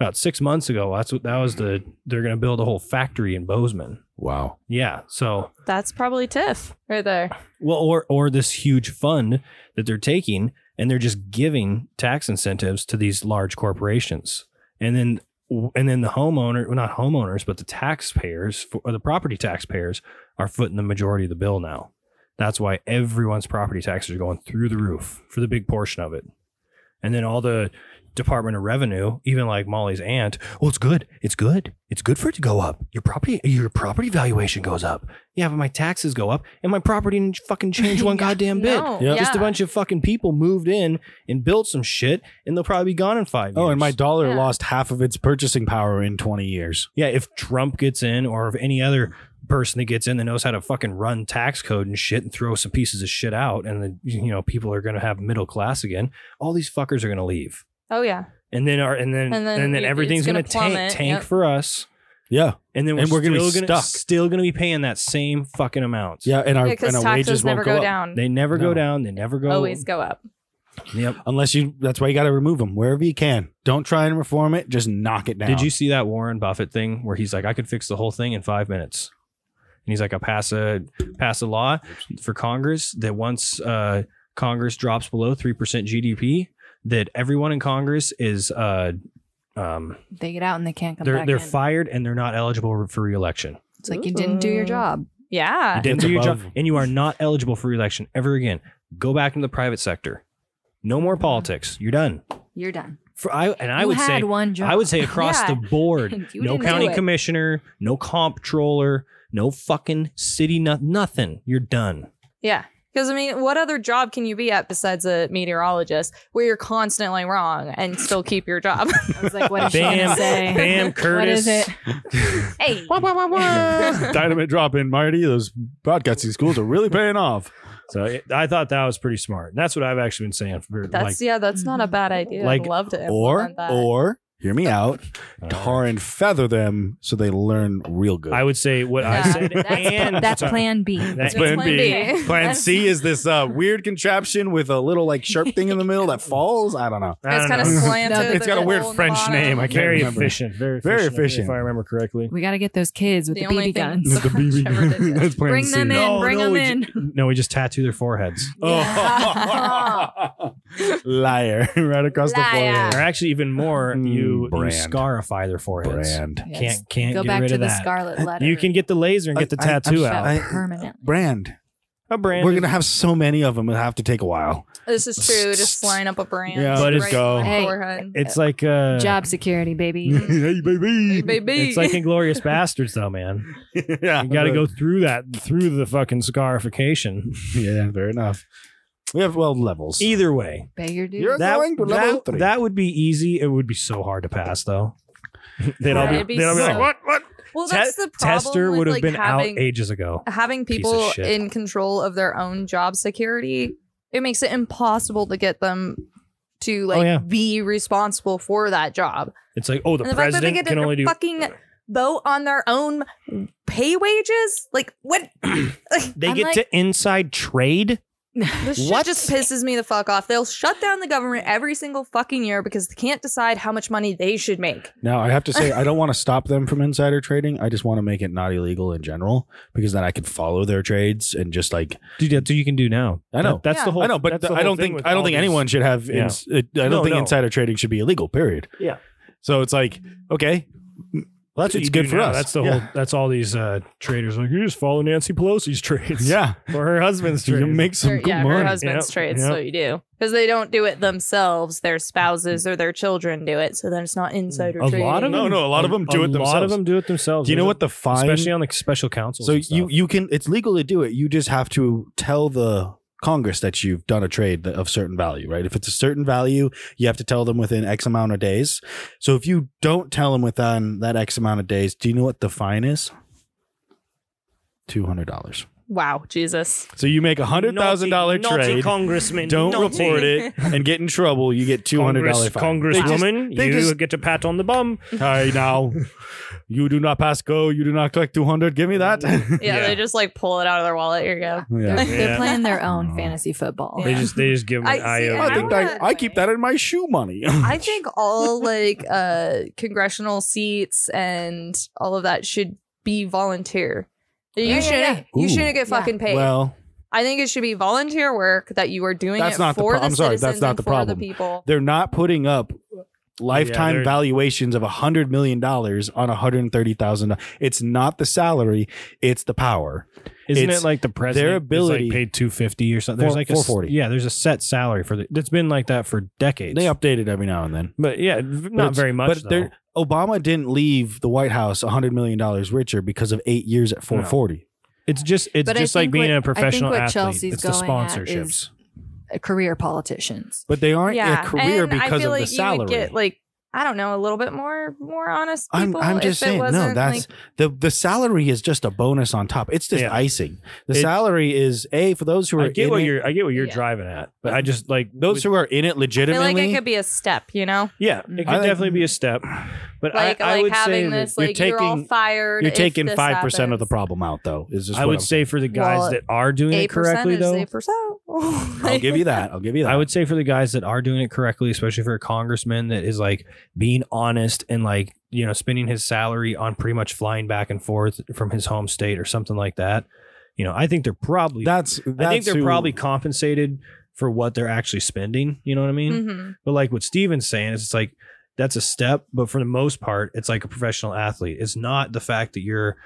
Speaker 1: about six months ago. That's what that was the they're going to build a whole factory in Bozeman.
Speaker 4: Wow.
Speaker 1: Yeah. So
Speaker 2: That's probably Tiff right there.
Speaker 1: well, or or this huge fund that they're taking and they're just giving tax incentives to these large corporations, and then and then the homeowner, well, not homeowners, but the taxpayers for, or the property taxpayers are footing the majority of the bill now. That's why everyone's property taxes are going through the roof for the big portion of it, and then all the Department of Revenue, even like Molly's aunt, well, it's good, it's good, it's good for it to go up. Your property, your property valuation goes up. Yeah, but my taxes go up, and my property didn't fucking change one
Speaker 3: Yeah.
Speaker 1: goddamn bit.
Speaker 2: No.
Speaker 4: Yeah.
Speaker 1: Just a bunch of fucking people moved in and built some shit, and they'll probably be gone in five years.
Speaker 4: Oh, and my dollar
Speaker 2: Yeah.
Speaker 4: lost half of its purchasing power in twenty years.
Speaker 1: yeah, if Trump gets in or if any other person that gets in that knows how to fucking run tax code and shit and throw some pieces of shit out, and then, you know, people are going to have middle class again, all these fuckers are going to leave.
Speaker 2: Oh yeah.
Speaker 1: And then, our, and then,
Speaker 2: And
Speaker 1: and
Speaker 2: then
Speaker 1: then,
Speaker 2: it-
Speaker 1: everything's
Speaker 2: it's
Speaker 1: going
Speaker 2: gonna
Speaker 1: to tank,
Speaker 2: plummet,
Speaker 1: tank
Speaker 2: yep.
Speaker 1: for us.
Speaker 4: Yeah.
Speaker 1: And then we're,
Speaker 4: And we're
Speaker 1: still
Speaker 4: gonna be
Speaker 1: going to
Speaker 4: stuck.
Speaker 1: still going to be paying that same fucking amount.
Speaker 4: Yeah. And our
Speaker 2: Because
Speaker 4: and our wages
Speaker 2: taxes
Speaker 4: won't
Speaker 2: never
Speaker 4: go,
Speaker 2: go,
Speaker 4: up.
Speaker 2: down.
Speaker 1: They never go
Speaker 4: No.
Speaker 1: down. They never go.
Speaker 2: always go up.
Speaker 1: Yep.
Speaker 4: Unless you that's why you gotta remove them wherever you can. Don't try and reform it, just knock it down.
Speaker 1: Did you see that Warren Buffett thing where he's like, I could fix the whole thing in five minutes? And he's like, I pass a pass a law for Congress that once uh, Congress drops below three percent GDP, that everyone in Congress is uh, um,
Speaker 3: They get out and they can't come
Speaker 1: they're
Speaker 3: back.
Speaker 1: they're
Speaker 3: in.
Speaker 1: fired and they're not eligible for reelection.
Speaker 3: It's like you didn't do your job.
Speaker 2: Yeah.
Speaker 1: You didn't do
Speaker 4: It's
Speaker 1: your job,
Speaker 4: above-
Speaker 1: and you are not eligible for reelection ever again. Go back into the private sector. No more politics. You're done.
Speaker 3: You're done.
Speaker 1: For I and I
Speaker 3: Mm-hmm. You
Speaker 1: would
Speaker 3: had
Speaker 1: say
Speaker 3: one job.
Speaker 1: I would say across
Speaker 2: Yeah.
Speaker 1: the board.
Speaker 3: You
Speaker 1: no
Speaker 3: didn't do
Speaker 1: county
Speaker 3: it.
Speaker 1: commissioner, no comptroller, no fucking city, no, nothing. You're done.
Speaker 2: Yeah. Because I mean, what other job can you be at besides a meteorologist where you're constantly wrong and still keep your job?
Speaker 3: I was like, what is she gonna
Speaker 1: Bam,
Speaker 3: say?
Speaker 1: bam, Curtis.
Speaker 3: What is it? Hey,
Speaker 4: Dynamite drop in, Marty. Those broadcasting schools are really paying off.
Speaker 1: So it, I thought that was pretty smart. And that's what I've actually been saying for like
Speaker 2: That's yeah, that's not a bad idea.
Speaker 1: Like,
Speaker 2: I'd love to
Speaker 4: Or,
Speaker 2: implement that.
Speaker 4: or hear me out.
Speaker 1: uh,
Speaker 4: Tar and feather them so they learn real good.
Speaker 1: I would say what I
Speaker 2: Yeah.
Speaker 1: said.
Speaker 3: that's,
Speaker 1: and
Speaker 3: that's
Speaker 1: sorry.
Speaker 3: Plan B.
Speaker 1: That's
Speaker 2: That's
Speaker 4: Plan
Speaker 2: plan
Speaker 4: B.
Speaker 2: B.
Speaker 4: Plan C is this uh, weird contraption with a little like sharp thing in the middle that falls. I don't know.
Speaker 1: I don't
Speaker 2: It's kind of
Speaker 1: know.
Speaker 2: slanted.
Speaker 3: Nothing.
Speaker 4: It's got
Speaker 2: There's
Speaker 4: a weird
Speaker 2: hole in the
Speaker 4: French
Speaker 2: bottom.
Speaker 4: name. I can't
Speaker 1: very
Speaker 4: remember.
Speaker 1: efficient. Very efficient.
Speaker 4: Very
Speaker 1: If
Speaker 4: efficient.
Speaker 1: I remember correctly.
Speaker 3: We got to get those kids with
Speaker 2: The
Speaker 3: the,
Speaker 2: only thing-
Speaker 3: BB guns.
Speaker 2: The BB. Ridiculous.
Speaker 4: That's plan
Speaker 3: Bring
Speaker 4: C.
Speaker 3: them in.
Speaker 1: No,
Speaker 3: bring
Speaker 1: no,
Speaker 3: them
Speaker 1: we
Speaker 3: in.
Speaker 1: No, we just tattoo their foreheads.
Speaker 4: Oh. Liar. right across
Speaker 3: Liar.
Speaker 1: Or actually, even more,
Speaker 4: Mm,
Speaker 1: you, you
Speaker 4: brand.
Speaker 1: scarify their
Speaker 4: the forehead.
Speaker 1: foreheads.
Speaker 4: Brand.
Speaker 3: Yes.
Speaker 1: Can't can't
Speaker 3: Go
Speaker 1: get
Speaker 3: back
Speaker 1: rid
Speaker 3: to
Speaker 1: of
Speaker 3: the
Speaker 1: that.
Speaker 3: scarlet letter.
Speaker 1: You can get the laser and get the
Speaker 4: I- I- I'm
Speaker 1: tattoo
Speaker 4: sorry.
Speaker 1: out.
Speaker 4: I-
Speaker 3: permanently.
Speaker 4: Brand.
Speaker 1: a brand.
Speaker 4: We're gonna have so many of them. It'll have to take a while.
Speaker 2: This is true. Just line up a brand.
Speaker 4: Yeah,
Speaker 1: But it's-
Speaker 2: right on my
Speaker 3: Hey.
Speaker 2: forehead.
Speaker 1: It's like uh,
Speaker 3: Job security, baby.
Speaker 4: hey, baby.
Speaker 2: Baby.
Speaker 1: It's like Inglorious Bastards, though, man.
Speaker 4: yeah.
Speaker 1: You got to go through that through the fucking scarification.
Speaker 4: Yeah, fair enough. We have well levels.
Speaker 1: Either way,
Speaker 3: Beg your dude.
Speaker 4: You're-
Speaker 1: that
Speaker 4: going to level
Speaker 1: that,
Speaker 4: three.
Speaker 1: that would be easy. It would be so hard to pass, though. they'd all be,
Speaker 2: It'd be
Speaker 1: they'd all be
Speaker 2: so-
Speaker 1: like, "What? What?"
Speaker 2: well, that's
Speaker 1: Te-
Speaker 2: the problem.
Speaker 1: Tester
Speaker 2: with,
Speaker 1: would have
Speaker 2: like,
Speaker 1: been
Speaker 2: having,
Speaker 1: out ages ago.
Speaker 2: having
Speaker 1: Piece of
Speaker 2: people
Speaker 1: shit.
Speaker 2: in control of their own job security, it makes it impossible to get them to like
Speaker 1: Oh, yeah.
Speaker 2: be responsible for that job.
Speaker 1: It's like, oh, the,
Speaker 2: and the fact that they
Speaker 1: president
Speaker 2: get
Speaker 1: can
Speaker 2: to
Speaker 1: only do.
Speaker 2: fucking vote on their own pay wages, like what? Like,
Speaker 1: They
Speaker 3: I'm
Speaker 1: get
Speaker 3: like-
Speaker 1: to inside trade.
Speaker 2: this shit
Speaker 1: What?
Speaker 2: just pisses me the fuck off. They'll shut down the government every single fucking year because they can't decide how much money they should make.
Speaker 4: Now I have to say I don't want to stop them from insider trading. I just want to make it not illegal in general because then I could follow their trades and just like
Speaker 1: Dude, that's what you can do now.
Speaker 4: I know.
Speaker 1: That- that's
Speaker 2: Yeah.
Speaker 1: the whole.
Speaker 4: I know, but
Speaker 1: that's the
Speaker 4: I
Speaker 1: whole
Speaker 4: don't
Speaker 1: thing
Speaker 4: think
Speaker 1: with
Speaker 4: I don't
Speaker 1: all
Speaker 4: think
Speaker 1: these-
Speaker 4: anyone should have.
Speaker 1: Yeah.
Speaker 4: Ins- it- I don't
Speaker 1: No,
Speaker 4: think
Speaker 1: no.
Speaker 4: insider trading should be illegal. Period.
Speaker 1: Yeah.
Speaker 4: So it's like okay,
Speaker 1: Well, that's what
Speaker 4: It's
Speaker 1: you do
Speaker 4: good for
Speaker 1: now.
Speaker 4: us.
Speaker 1: That's the
Speaker 4: Yeah.
Speaker 1: whole. That's all these uh, traders like. You just follow Nancy Pelosi's trades.
Speaker 4: yeah,
Speaker 1: or her husband's
Speaker 4: you
Speaker 1: trades.
Speaker 4: can make some good
Speaker 2: yeah, her
Speaker 4: money.
Speaker 2: husband's
Speaker 1: Yep,
Speaker 2: trade.
Speaker 1: yep.
Speaker 2: So you do because they don't do it themselves. Their spouses or their children do it. So then it's not insider
Speaker 1: Mm. a
Speaker 2: trading.
Speaker 1: lot of
Speaker 4: No,
Speaker 1: them,
Speaker 4: no, Mm. a lot of them do it
Speaker 1: A lot of
Speaker 4: themselves.
Speaker 1: them do it themselves.
Speaker 4: Do you know
Speaker 1: There's
Speaker 4: what
Speaker 1: a-
Speaker 4: the fine?
Speaker 1: Especially on the special councils.
Speaker 4: so
Speaker 1: and
Speaker 4: you
Speaker 1: stuff.
Speaker 4: you can it's legal to do it. You just have to tell the Congress that you've done a trade that- of certain value, right? If it's a certain value, you have to tell them within X amount of days. So if you don't tell them within that X amount of days, do you know what the fine is? Two hundred dollars.
Speaker 2: wow, Jesus.
Speaker 4: So you make a hundred thousand dollar trade.
Speaker 1: congressman.
Speaker 4: don't report it and get in trouble, you get two hundred dollars fine. they just-
Speaker 1: get a pat on the bum.
Speaker 4: They just, "Hey, now, you do not pass go. You do not collect two hundred. Give me that.
Speaker 2: Yeah,
Speaker 1: Yeah.
Speaker 2: they just like pull it out of their wallet. Here you go.
Speaker 3: They're,
Speaker 4: yeah.
Speaker 3: they're
Speaker 1: Yeah.
Speaker 3: playing their own
Speaker 4: Oh.
Speaker 3: fantasy football.
Speaker 1: They
Speaker 2: Yeah.
Speaker 1: just they just give them
Speaker 2: I
Speaker 1: an
Speaker 2: see,
Speaker 1: IOU.
Speaker 2: and
Speaker 4: I think I,
Speaker 2: wanna-
Speaker 4: I keep that in my shoe money.
Speaker 2: I think all like uh congressional seats and all of that should be volunteer. You
Speaker 3: Yeah, yeah,
Speaker 2: shouldn't you
Speaker 4: Ooh.
Speaker 2: shouldn't get
Speaker 3: Yeah.
Speaker 2: fucking paid.
Speaker 4: well,
Speaker 2: I think it should be volunteer work that you are doing
Speaker 4: That's
Speaker 2: it
Speaker 4: not the
Speaker 2: for
Speaker 4: pro-
Speaker 2: the,
Speaker 4: I'm sorry, that's
Speaker 2: citizens
Speaker 4: not
Speaker 2: and
Speaker 4: the
Speaker 2: for
Speaker 4: problem.
Speaker 2: the people.
Speaker 4: they're not putting up lifetime
Speaker 1: they're-
Speaker 4: valuations of a hundred million dollars on a hundred and thirty thousand. It's not the salary; it's the power.
Speaker 1: Isn't
Speaker 4: It's
Speaker 1: it like the president
Speaker 4: their
Speaker 1: is, like,
Speaker 4: ability-
Speaker 1: paid two fifty or something? There's
Speaker 4: Four-
Speaker 1: like a s-
Speaker 4: 440.
Speaker 1: Yeah, there's a set salary for the. It's been like that for decades.
Speaker 4: They update it every now and then.
Speaker 1: but yeah, v- not
Speaker 4: it's-
Speaker 1: very much.
Speaker 4: But they're- Obama didn't leave the White House hundred million dollars richer because of eight years at four forty.
Speaker 1: It's just it's
Speaker 3: But I
Speaker 1: just like
Speaker 3: think
Speaker 1: being
Speaker 3: what-
Speaker 1: a
Speaker 3: I think
Speaker 1: professional
Speaker 3: what
Speaker 1: athlete.
Speaker 3: Chelsea's
Speaker 1: it's the
Speaker 3: going at
Speaker 1: sponsorships.
Speaker 3: is- Uh, Career politicians.
Speaker 4: But they aren't
Speaker 2: yeah,
Speaker 4: a career
Speaker 2: and I
Speaker 4: because
Speaker 2: feel
Speaker 4: of
Speaker 2: like
Speaker 4: the
Speaker 2: you
Speaker 4: salary.
Speaker 2: would get like I don't know a little bit more more honest
Speaker 4: I'm,
Speaker 2: people.
Speaker 4: I'm
Speaker 2: if
Speaker 4: just
Speaker 2: it
Speaker 4: saying, no,
Speaker 2: wasn't,
Speaker 4: that's
Speaker 2: like,
Speaker 4: the the salary is just a bonus on top. It's just
Speaker 1: Yeah.
Speaker 4: icing. The
Speaker 1: It-
Speaker 4: salary is a for those who are
Speaker 1: I get
Speaker 4: in
Speaker 1: what
Speaker 4: it,
Speaker 1: you're I get what you're
Speaker 3: Yeah.
Speaker 1: driving at, but I just like
Speaker 4: those who are in
Speaker 2: I
Speaker 4: it
Speaker 2: feel like
Speaker 4: legitimately.
Speaker 2: it could be a step, you know,
Speaker 1: Yeah, it could
Speaker 4: I think-
Speaker 1: definitely be a step, but
Speaker 2: Mm-hmm. like
Speaker 1: I, I
Speaker 2: like
Speaker 1: would
Speaker 2: having
Speaker 1: say that-
Speaker 2: this
Speaker 4: you're
Speaker 2: like you're all
Speaker 4: taking-
Speaker 2: fired.
Speaker 4: you're
Speaker 2: if
Speaker 4: taking
Speaker 2: this
Speaker 4: five percent of the
Speaker 2: happens.
Speaker 4: problem out, though. Is just
Speaker 1: I
Speaker 4: what
Speaker 1: would
Speaker 4: I'm-
Speaker 1: say for the guys
Speaker 2: Well,
Speaker 1: that are doing it
Speaker 2: Eight percent
Speaker 1: correctly,
Speaker 2: is
Speaker 1: though,
Speaker 2: eight percent.
Speaker 4: I'll give you that. I'll give you that.
Speaker 1: I would say for the guys that are doing it correctly, especially for a congressman that is like being honest and like you know spending his salary on pretty much flying back and forth from his home state or something like that. You know, I think they're probably
Speaker 4: that's, that's
Speaker 1: I think they're
Speaker 4: who-
Speaker 1: probably compensated for what they're actually spending. You know what I mean?
Speaker 2: hmm
Speaker 1: But like what Steven's saying is it's like that's a step, but for the most part, it's like a professional athlete. It's not the fact that you're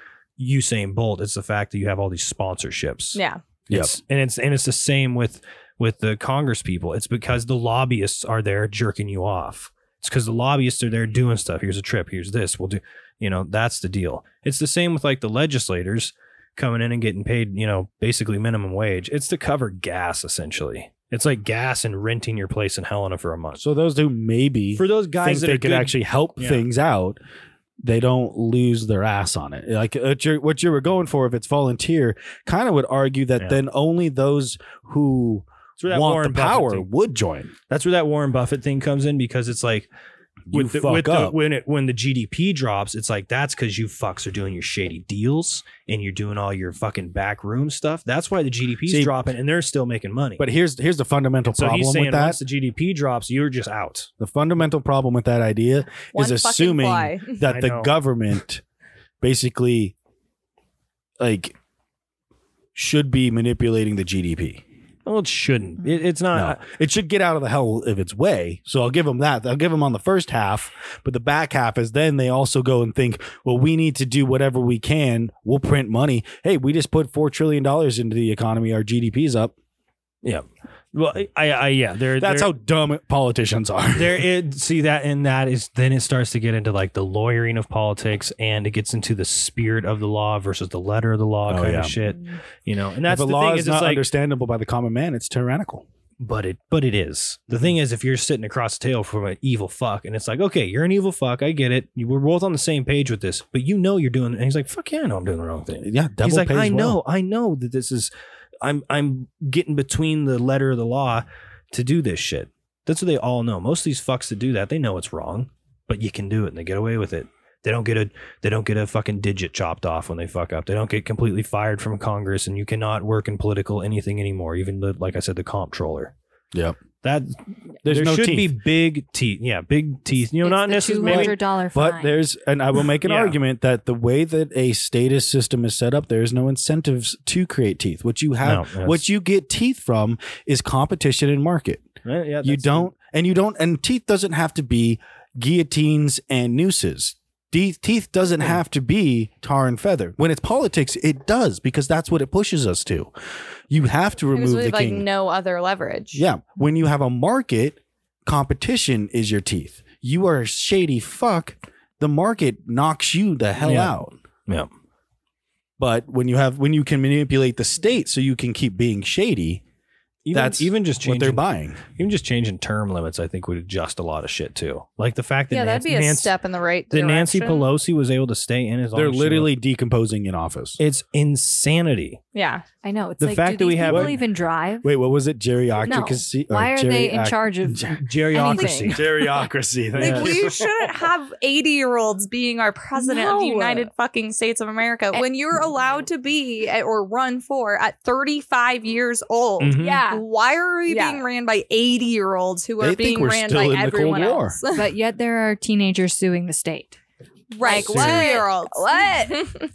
Speaker 1: Usain Bolt. It's the fact that you have all these sponsorships.
Speaker 2: Yeah.
Speaker 4: Yep.
Speaker 1: It's- and it's and it's the same with with the Congress people. It's because the lobbyists are there jerking you off. It's because the lobbyists are there doing stuff. Here's a trip. Here's this. We'll do. You know, that's the deal. It's the same with like the legislators coming in and getting paid. You know, basically minimum wage. It's to cover gas essentially. It's like gas and renting your place in Helena for a month.
Speaker 4: So those who maybe
Speaker 1: For those
Speaker 4: think
Speaker 1: guys that
Speaker 4: they
Speaker 1: are
Speaker 4: could
Speaker 1: good-
Speaker 4: actually help
Speaker 1: Yeah.
Speaker 4: things out, they don't lose their ass on it. Like what, you're, what you were going for, if it's volunteer, kind of would argue that
Speaker 1: Yeah.
Speaker 4: then only those who
Speaker 1: that's where that
Speaker 4: want
Speaker 1: Warren
Speaker 4: the
Speaker 1: Buffett
Speaker 4: power
Speaker 1: thing-
Speaker 4: would join.
Speaker 1: that's where that Warren Buffett thing comes in because it's like
Speaker 4: You
Speaker 1: with the,
Speaker 4: fuck
Speaker 1: with
Speaker 4: up.
Speaker 1: The, when it when the GDP drops, it's like that's because you fucks are doing your shady deals and you're doing all your fucking backroom stuff. That's why the GDP's
Speaker 4: See-
Speaker 1: dropping and they're still making money.
Speaker 4: but here's here's the fundamental
Speaker 1: so he's
Speaker 4: problem
Speaker 1: saying
Speaker 4: with that.
Speaker 1: once the GDP drops, you're just out.
Speaker 4: The fundamental problem with that idea
Speaker 2: One
Speaker 4: is
Speaker 2: fucking
Speaker 4: assuming
Speaker 2: fly.
Speaker 4: that
Speaker 1: I
Speaker 4: the
Speaker 1: know.
Speaker 4: government basically like should be manipulating the GDP.
Speaker 1: Well, it shouldn't. It, it's not.
Speaker 4: No, it should get out of the hell of its way. So I'll give them that. I'll give them on the first half, but the back half is then they also go and think, well, we need to do whatever we can. We'll print money. Hey, we just put four trillion dollars into the economy. Our GDP's up.
Speaker 1: Well, I, I yeah. They're,
Speaker 4: That's
Speaker 1: they're,
Speaker 4: how dumb politicians are.
Speaker 1: there it see that and that is then it starts to get into like the lawyering of politics and it gets into the spirit of the law versus the letter of the law
Speaker 4: Oh,
Speaker 1: kind
Speaker 4: yeah.
Speaker 1: of shit you know and
Speaker 4: If
Speaker 1: that's
Speaker 4: a
Speaker 1: the
Speaker 4: law
Speaker 1: thing
Speaker 4: is
Speaker 1: is
Speaker 4: not
Speaker 1: it's like
Speaker 4: understandable by the common man. It's tyrannical.
Speaker 1: but it but it is the thing is if you're sitting across the table from an evil fuck and it's like okay you're an evil fuck i get it You- we're both on the same page with this but you know you're doing and he's like fuck yeah i know i'm doing the wrong thing
Speaker 4: Yeah, devil
Speaker 1: he's like
Speaker 4: pays
Speaker 1: i
Speaker 4: well.
Speaker 1: know i know that this is i'm i'm getting between the letter of the law to do this shit that's what they all know most of these fucks that do that they know it's wrong but you can do it and they get away with it they don't get a they don't get a fucking digit chopped off when they fuck up. They don't get completely fired from Congress, and you cannot work in political anything anymore. Even the like I said, the comptroller.
Speaker 4: Yep.
Speaker 1: That
Speaker 4: There's
Speaker 1: there
Speaker 4: no
Speaker 1: should
Speaker 4: teeth.
Speaker 1: be big teeth. Yeah, big teeth. You know, not necessarily.
Speaker 3: two
Speaker 1: maybe-
Speaker 3: hundred dollar fine.
Speaker 4: But there's, and I will make an
Speaker 1: Yeah.
Speaker 4: argument that the way that a status system is set up, there is no incentives to create teeth. What you have,
Speaker 1: No, that's-
Speaker 4: what you get teeth from, is competition and market.
Speaker 1: Yeah, yeah,
Speaker 4: you
Speaker 1: that's-
Speaker 4: don't, and you don't, and teeth doesn't have to be guillotines and nooses. De- teeth doesn't
Speaker 1: Hmm.
Speaker 4: have to be tar and feather. When it's politics, it does because that's what it pushes us to. You have to
Speaker 2: It was
Speaker 4: remove the
Speaker 2: with like
Speaker 4: king.
Speaker 2: no other leverage.
Speaker 4: Yeah. When you have a market, competition is your teeth. You are a shady fuck. The market knocks you the hell
Speaker 1: Yeah.
Speaker 4: out.
Speaker 1: Yeah.
Speaker 4: But when you have when you can manipulate the state so you can keep being shady,
Speaker 1: Even,
Speaker 4: that's
Speaker 1: even just
Speaker 4: what they're
Speaker 1: changing,
Speaker 4: buying.
Speaker 1: even just changing term limits, I think would adjust a lot of shit too. Like the fact that
Speaker 2: Yeah, that'd
Speaker 1: Nancy,
Speaker 2: be a
Speaker 1: Nancy-
Speaker 2: step in the right
Speaker 1: that
Speaker 2: direction.
Speaker 1: Nancy Pelosi was able to stay in as long
Speaker 4: They're
Speaker 1: as she
Speaker 4: literally decomposing in office.
Speaker 1: was. It's insanity.
Speaker 2: Yeah.
Speaker 3: I know it's
Speaker 1: the
Speaker 3: like,
Speaker 1: fact
Speaker 3: do
Speaker 1: that we
Speaker 3: these
Speaker 1: have-
Speaker 3: people even drive?
Speaker 4: Wait, what was it? uh, Geriocracy? or
Speaker 3: Why are they in
Speaker 4: geriac-
Speaker 3: charge of?
Speaker 1: Geriocracy.
Speaker 4: Geriocracy.
Speaker 1: Like,
Speaker 4: thank
Speaker 1: Yeah.
Speaker 2: Like
Speaker 4: you.
Speaker 2: we shouldn't have 80 year olds being our president of the
Speaker 3: No.
Speaker 2: United fucking States of America
Speaker 3: And-
Speaker 2: when you're allowed to be at- or run for at 35 years old.
Speaker 4: Mm-hmm.
Speaker 1: Mhm.
Speaker 3: Yeah,
Speaker 2: Why are we
Speaker 3: Yeah.
Speaker 2: being ran by 80 year olds who
Speaker 4: They
Speaker 2: are
Speaker 4: think
Speaker 2: being
Speaker 4: we're
Speaker 2: ran
Speaker 4: still
Speaker 2: by
Speaker 4: in the Cold
Speaker 2: everyone
Speaker 4: War.
Speaker 2: else?
Speaker 3: but yet there are teenagers suing the state.
Speaker 2: right.
Speaker 4: Seriously.
Speaker 2: Two year olds.
Speaker 3: What?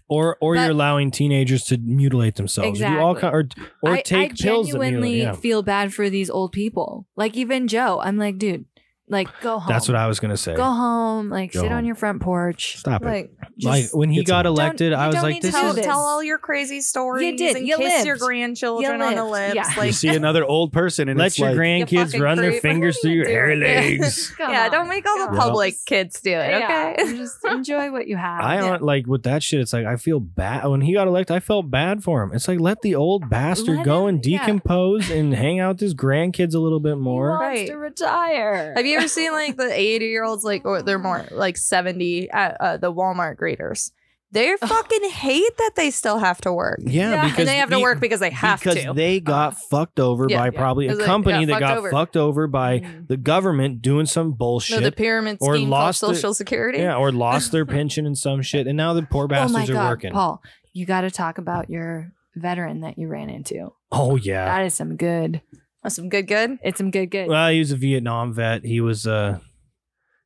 Speaker 1: Or or
Speaker 3: But-
Speaker 1: you're allowing teenagers to mutilate themselves. Or, do all ki-
Speaker 3: Exactly.
Speaker 1: or, or
Speaker 3: I,
Speaker 1: take
Speaker 3: I
Speaker 1: pills that mutilate.
Speaker 3: genuinely
Speaker 1: Yeah.
Speaker 3: feel bad for these old people. Like even Joe, I'm like, dude, like go home.
Speaker 1: That's what I was gonna say.
Speaker 3: go home. Like
Speaker 4: Go
Speaker 3: sit on
Speaker 4: home.
Speaker 3: your front porch.
Speaker 4: Stop it.
Speaker 2: Like,
Speaker 1: Like
Speaker 3: Just
Speaker 1: when he
Speaker 4: It's
Speaker 1: got
Speaker 4: a-
Speaker 1: elected,
Speaker 2: Don't-
Speaker 1: I
Speaker 2: you
Speaker 1: was
Speaker 2: don't
Speaker 1: like,
Speaker 2: need
Speaker 1: "This
Speaker 2: to tell,
Speaker 1: is
Speaker 3: this.
Speaker 2: tell all your crazy stories.
Speaker 3: did.
Speaker 2: And
Speaker 3: You
Speaker 2: kiss your
Speaker 3: lived.
Speaker 2: grandchildren
Speaker 3: You
Speaker 2: on the lips.
Speaker 3: lived. Yeah.
Speaker 4: you
Speaker 2: Like,
Speaker 4: see another old person and
Speaker 1: let
Speaker 4: it's
Speaker 1: your
Speaker 4: like,
Speaker 1: grandkids
Speaker 2: fucking
Speaker 1: run their
Speaker 2: creep.
Speaker 1: fingers through your hair
Speaker 2: Dude.
Speaker 1: legs.
Speaker 3: Come
Speaker 2: yeah,
Speaker 3: on.
Speaker 2: don't make all the
Speaker 3: Come
Speaker 1: on.
Speaker 2: public kids do it.
Speaker 3: Yeah.
Speaker 2: Okay.
Speaker 3: Just enjoy what you have.
Speaker 1: I don't like with that shit. It's like I feel bad when he got elected. I felt bad for him. It's like let the old bastard
Speaker 3: Let
Speaker 1: go
Speaker 3: him-
Speaker 1: and
Speaker 3: yeah.
Speaker 1: decompose and hang out with his grandkids a little bit more.
Speaker 2: wants Right. to
Speaker 3: retire.
Speaker 2: Have you ever seen like the 80 year olds, like, or they're more like 70 at uh, the Walmart greeters? They fucking hate that they still have to work.
Speaker 1: Yeah,
Speaker 3: Yeah.
Speaker 1: because
Speaker 2: and they have to
Speaker 1: he-
Speaker 2: work because they have
Speaker 1: because
Speaker 2: to. Uh-huh.
Speaker 1: they got fucked over
Speaker 2: Yeah,
Speaker 1: by
Speaker 2: yeah.
Speaker 1: probably a
Speaker 2: Because they
Speaker 1: company that
Speaker 2: got fucked
Speaker 1: got
Speaker 2: over. Mm-hmm.
Speaker 1: fucked over by
Speaker 3: Mm.
Speaker 1: the government doing some
Speaker 2: no,
Speaker 1: bullshit.
Speaker 2: the pyramid
Speaker 1: Or
Speaker 2: scheme called
Speaker 1: lost their-
Speaker 2: Social Security.
Speaker 1: yeah, or lost their pension and some shit, and now the poor
Speaker 3: oh my
Speaker 1: bastards
Speaker 3: god,
Speaker 1: are working.
Speaker 3: Paul, you got to talk about your veteran that you ran into.
Speaker 1: Oh yeah,
Speaker 3: That is some good.
Speaker 2: That's some good, good.
Speaker 3: It's some good good.
Speaker 1: Well, he was a Vietnam vet. He was uh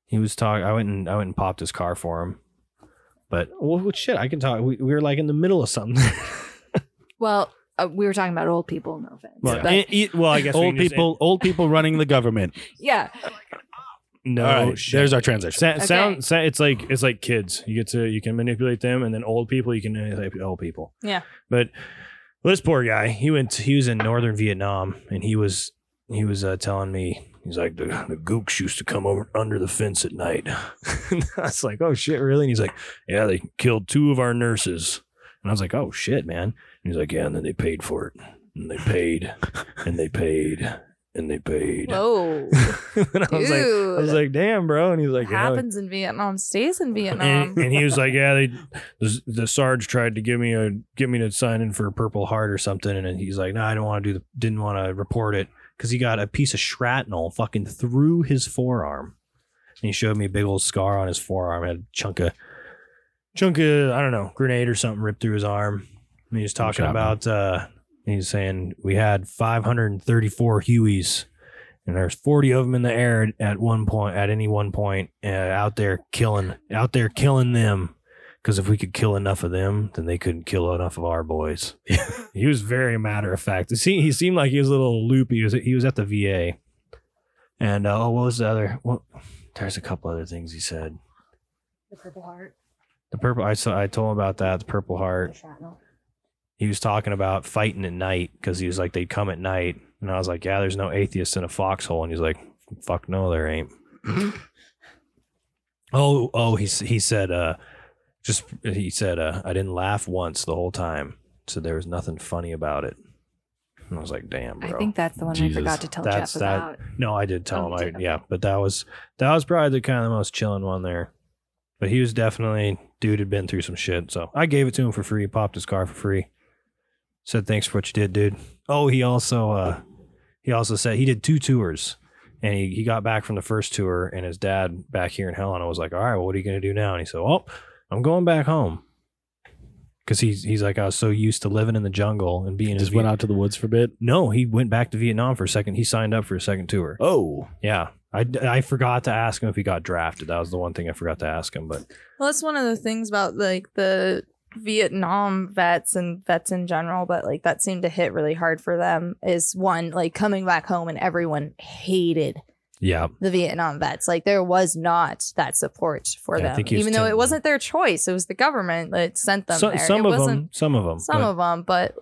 Speaker 1: he was talking. I went and I went and popped his car for him. But well, well, shit, I can talk. We, we were like in the middle of something.
Speaker 3: Well, uh, we were talking about old people. No offense,
Speaker 1: eh, Well,
Speaker 3: but
Speaker 1: it- it- well, I guess we
Speaker 4: old
Speaker 1: can just-
Speaker 4: people, old people running the government.
Speaker 3: yeah,
Speaker 1: No,
Speaker 4: All right,
Speaker 1: shit.
Speaker 4: there's our transition.
Speaker 1: Sa- sound, sa- it's like it's like kids. You get to you can manipulate them, and then old people you can manipulate old people.
Speaker 2: Yeah.
Speaker 1: But well, this poor guy, he went. He was in northern Vietnam, and he was he was uh, telling me he's like the the gooks used to come over under the fence at night. and I was like, oh shit, really? And he's like, yeah, they killed two of our nurses. And I was like, oh shit, man. And he's like, yeah, and then they paid for it, and they paid, and they paid, and they paid.
Speaker 2: Whoa.
Speaker 1: and I was like, I was like, damn, bro. And he's like, yeah.
Speaker 2: happens in Vietnam stays in Vietnam.
Speaker 1: And, and he was like, "Yeah, they, the, the Sarge tried to give me a get me to sign in for a Purple Heart or something," and then he's like, "No, I don't want to do the didn't want to report it because he got a piece of shrapnel fucking through his forearm." And he showed me a big old scar on his forearm. It had a chunk of chunk of I don't know grenade or something ripped through his arm. And he was talking
Speaker 4: Shrapnel.
Speaker 1: about uh, he's saying we had 534 Hueys. And there's 40 of them in the air at one point, at any one point, uh, out there killing, out there killing them. Because if we could kill enough of them, then they couldn't kill enough of our boys. he was very matter of fact. He seemed, he seemed like he was a little loopy. He was, he was at the VA. And uh, oh, what was the other? What? There's a couple other things he said.
Speaker 3: the Purple Heart,
Speaker 1: The purple. I saw. I told him about that. The Purple Heart.
Speaker 3: shrapnel.
Speaker 1: he was talking about fighting at night because he was like they'd come at night and i was like yeah there's no atheists in a foxhole and he's like fuck no there ain't oh oh he, s- he said uh just he said uh i didn't laugh once the whole time so there was nothing funny about it and i was like damn
Speaker 3: I
Speaker 1: bro
Speaker 3: think that's the one
Speaker 4: Jesus.
Speaker 3: I forgot to tell
Speaker 1: That's
Speaker 3: Jeff
Speaker 1: that-
Speaker 3: about.
Speaker 1: no i did tell
Speaker 3: Oh,
Speaker 1: him
Speaker 3: you
Speaker 1: i
Speaker 3: did,
Speaker 1: yeah but that was that was probably the kind of the most chilling one there but he was definitely dude had been through some shit so i gave it to him for free popped his car for free said thanks for what you did dude oh he also uh he also said he did two tours and he, he got back from the first tour and his dad back here in helena was like all right well, what are you going to do now and he said well i'm going back home because he's, he's like i was so used to living in the jungle and being in
Speaker 4: Just
Speaker 1: Viet-
Speaker 4: went out to the woods for a bit.
Speaker 1: no he went back to vietnam for a second he signed up for a second tour
Speaker 4: Oh,
Speaker 1: yeah. I, I forgot to ask him if he got drafted. That was the one thing I forgot to ask him. But
Speaker 2: well, that's one of the things about like the Vietnam vets and vets in general, but like that seemed to hit really hard for them is one, like coming back home and everyone hated
Speaker 1: yeah,
Speaker 2: the Vietnam vets. Like there was not that support for
Speaker 1: Yeah, I
Speaker 2: them,
Speaker 1: think he was
Speaker 2: even though
Speaker 1: 10.
Speaker 2: it wasn't their choice. It was the government that sent them
Speaker 1: so,
Speaker 2: there.
Speaker 1: some
Speaker 2: it
Speaker 1: of
Speaker 2: wasn't
Speaker 1: them, some of them,
Speaker 2: some
Speaker 1: but
Speaker 2: of them, but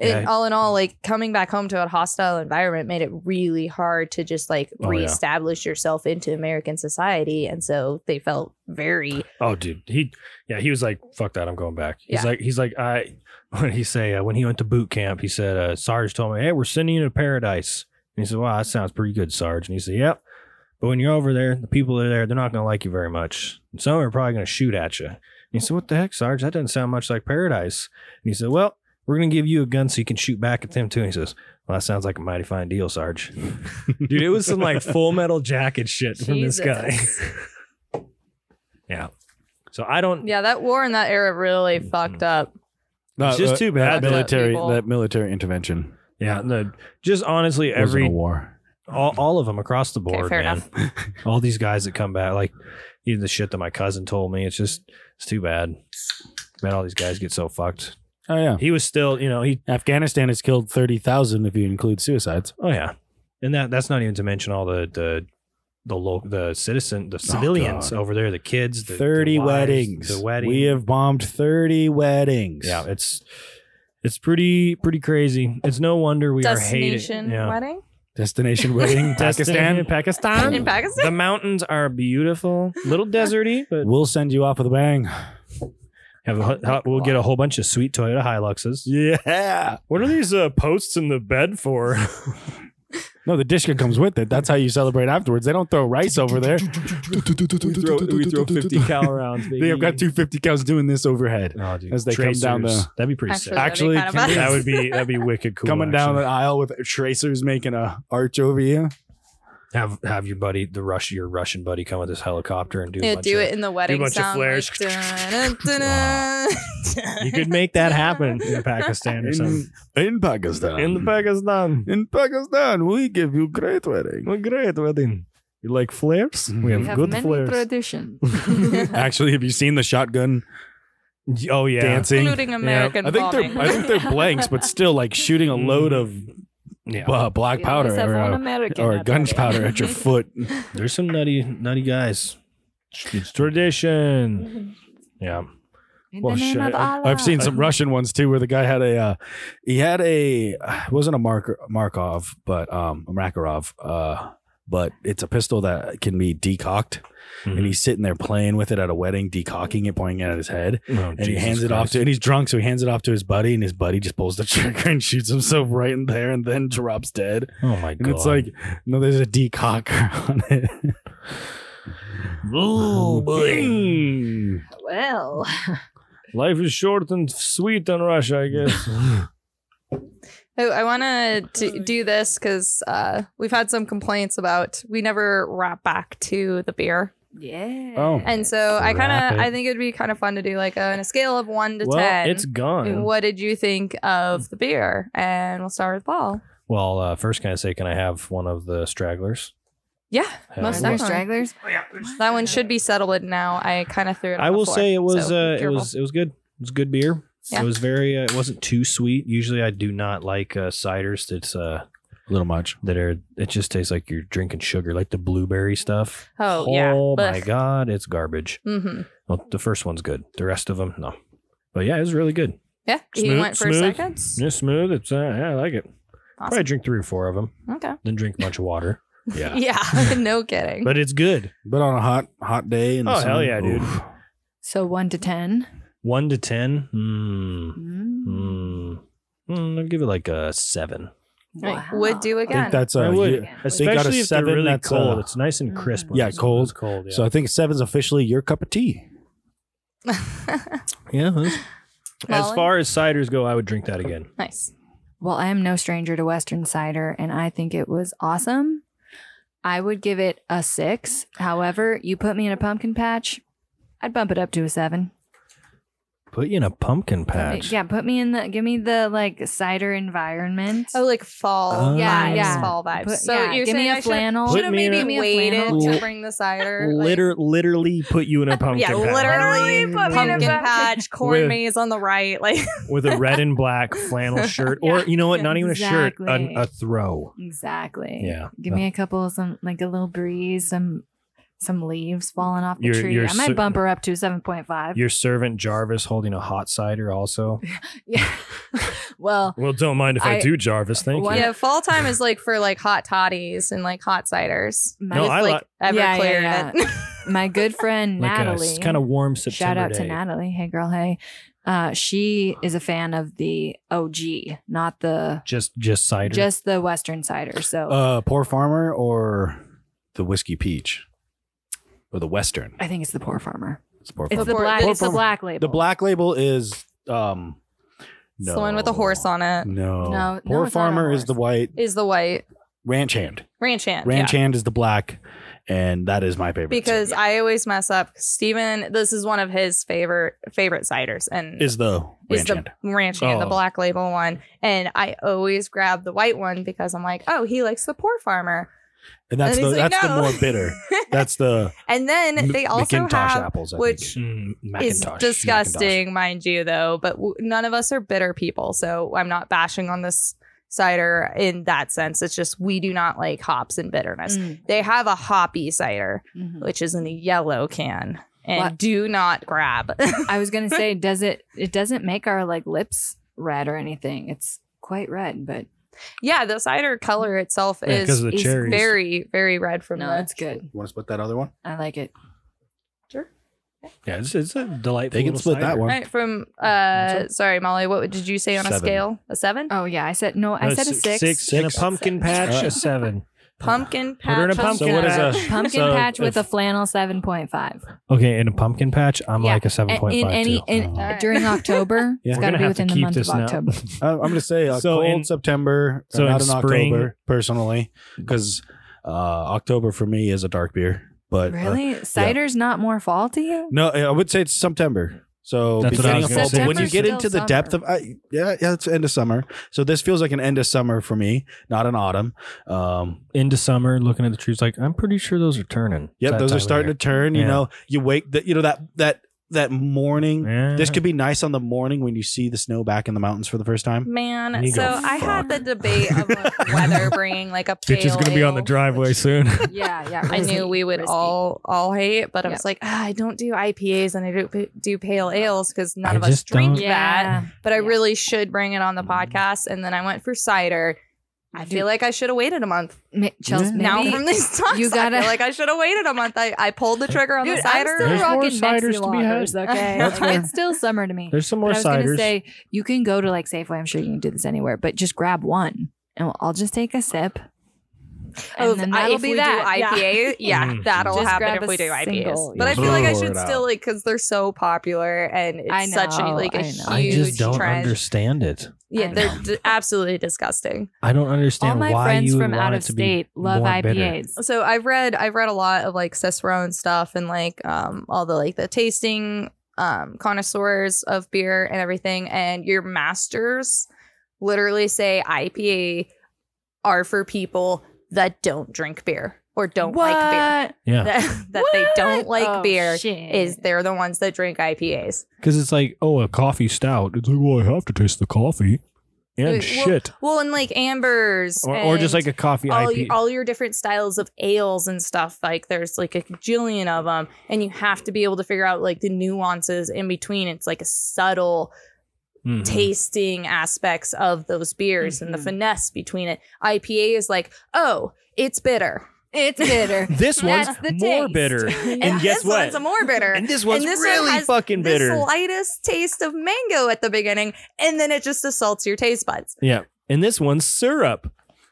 Speaker 2: it,
Speaker 1: Yeah.
Speaker 2: all in all, like coming back home to a hostile environment made it really hard to just like
Speaker 1: Oh, yeah.
Speaker 2: reestablish yourself into American society, and so they felt very
Speaker 1: Oh, dude, he yeah, he was like, "Fuck that, I'm going back." He's
Speaker 2: Yeah.
Speaker 1: like, he's like, I. What did he say uh, when he went to boot camp? He said, uh, "Sarge told me, hey, we're sending you to paradise." And he said, "Wow, that sounds pretty good, Sarge." And he said, "Yep." But when you're over there, the people that are there, they're not going to like you very much. And some are probably going to shoot at you. And he said, "What the heck, Sarge? That doesn't sound much like paradise." And he said, "Well, we're going to give you a gun so you can shoot back at them too." And he says, "Well, that sounds like a mighty fine deal, Sarge." Dude, it was some like Full Metal Jacket shit from this guy. So I don't.
Speaker 2: yeah, that war in that era really
Speaker 1: Mhm.
Speaker 2: fucked up.
Speaker 4: no,
Speaker 1: It's just
Speaker 4: uh,
Speaker 1: too
Speaker 4: that
Speaker 1: bad that-
Speaker 4: military
Speaker 2: People.
Speaker 4: that military intervention
Speaker 1: Yeah, the, just honestly,
Speaker 4: every
Speaker 1: every
Speaker 4: war.
Speaker 1: all, all of them across the board,
Speaker 2: fair
Speaker 1: man. all these guys that come back, like even the shit that my cousin told me, it's just it's too bad. Man, all these guys get so fucked.
Speaker 4: Oh yeah,
Speaker 1: He was still, you know, he
Speaker 4: Afghanistan has killed thirty thousand if you include suicides.
Speaker 1: oh yeah, and that that's not even to mention all the the the lo- the citizen the civilians
Speaker 4: Oh, God.
Speaker 1: over there, the kids, the, the
Speaker 4: Thirty
Speaker 1: wives,
Speaker 4: weddings.
Speaker 1: the wedding.
Speaker 4: We have bombed thirty weddings.
Speaker 1: yeah, it's it's pretty pretty crazy. It's no wonder we are hated.
Speaker 2: Destination wedding
Speaker 4: Destination wedding. Pakistan.
Speaker 1: Pakistan,
Speaker 2: in Pakistan.
Speaker 1: The mountains are beautiful, little deserty, but
Speaker 4: We'll send you off with a bang.
Speaker 1: have a, we'll get a whole bunch of sweet Toyota Hiluxes.
Speaker 4: Yeah.
Speaker 1: What are these uh, posts in the bed for?
Speaker 4: No, the dishka comes with it. That's how you celebrate afterwards. They don't throw rice over there.
Speaker 5: we throw, we throw 50 cal rounds.
Speaker 4: They have got
Speaker 5: baby.
Speaker 4: two fifty cows doing this overhead.
Speaker 1: Oh, dude.
Speaker 4: As they come down the-
Speaker 1: Tracers. that'd be pretty sick.
Speaker 2: Actually, that'd be
Speaker 4: Actually,
Speaker 2: kind of
Speaker 4: can we-
Speaker 2: us.
Speaker 1: That would be that'd be wicked cool.
Speaker 4: Coming down the
Speaker 1: actually.
Speaker 4: aisle with tracers making a arch over you.
Speaker 1: have have your buddy, the Rush, your Russian buddy, come with his helicopter and do. a
Speaker 2: yeah,
Speaker 1: bunch
Speaker 2: do
Speaker 1: of-
Speaker 2: it in the wedding
Speaker 1: bunch of
Speaker 2: sound,
Speaker 1: flares.
Speaker 2: like, dun, dun, dun, dun.
Speaker 1: You could make that happen in Pakistan or something.
Speaker 4: in Pakistan.
Speaker 1: Pakistan,
Speaker 4: in Pakistan, we give you great wedding.
Speaker 1: a great wedding. You like flares?
Speaker 4: We
Speaker 3: We have many traditions.
Speaker 4: Actually, have you seen the shotgun
Speaker 1: oh yeah,
Speaker 4: dancing?
Speaker 2: including American
Speaker 4: I think
Speaker 2: bombing.
Speaker 4: they're I think they're blanks, but still like shooting a load of
Speaker 1: Mm. Yeah.
Speaker 4: uh, black
Speaker 3: We
Speaker 4: powder
Speaker 3: always have
Speaker 4: or,
Speaker 3: one
Speaker 4: uh,
Speaker 3: American
Speaker 4: or
Speaker 3: at
Speaker 4: gunpowder at your foot.
Speaker 1: There's some nutty, nutty guys. It's tradition. Yeah.
Speaker 3: In
Speaker 1: Well,
Speaker 3: the name
Speaker 1: shit,
Speaker 3: of
Speaker 1: I-
Speaker 3: Allah.
Speaker 4: I've seen some Russian ones too, where the guy had a uh, he had a it wasn't a Mark Markov, but um a Makarov, uh, but it's a pistol that can be decocked,
Speaker 1: Mhm.
Speaker 4: and he's sitting there playing with it at a wedding, decocking it, pointing it at his head,
Speaker 1: Oh,
Speaker 4: and he
Speaker 1: Jesus
Speaker 4: hands it off
Speaker 1: Christ.
Speaker 4: to, and he's drunk, so he hands it off to his buddy, and his buddy just pulls the trigger and shoots himself right in there, and then drops dead.
Speaker 1: Oh my
Speaker 4: And
Speaker 1: god!
Speaker 4: it's like, no, there's a decocker on it.
Speaker 1: oh boy,
Speaker 4: Mm.
Speaker 3: Well,
Speaker 1: life is short and sweet in Russia, I guess.
Speaker 2: Oh, I want to do this because uh, we've had some complaints about we never wrap back to the beer,
Speaker 3: yeah.
Speaker 4: Oh.
Speaker 2: and so I kind
Speaker 1: Wrap
Speaker 2: of
Speaker 1: it.
Speaker 2: I think it'd be kind of fun to do like a, on a scale of one to
Speaker 1: well,
Speaker 2: ten.
Speaker 1: it's gone.
Speaker 2: What did you think of the beer? And we'll start with Paul.
Speaker 1: Well, uh, first, can I say, can I have one of the stragglers?
Speaker 2: Yeah,
Speaker 1: Have
Speaker 3: most
Speaker 1: one.
Speaker 3: are
Speaker 2: definitely.
Speaker 3: stragglers.
Speaker 2: that one should be settled now. I kind of threw it. On
Speaker 1: I
Speaker 2: the
Speaker 1: will
Speaker 2: floor,
Speaker 1: say it was
Speaker 2: so be
Speaker 1: uh, it
Speaker 2: careful.
Speaker 1: was it was good. It was good beer.
Speaker 2: Yeah.
Speaker 1: It was very. Uh, it wasn't too sweet. Usually, I do not like uh, ciders that's uh,
Speaker 4: A little much.
Speaker 1: that are. It just tastes like you're drinking sugar, like the blueberry stuff.
Speaker 2: Oh, yeah.
Speaker 1: Oh my
Speaker 2: Ugh.
Speaker 1: god, it's garbage.
Speaker 2: Mhm.
Speaker 1: Well, the first one's good. The rest of them, no. But yeah, it was really good.
Speaker 2: Yeah, he
Speaker 1: Smooth-
Speaker 2: went for
Speaker 1: smooth.
Speaker 2: seconds.
Speaker 1: It's smooth. It's uh, yeah, I like it. Probably
Speaker 2: Awesome.
Speaker 1: drink three or four of them,
Speaker 2: Okay.
Speaker 1: then drink a bunch of water. Yeah,
Speaker 2: Yeah, no kidding.
Speaker 1: but it's good.
Speaker 4: But on a hot, hot day in the
Speaker 1: Oh,
Speaker 4: sun,
Speaker 1: hell yeah, dude.
Speaker 4: oof.
Speaker 3: So one to ten.
Speaker 1: One to ten. Hmm.
Speaker 3: Mm.
Speaker 1: Hmm. Mm, I'll give it like a seven.
Speaker 2: Right. Would do
Speaker 4: I think
Speaker 2: again.
Speaker 4: that's uh, a.
Speaker 1: I would.
Speaker 4: yeah.
Speaker 3: They
Speaker 1: Especially
Speaker 4: got a
Speaker 1: if
Speaker 4: seven,
Speaker 1: they're really
Speaker 4: that's,
Speaker 1: cold.
Speaker 4: uh,
Speaker 1: it's nice and crisp. when
Speaker 4: Yeah,
Speaker 1: it's-
Speaker 4: cold.
Speaker 1: it's cold. Yeah.
Speaker 4: So I think seven's officially your cup of tea.
Speaker 1: yeah. As
Speaker 2: Molly?
Speaker 1: far as ciders go, I would drink that again.
Speaker 2: nice.
Speaker 3: Well, I am no stranger to Western cider, and I think it was awesome. I would give it a six. However, you put me in a pumpkin patch, I'd bump it up to a seven.
Speaker 1: Put you in a pumpkin
Speaker 3: Put me-
Speaker 1: patch.
Speaker 3: Yeah, put me in the give me the like cider environment.
Speaker 2: Oh, like fall
Speaker 1: Oh.
Speaker 3: Yeah,
Speaker 2: vibes,
Speaker 3: yeah.
Speaker 2: fall vibes.
Speaker 3: Put-
Speaker 2: so
Speaker 3: yeah,
Speaker 2: you're
Speaker 3: give
Speaker 2: saying
Speaker 3: me
Speaker 2: I
Speaker 3: a flannel.
Speaker 2: Should
Speaker 1: Put
Speaker 2: have
Speaker 1: me in a-
Speaker 2: maybe
Speaker 3: Give me a
Speaker 2: waited
Speaker 3: flannel.
Speaker 2: to bring the cider. like-
Speaker 1: Liter- literally put you in a pumpkin
Speaker 2: yeah,
Speaker 1: patch.
Speaker 2: literally,
Speaker 3: Literally put me in a
Speaker 2: pumpkin patch, corn
Speaker 1: With-
Speaker 2: maze on the right. Like
Speaker 1: With a red and black flannel shirt. Or, you know what? Not even a shirt,
Speaker 3: Exactly.
Speaker 1: an, a throw.
Speaker 3: Exactly.
Speaker 1: Yeah.
Speaker 3: Give me a couple of some like a little breeze, some some leaves falling off the
Speaker 1: You're-
Speaker 3: tree.
Speaker 1: you're
Speaker 3: I might
Speaker 1: so-
Speaker 3: bump her up to seven point five.
Speaker 1: Your servant Jarvis holding a hot cider also.
Speaker 3: Yeah. well,
Speaker 1: Well, don't mind if I,
Speaker 3: I-
Speaker 1: do, Jarvis. Thank
Speaker 3: One-
Speaker 1: you.
Speaker 2: yeah, fall time is like for like hot toddies and like hot ciders.
Speaker 3: my,
Speaker 1: No,
Speaker 2: With,
Speaker 1: I
Speaker 2: like
Speaker 3: li- Yeah, yeah,
Speaker 2: Everclear
Speaker 3: yeah.
Speaker 2: in it.
Speaker 3: my good friend
Speaker 1: Like a
Speaker 3: Natalie.
Speaker 1: kind of warm September
Speaker 3: shout out to
Speaker 1: day.
Speaker 3: Natalie. Hey girl, hey. Uh, she is a fan of the OG, not the
Speaker 1: Just, just cider.
Speaker 3: just the Western cider. So
Speaker 4: Uh, poor farmer or the whiskey peach, or the western.
Speaker 3: I think it's the poor farmer.
Speaker 4: It's poor
Speaker 3: It's
Speaker 4: farmer.
Speaker 3: the
Speaker 2: poor-
Speaker 3: black.
Speaker 2: the-
Speaker 3: It's the black label.
Speaker 4: The black label is um,
Speaker 2: It's the one with the horse on it.
Speaker 1: Mm.
Speaker 4: No,
Speaker 3: No, no,
Speaker 4: Poor
Speaker 3: it's not a
Speaker 4: farmer is
Speaker 3: horse.
Speaker 4: the white.
Speaker 2: Is the white
Speaker 4: Ranch hand.
Speaker 2: ranch hand.
Speaker 4: Ranch
Speaker 2: yeah.
Speaker 4: hand is the black, and that is my favorite.
Speaker 2: Because
Speaker 4: too.
Speaker 2: I always mess up. Steven, this is one of his favorite favorite ciders, and
Speaker 4: is the
Speaker 2: is
Speaker 4: ranch
Speaker 2: the
Speaker 4: hand.
Speaker 2: ranch hand, the
Speaker 4: Oh.
Speaker 2: black label one. And I always grab the white one because I'm like, oh, he likes the poor farmer.
Speaker 4: And that's
Speaker 2: and
Speaker 4: the
Speaker 2: he's like,
Speaker 4: that's the
Speaker 2: "No."
Speaker 4: more bitter. That's the
Speaker 2: And then they
Speaker 4: M-
Speaker 2: also
Speaker 4: Macintosh
Speaker 2: have,
Speaker 4: apples, I
Speaker 2: which
Speaker 4: think.
Speaker 1: Mm,
Speaker 2: is
Speaker 1: Macintosh.
Speaker 2: disgusting, mind you, though, but w- none of us are bitter people. So I'm not bashing on this cider in that sense. It's just we do not like hops and bitterness.
Speaker 3: Mm,
Speaker 2: They have a hoppy cider,
Speaker 3: mhm.
Speaker 2: which is in a yellow can. And
Speaker 3: What?
Speaker 2: do not grab.
Speaker 3: I was gonna say, does it? It doesn't make our like lips red or anything. It's quite red, but
Speaker 2: yeah, the cider color itself
Speaker 1: Yeah, 'cause
Speaker 2: is,
Speaker 1: of the
Speaker 3: is
Speaker 1: cherries.
Speaker 2: very, very red from
Speaker 3: no,
Speaker 2: the
Speaker 3: it's good.
Speaker 4: You want to split that other one?
Speaker 3: I like it.
Speaker 1: Yeah, it's, it's a delightful.
Speaker 4: They can
Speaker 1: little
Speaker 4: split
Speaker 1: cider.
Speaker 4: that one.
Speaker 2: All right, from
Speaker 1: That's
Speaker 2: uh, sorry, Molly, what did you say on a
Speaker 4: Seven.
Speaker 2: scale? A seven?
Speaker 3: Oh yeah, I said no. I
Speaker 1: No,
Speaker 3: said a six.
Speaker 1: Six and a
Speaker 4: Six.
Speaker 1: pumpkin patch, a
Speaker 4: Uh,
Speaker 1: seven.
Speaker 2: Pumpkin patch.
Speaker 1: Put her in a
Speaker 2: on
Speaker 1: pumpkin
Speaker 4: So what is
Speaker 1: patch.
Speaker 4: a-
Speaker 3: Pumpkin
Speaker 4: So
Speaker 3: patch with
Speaker 4: if-
Speaker 3: a flannel, seven point five.
Speaker 1: Okay, in a pumpkin patch, I'm
Speaker 3: Yeah,
Speaker 1: like a seven
Speaker 3: In
Speaker 1: point five
Speaker 3: any in,
Speaker 2: Alright.
Speaker 3: during October,
Speaker 1: Yeah.
Speaker 3: it's
Speaker 1: We're gonna
Speaker 3: got to be
Speaker 1: have to
Speaker 3: within the
Speaker 1: keep
Speaker 3: month of
Speaker 1: this now.
Speaker 3: October.
Speaker 4: I- I'm gonna say a
Speaker 1: So
Speaker 4: cold
Speaker 1: in-
Speaker 4: September,
Speaker 1: so
Speaker 4: so
Speaker 1: in
Speaker 4: not in
Speaker 1: spring-
Speaker 4: October personally, because uh, October for me is a dark beer. But uh,
Speaker 3: Really, cider's not more fall to you?
Speaker 4: no, I would say it's September. So
Speaker 1: That's what I
Speaker 4: beginning
Speaker 1: was
Speaker 4: of
Speaker 1: gonna
Speaker 4: fall, but
Speaker 1: say.
Speaker 4: when you
Speaker 3: September's
Speaker 4: get
Speaker 3: still
Speaker 4: into the
Speaker 3: summer.
Speaker 4: depth of I, yeah, yeah, it's end of summer. So this feels like an end of summer for me, not an autumn. Um,
Speaker 1: into summer, looking at the trees, like I'm pretty sure those are turning.
Speaker 4: Yep, those are starting to turn. You
Speaker 1: Yeah.
Speaker 4: know, you wake that you know that that
Speaker 6: that morning.
Speaker 1: Yeah.
Speaker 6: This could be nice on the morning when you see the snow back in the mountains for the first time.
Speaker 2: Man,
Speaker 1: You
Speaker 2: so
Speaker 1: go,
Speaker 2: I had the debate of like, whether bringing like a pale
Speaker 1: Bitch is gonna be on the
Speaker 2: ale,
Speaker 1: driveway
Speaker 2: which
Speaker 1: soon.
Speaker 3: Yeah, yeah.
Speaker 2: I knew we would
Speaker 3: risky.
Speaker 2: all all hate, but I
Speaker 3: Yep.
Speaker 2: was like, ah, I don't do IPAs and I don't do pale ales because none
Speaker 1: I
Speaker 2: of us
Speaker 1: just
Speaker 2: drink
Speaker 1: don't- Mm-hmm.
Speaker 2: that.
Speaker 3: Yeah.
Speaker 2: But I
Speaker 3: Yeah.
Speaker 2: really should bring it on the podcast. And then I went for cider. I
Speaker 3: Dude.
Speaker 2: feel like I should have waited a month.
Speaker 3: Ma- Chels, maybe,
Speaker 2: now from these talks,
Speaker 3: you gotta-
Speaker 2: I feel like I should have waited a month. I, I pulled the trigger on
Speaker 3: Dude,
Speaker 2: the cider.
Speaker 3: I'm
Speaker 1: There's
Speaker 3: still
Speaker 1: more
Speaker 3: rocking
Speaker 1: ciders
Speaker 3: Mexican
Speaker 1: to be had.
Speaker 3: lagers, okay?
Speaker 2: That's
Speaker 1: fair.
Speaker 3: it's still summer to me.
Speaker 1: There's some
Speaker 3: But
Speaker 1: more
Speaker 3: I was gonna
Speaker 1: ciders.
Speaker 3: say you can go to like Safeway. I'm sure you can do this anywhere, but just grab one, and I'll just take a sip.
Speaker 2: Oh,
Speaker 3: And then
Speaker 2: I-
Speaker 3: that'll
Speaker 2: if
Speaker 3: be
Speaker 2: we
Speaker 3: that.
Speaker 2: do IPA, yeah,
Speaker 1: Mm.
Speaker 2: that'll
Speaker 3: Just grab
Speaker 2: happen
Speaker 3: a
Speaker 2: if we do
Speaker 3: single.
Speaker 2: IPAs. But I feel like I
Speaker 4: Pour
Speaker 2: should
Speaker 4: it
Speaker 2: still
Speaker 4: out.
Speaker 2: like because they're so popular and it's
Speaker 3: I
Speaker 2: such a,
Speaker 3: know,
Speaker 2: like a
Speaker 3: I
Speaker 2: huge
Speaker 3: know.
Speaker 1: I just don't
Speaker 2: trend.
Speaker 1: understand it.
Speaker 2: Yeah,
Speaker 3: I
Speaker 2: they're
Speaker 3: know.
Speaker 2: d- absolutely disgusting.
Speaker 1: I don't
Speaker 3: All
Speaker 1: understand
Speaker 3: my
Speaker 1: why
Speaker 3: friends
Speaker 1: you would
Speaker 3: from
Speaker 1: want
Speaker 3: out
Speaker 1: it
Speaker 3: of
Speaker 1: to be
Speaker 3: state love
Speaker 1: more bitter.
Speaker 3: IPAs.
Speaker 2: So I've read I've read a lot of like Cicero and stuff and like um all the like the tasting um connoisseurs of beer and everything and your masters literally say IPA are for people that don't drink beer or don't like beer.
Speaker 1: Yeah,
Speaker 2: that, that they don't like
Speaker 3: Oh,
Speaker 2: beer
Speaker 3: shit.
Speaker 2: is they're the ones that drink IPAs.
Speaker 1: because it's like, oh, a coffee stout. It's like, well, I have to taste the coffee and
Speaker 2: Well,
Speaker 1: shit,
Speaker 2: Well, and like ambers,
Speaker 1: or, or just
Speaker 2: and
Speaker 1: like a coffee
Speaker 2: all,
Speaker 1: IPA.
Speaker 2: all your different styles of ales and stuff. Like there's like a jillion of them, and you have to be able to figure out like the nuances in between. It's like a subtle
Speaker 1: Mhm.
Speaker 2: tasting aspects of those beers and the
Speaker 3: Mhm.
Speaker 2: finesse between it. IPA is like, oh, it's bitter.
Speaker 3: It's bitter.
Speaker 1: This one's
Speaker 3: That's the
Speaker 1: more
Speaker 3: taste.
Speaker 1: bitter, and, guess
Speaker 2: this
Speaker 1: what?
Speaker 2: one's a more bitter.
Speaker 1: and this one's
Speaker 2: and this one
Speaker 1: really
Speaker 2: has
Speaker 1: fucking bitter.
Speaker 2: the slightest taste of mango at the beginning, and then it just assaults your taste buds.
Speaker 1: yeah, and this one's syrup.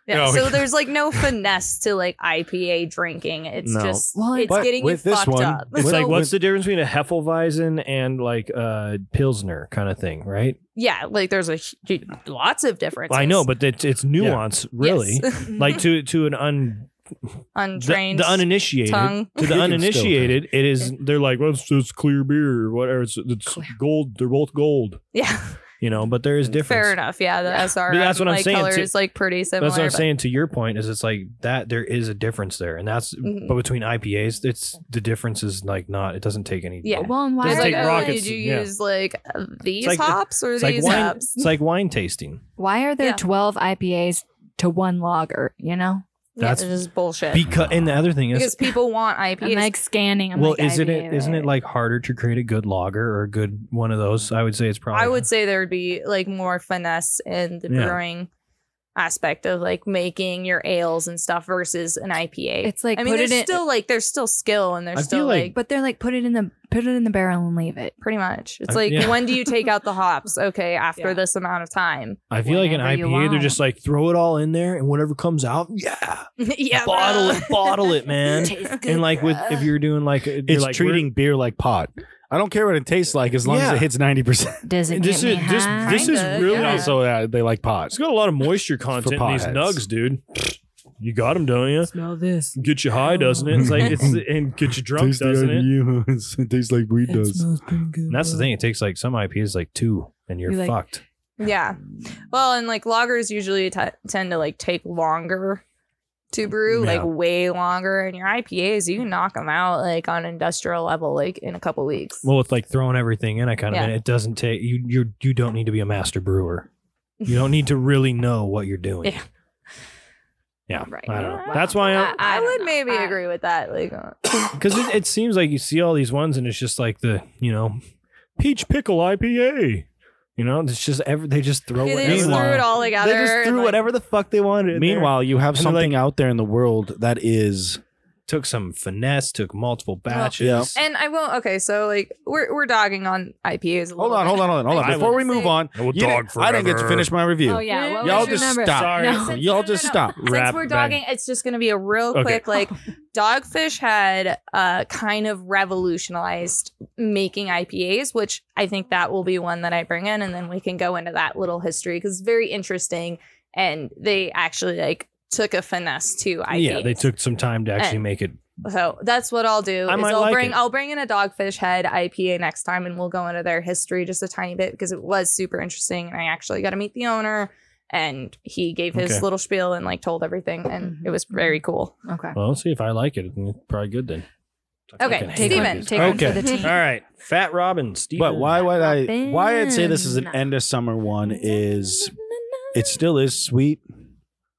Speaker 2: Yeah.
Speaker 1: Oh,
Speaker 2: so
Speaker 1: yeah.
Speaker 2: there's like no finesse to like IPA drinking. It's
Speaker 4: No.
Speaker 2: just
Speaker 3: Well,
Speaker 2: it's
Speaker 4: but
Speaker 2: getting you
Speaker 4: with this
Speaker 2: fucked
Speaker 4: one,
Speaker 2: up.
Speaker 1: It's
Speaker 4: Well,
Speaker 3: Oh,
Speaker 1: like, what's
Speaker 4: with-
Speaker 1: the difference between a Hefeweizen and like a Pilsner kind of thing, right?
Speaker 2: yeah, like there's a hu- lots of differences.
Speaker 1: I know, but it's, it's nuance, really.
Speaker 2: Yes.
Speaker 1: like to to an un the,
Speaker 2: untrained
Speaker 1: the uninitiated
Speaker 2: tongue.
Speaker 1: to the
Speaker 4: You can
Speaker 1: uninitiated, it is they're like, well, it's, it's clear beer or whatever. It's, it's gold. They're both gold,
Speaker 2: Yeah,
Speaker 1: you know. But there is difference.
Speaker 2: fair enough. Yeah, the SR
Speaker 1: But that's what I'm
Speaker 2: like,
Speaker 1: saying,
Speaker 2: color
Speaker 1: too.
Speaker 2: is like pretty similar.
Speaker 1: that's what I'm
Speaker 2: but-
Speaker 1: saying. To your point, is it's like that. There is a difference there, and that's
Speaker 2: Mhm.
Speaker 1: but between IPAs, it's the difference is like not. It doesn't take any.
Speaker 2: Yeah.
Speaker 3: Well, and why
Speaker 1: Doesn't
Speaker 2: It's
Speaker 1: take
Speaker 2: like,
Speaker 3: are,
Speaker 2: oh,
Speaker 1: rockets,
Speaker 2: did you
Speaker 1: yeah.
Speaker 2: use like uh, these
Speaker 1: like-
Speaker 2: hops or
Speaker 1: It's
Speaker 2: these
Speaker 1: like wine.
Speaker 2: hops?
Speaker 1: It's like wine tasting
Speaker 3: why are there
Speaker 2: Yeah.
Speaker 3: 12 IPAs to one lager? You know,
Speaker 1: that's-
Speaker 2: yeah, this is bullshit.
Speaker 1: because. And the other thing is,
Speaker 2: because people want
Speaker 3: I'm
Speaker 2: IPAs.
Speaker 3: like scanning. I'm
Speaker 1: well,
Speaker 3: like,
Speaker 1: isn't
Speaker 3: IPA,
Speaker 1: it isn't it like harder to create a good lager or a good one of those? I would say it's probably.
Speaker 2: I would say there would be like more finesse in the
Speaker 1: Yeah.
Speaker 2: brewing aspect of like making your ales and stuff versus an IPA.
Speaker 3: It's like
Speaker 2: I mean,
Speaker 3: put
Speaker 2: there's
Speaker 3: it in-
Speaker 2: still like there's still skill and
Speaker 1: I
Speaker 2: there's
Speaker 1: feel
Speaker 2: still
Speaker 1: like-
Speaker 2: like,
Speaker 3: but they're like put it in the put it in the barrel and leave it.
Speaker 2: pretty much. It's
Speaker 1: I-
Speaker 2: like
Speaker 1: yeah.
Speaker 2: when do you take out the hops? Okay, after
Speaker 3: Yeah.
Speaker 2: this amount of time.
Speaker 1: I feel like an
Speaker 3: whenever you
Speaker 1: IPA. They're
Speaker 3: want.
Speaker 1: just like throw it all in there, and whatever comes out, yeah,
Speaker 2: yeah,
Speaker 1: bottle
Speaker 2: bruh.
Speaker 1: it, bottle it, man.
Speaker 3: Tastes good,
Speaker 1: and like with
Speaker 3: bruh.
Speaker 1: if you're doing like you're
Speaker 4: It's
Speaker 1: like,
Speaker 4: treating beer like pot. I don't care what it tastes like as long as
Speaker 1: Yeah.
Speaker 4: it hits ninety percent.
Speaker 3: does it
Speaker 1: this
Speaker 3: get
Speaker 1: is
Speaker 3: me
Speaker 1: this
Speaker 3: high?
Speaker 1: this is
Speaker 2: Kinda,
Speaker 1: really
Speaker 2: yeah.
Speaker 1: it's-
Speaker 4: So yeah, they like pot.
Speaker 1: it's got a lot of moisture content in these
Speaker 4: potheads.
Speaker 1: nugs, dude. You got them, don't you? Smell this. Get you high, doesn't it? It's like it's and get you drunk, doesn't it?
Speaker 4: it tastes like weed does.
Speaker 1: And that's the thing. It takes like some IPAs like two, and you're,
Speaker 3: You're like-
Speaker 1: fucked.
Speaker 2: Yeah. Well, and like lagers usually t- tend to like take longer to brew,
Speaker 1: Yeah.
Speaker 2: like way longer. And your IPAs, you can knock them out like on industrial level, like in a couple weeks.
Speaker 1: Well, with like throwing everything in, I kind of
Speaker 2: Yeah.
Speaker 1: it doesn't take you. You you don't need to be a master brewer. You don't need to really know what you're doing.
Speaker 2: Yeah.
Speaker 1: Yeah,
Speaker 3: Right.
Speaker 1: I don't know. That's why I'm,
Speaker 2: I,
Speaker 3: I don't
Speaker 2: would
Speaker 3: know.
Speaker 2: maybe
Speaker 3: I-
Speaker 2: agree with that. Like, uh,
Speaker 1: Because it, it seems like you see all these ones, and it's just like the you know, peach pickle IPA. You know, it's just every they just throw
Speaker 2: yeah, they
Speaker 1: whatever.
Speaker 2: just threw it all together.
Speaker 1: uh, they just
Speaker 2: and,
Speaker 1: threw
Speaker 2: like-
Speaker 1: whatever the fuck they wanted. in there.
Speaker 4: Meanwhile, you have
Speaker 1: And they're like-
Speaker 4: something out there in the world that is
Speaker 1: took some finesse, took multiple batches.
Speaker 4: yeah.
Speaker 2: And I won't. Okay, so like we're we're dogging on IPAs. A
Speaker 4: Hold
Speaker 2: little
Speaker 4: on,
Speaker 2: bit.
Speaker 4: hold on, hold on, hold on.
Speaker 2: I
Speaker 4: Before
Speaker 2: will
Speaker 4: we move
Speaker 2: say-
Speaker 4: on,
Speaker 1: I will
Speaker 4: you didn't-
Speaker 1: dog
Speaker 4: I didn't get to
Speaker 1: forever.
Speaker 4: finish my review.
Speaker 3: Oh yeah, what was
Speaker 4: Y'all
Speaker 3: your
Speaker 4: just
Speaker 3: number?
Speaker 4: stop.
Speaker 3: No.
Speaker 4: Sorry. Y'all just stop.
Speaker 2: Since
Speaker 1: Wrap
Speaker 2: we're
Speaker 1: back.
Speaker 2: dogging, it's just going to be a real
Speaker 1: Okay.
Speaker 2: quick like Dogfish had uh, kind of revolutionized making IPAs, which I think that will be one that I bring in, and then we can go into that little history because it's very interesting. And they actually like took a finesse to IPAs.
Speaker 1: yeah, they took some time to actually
Speaker 2: And-
Speaker 1: make it.
Speaker 2: So that's what I'll do.
Speaker 1: I
Speaker 2: is
Speaker 1: might
Speaker 2: I'll
Speaker 1: like
Speaker 2: bring
Speaker 1: it.
Speaker 2: I'll bring in a Dogfish Head IPA next time, and we'll go into their history just a tiny bit because it was super interesting, and I actually got to meet the owner, and he gave his
Speaker 1: Okay.
Speaker 2: little spiel and like told everything, and
Speaker 3: Mhm.
Speaker 2: it was very cool.
Speaker 3: Okay.
Speaker 1: Well, let's see if I like it. It's probably good then. I
Speaker 2: Okay,
Speaker 1: fucking hate my
Speaker 3: take
Speaker 2: Steven.
Speaker 3: one,
Speaker 1: business.
Speaker 3: take one for the team.
Speaker 1: All right, Fat Robin, Steven.
Speaker 6: But why would I?
Speaker 3: Robin.
Speaker 6: Why I'd say this is an end of summer one is it still is sweet,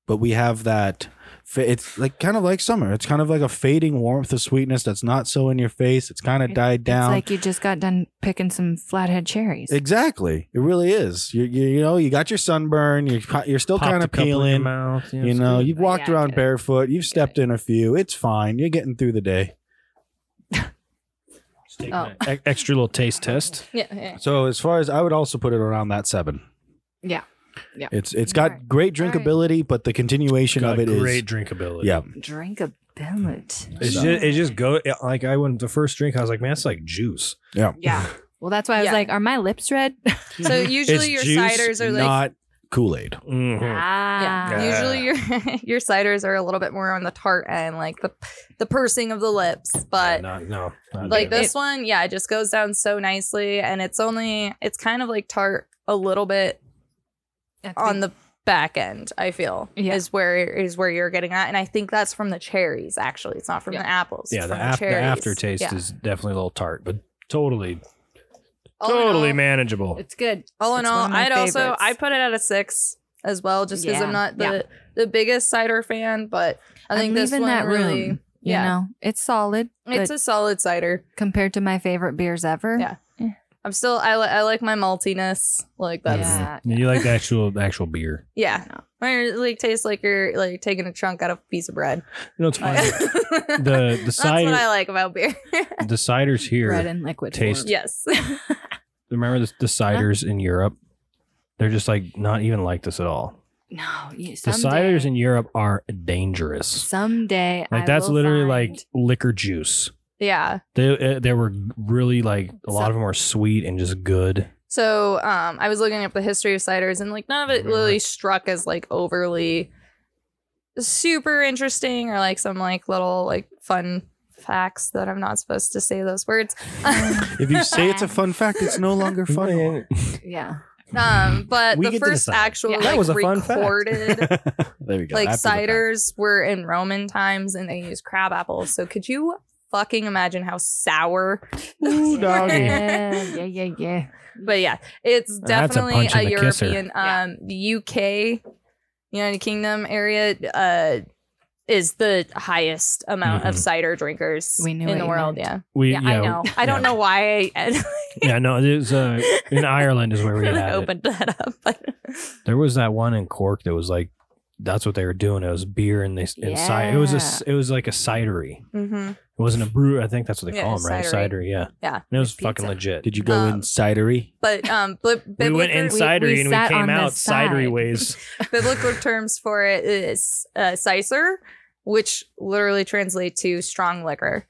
Speaker 6: but we have that. fa- It's like kind of like summer. It's kind of like a fading warmth of sweetness that's not so in your face. It's kind of died
Speaker 3: It's
Speaker 6: down.
Speaker 3: like you just got done picking some flathead cherries.
Speaker 6: exactly, it really is. You, you you know you got your sunburn. You're ki- you're still
Speaker 1: Popped
Speaker 6: kind
Speaker 1: a
Speaker 6: of
Speaker 1: couple in your
Speaker 6: peeling.
Speaker 1: mouth,
Speaker 6: You know
Speaker 1: it's
Speaker 6: you've walked
Speaker 2: Yeah,
Speaker 6: around
Speaker 2: good.
Speaker 6: barefoot. You've stepped in a few. It's fine. You're getting through the day.
Speaker 1: good. Just
Speaker 3: Oh.
Speaker 1: taking an e- extra little taste test.
Speaker 2: Yeah, yeah.
Speaker 6: So as far as I would also put it around that seven.
Speaker 3: Yeah. Yeah.
Speaker 6: It's it's got
Speaker 3: Alright.
Speaker 6: great
Speaker 3: Alright.
Speaker 6: drinkability, but the continuation
Speaker 1: Got
Speaker 6: of it is
Speaker 1: great drinkability.
Speaker 6: yeah.
Speaker 3: Drinkability.
Speaker 1: It's just, it just go it- like I went the first drink. I was like, man, it's like juice.
Speaker 2: yeah.
Speaker 3: Well, that's why I was
Speaker 2: Yeah.
Speaker 3: like, are my lips red?
Speaker 2: So usually your
Speaker 6: it's
Speaker 2: ciders are like
Speaker 6: not Kool Aid.
Speaker 1: Mhm.
Speaker 3: Ah.
Speaker 2: yeah.
Speaker 1: Yeah.
Speaker 2: Usually your your ciders are a little bit more on the tart end, like the the pursing of the lips, but
Speaker 1: Not- no, not
Speaker 2: like
Speaker 1: good.
Speaker 2: this one, yeah, it just goes down so nicely and it's only it's kind of like tart a little bit on the back end, I feel.
Speaker 3: Yeah.
Speaker 2: Is where is where you're getting at. And I think that's from the cherries actually. It's not from
Speaker 3: Yeah.
Speaker 2: the apples.
Speaker 1: Yeah,
Speaker 2: it's
Speaker 1: the,
Speaker 2: from
Speaker 1: af- the
Speaker 2: cherries.
Speaker 1: aftertaste
Speaker 2: Yeah.
Speaker 1: is definitely a little tart, but totally,
Speaker 2: All in
Speaker 1: totally
Speaker 2: all-
Speaker 1: manageable.
Speaker 3: It's good.
Speaker 2: All in
Speaker 3: It's one
Speaker 2: all,
Speaker 3: of my
Speaker 2: I'd also
Speaker 3: favorites.
Speaker 2: I put it at a six as well, just because
Speaker 3: Yeah.
Speaker 2: I'm not the the biggest cider fan, but I
Speaker 3: I'm
Speaker 2: think this
Speaker 3: leaving
Speaker 2: one
Speaker 3: that
Speaker 2: really,
Speaker 3: room,
Speaker 2: yeah.
Speaker 3: You know, it's solid.
Speaker 2: it's
Speaker 3: but
Speaker 2: a solid cider.
Speaker 3: compared to my favorite beers ever.
Speaker 2: Yeah. I'm still I, li- I like my maltiness, like that's yeah.
Speaker 3: Yeah.
Speaker 1: You like the actual the actual beer?
Speaker 2: Mine, like tastes like you're like taking a chunk out of a piece of bread.
Speaker 1: You know, it's
Speaker 2: Like-
Speaker 1: funny. the the
Speaker 2: that's what I
Speaker 1: cider
Speaker 2: like about beer.
Speaker 1: the ciders here.
Speaker 3: Red and liquid.
Speaker 1: Taste.
Speaker 3: form.
Speaker 2: yes,
Speaker 1: Remember the, the ciders in Europe? They're just like not even like this at all.
Speaker 3: No, you,
Speaker 1: The
Speaker 3: someday,
Speaker 1: ciders in Europe are dangerous.
Speaker 3: someday.
Speaker 1: Like
Speaker 3: I
Speaker 1: that's
Speaker 3: will
Speaker 1: literally
Speaker 3: find-
Speaker 1: like liquor juice.
Speaker 2: yeah.
Speaker 1: They uh, they were really like a lot
Speaker 2: So-
Speaker 1: of them were sweet and just good.
Speaker 2: So um, I was looking up the history of ciders, and like none of it really struck as like overly super interesting or like some like little like fun facts that I'm not supposed to say those words.
Speaker 6: If you say it's a fun fact, it's no longer fun.
Speaker 3: yeah.
Speaker 2: um, but
Speaker 1: We
Speaker 2: the
Speaker 1: get to
Speaker 2: first
Speaker 1: decide.
Speaker 2: actual
Speaker 3: Yeah.
Speaker 2: like,
Speaker 1: That was a fun fact.
Speaker 2: recorded
Speaker 6: there we go.
Speaker 2: like
Speaker 6: After the fact.
Speaker 2: ciders were in Roman times, and they used crab apples. So could you? Fucking imagine how sour,
Speaker 1: Ooh, doggy.
Speaker 3: yeah, yeah, yeah, yeah.
Speaker 2: but yeah, it's
Speaker 1: That's a
Speaker 2: definitely
Speaker 1: punch
Speaker 2: a,
Speaker 1: in the kisser.
Speaker 2: European, um, UK, United Kingdom area, uh, is the highest amount of
Speaker 1: Mhm.
Speaker 2: cider drinkers
Speaker 3: We knew
Speaker 2: in
Speaker 3: what
Speaker 2: the
Speaker 3: you
Speaker 2: world.
Speaker 3: meant.
Speaker 2: Yeah.
Speaker 1: We
Speaker 2: yeah, I know. I don't
Speaker 1: yeah.
Speaker 2: know why I,
Speaker 1: Yeah, no, there's uh, in Ireland is where we
Speaker 2: really
Speaker 1: had it.
Speaker 2: opened that up, but
Speaker 1: There was that one in Cork that was like, that's what they were doing. It was beer and they and cider. It was a it was like a cidery.
Speaker 2: Mhm.
Speaker 1: It wasn't a brew. I think that's what they
Speaker 2: Yeah,
Speaker 1: call them, right?
Speaker 2: cidery.
Speaker 1: Cider, yeah.
Speaker 2: Yeah,
Speaker 1: And it was
Speaker 3: pizza.
Speaker 1: fucking legit.
Speaker 6: Did you go
Speaker 2: Um,
Speaker 6: in cidery?
Speaker 2: but um, bib-
Speaker 1: we went
Speaker 2: biblical-
Speaker 1: in cidery
Speaker 3: we
Speaker 1: and
Speaker 3: sat
Speaker 1: we
Speaker 3: on
Speaker 1: came
Speaker 3: the
Speaker 1: out cidery
Speaker 3: side.
Speaker 1: ways.
Speaker 2: biblical terms for it is uh, sicer, which literally translates to strong liquor.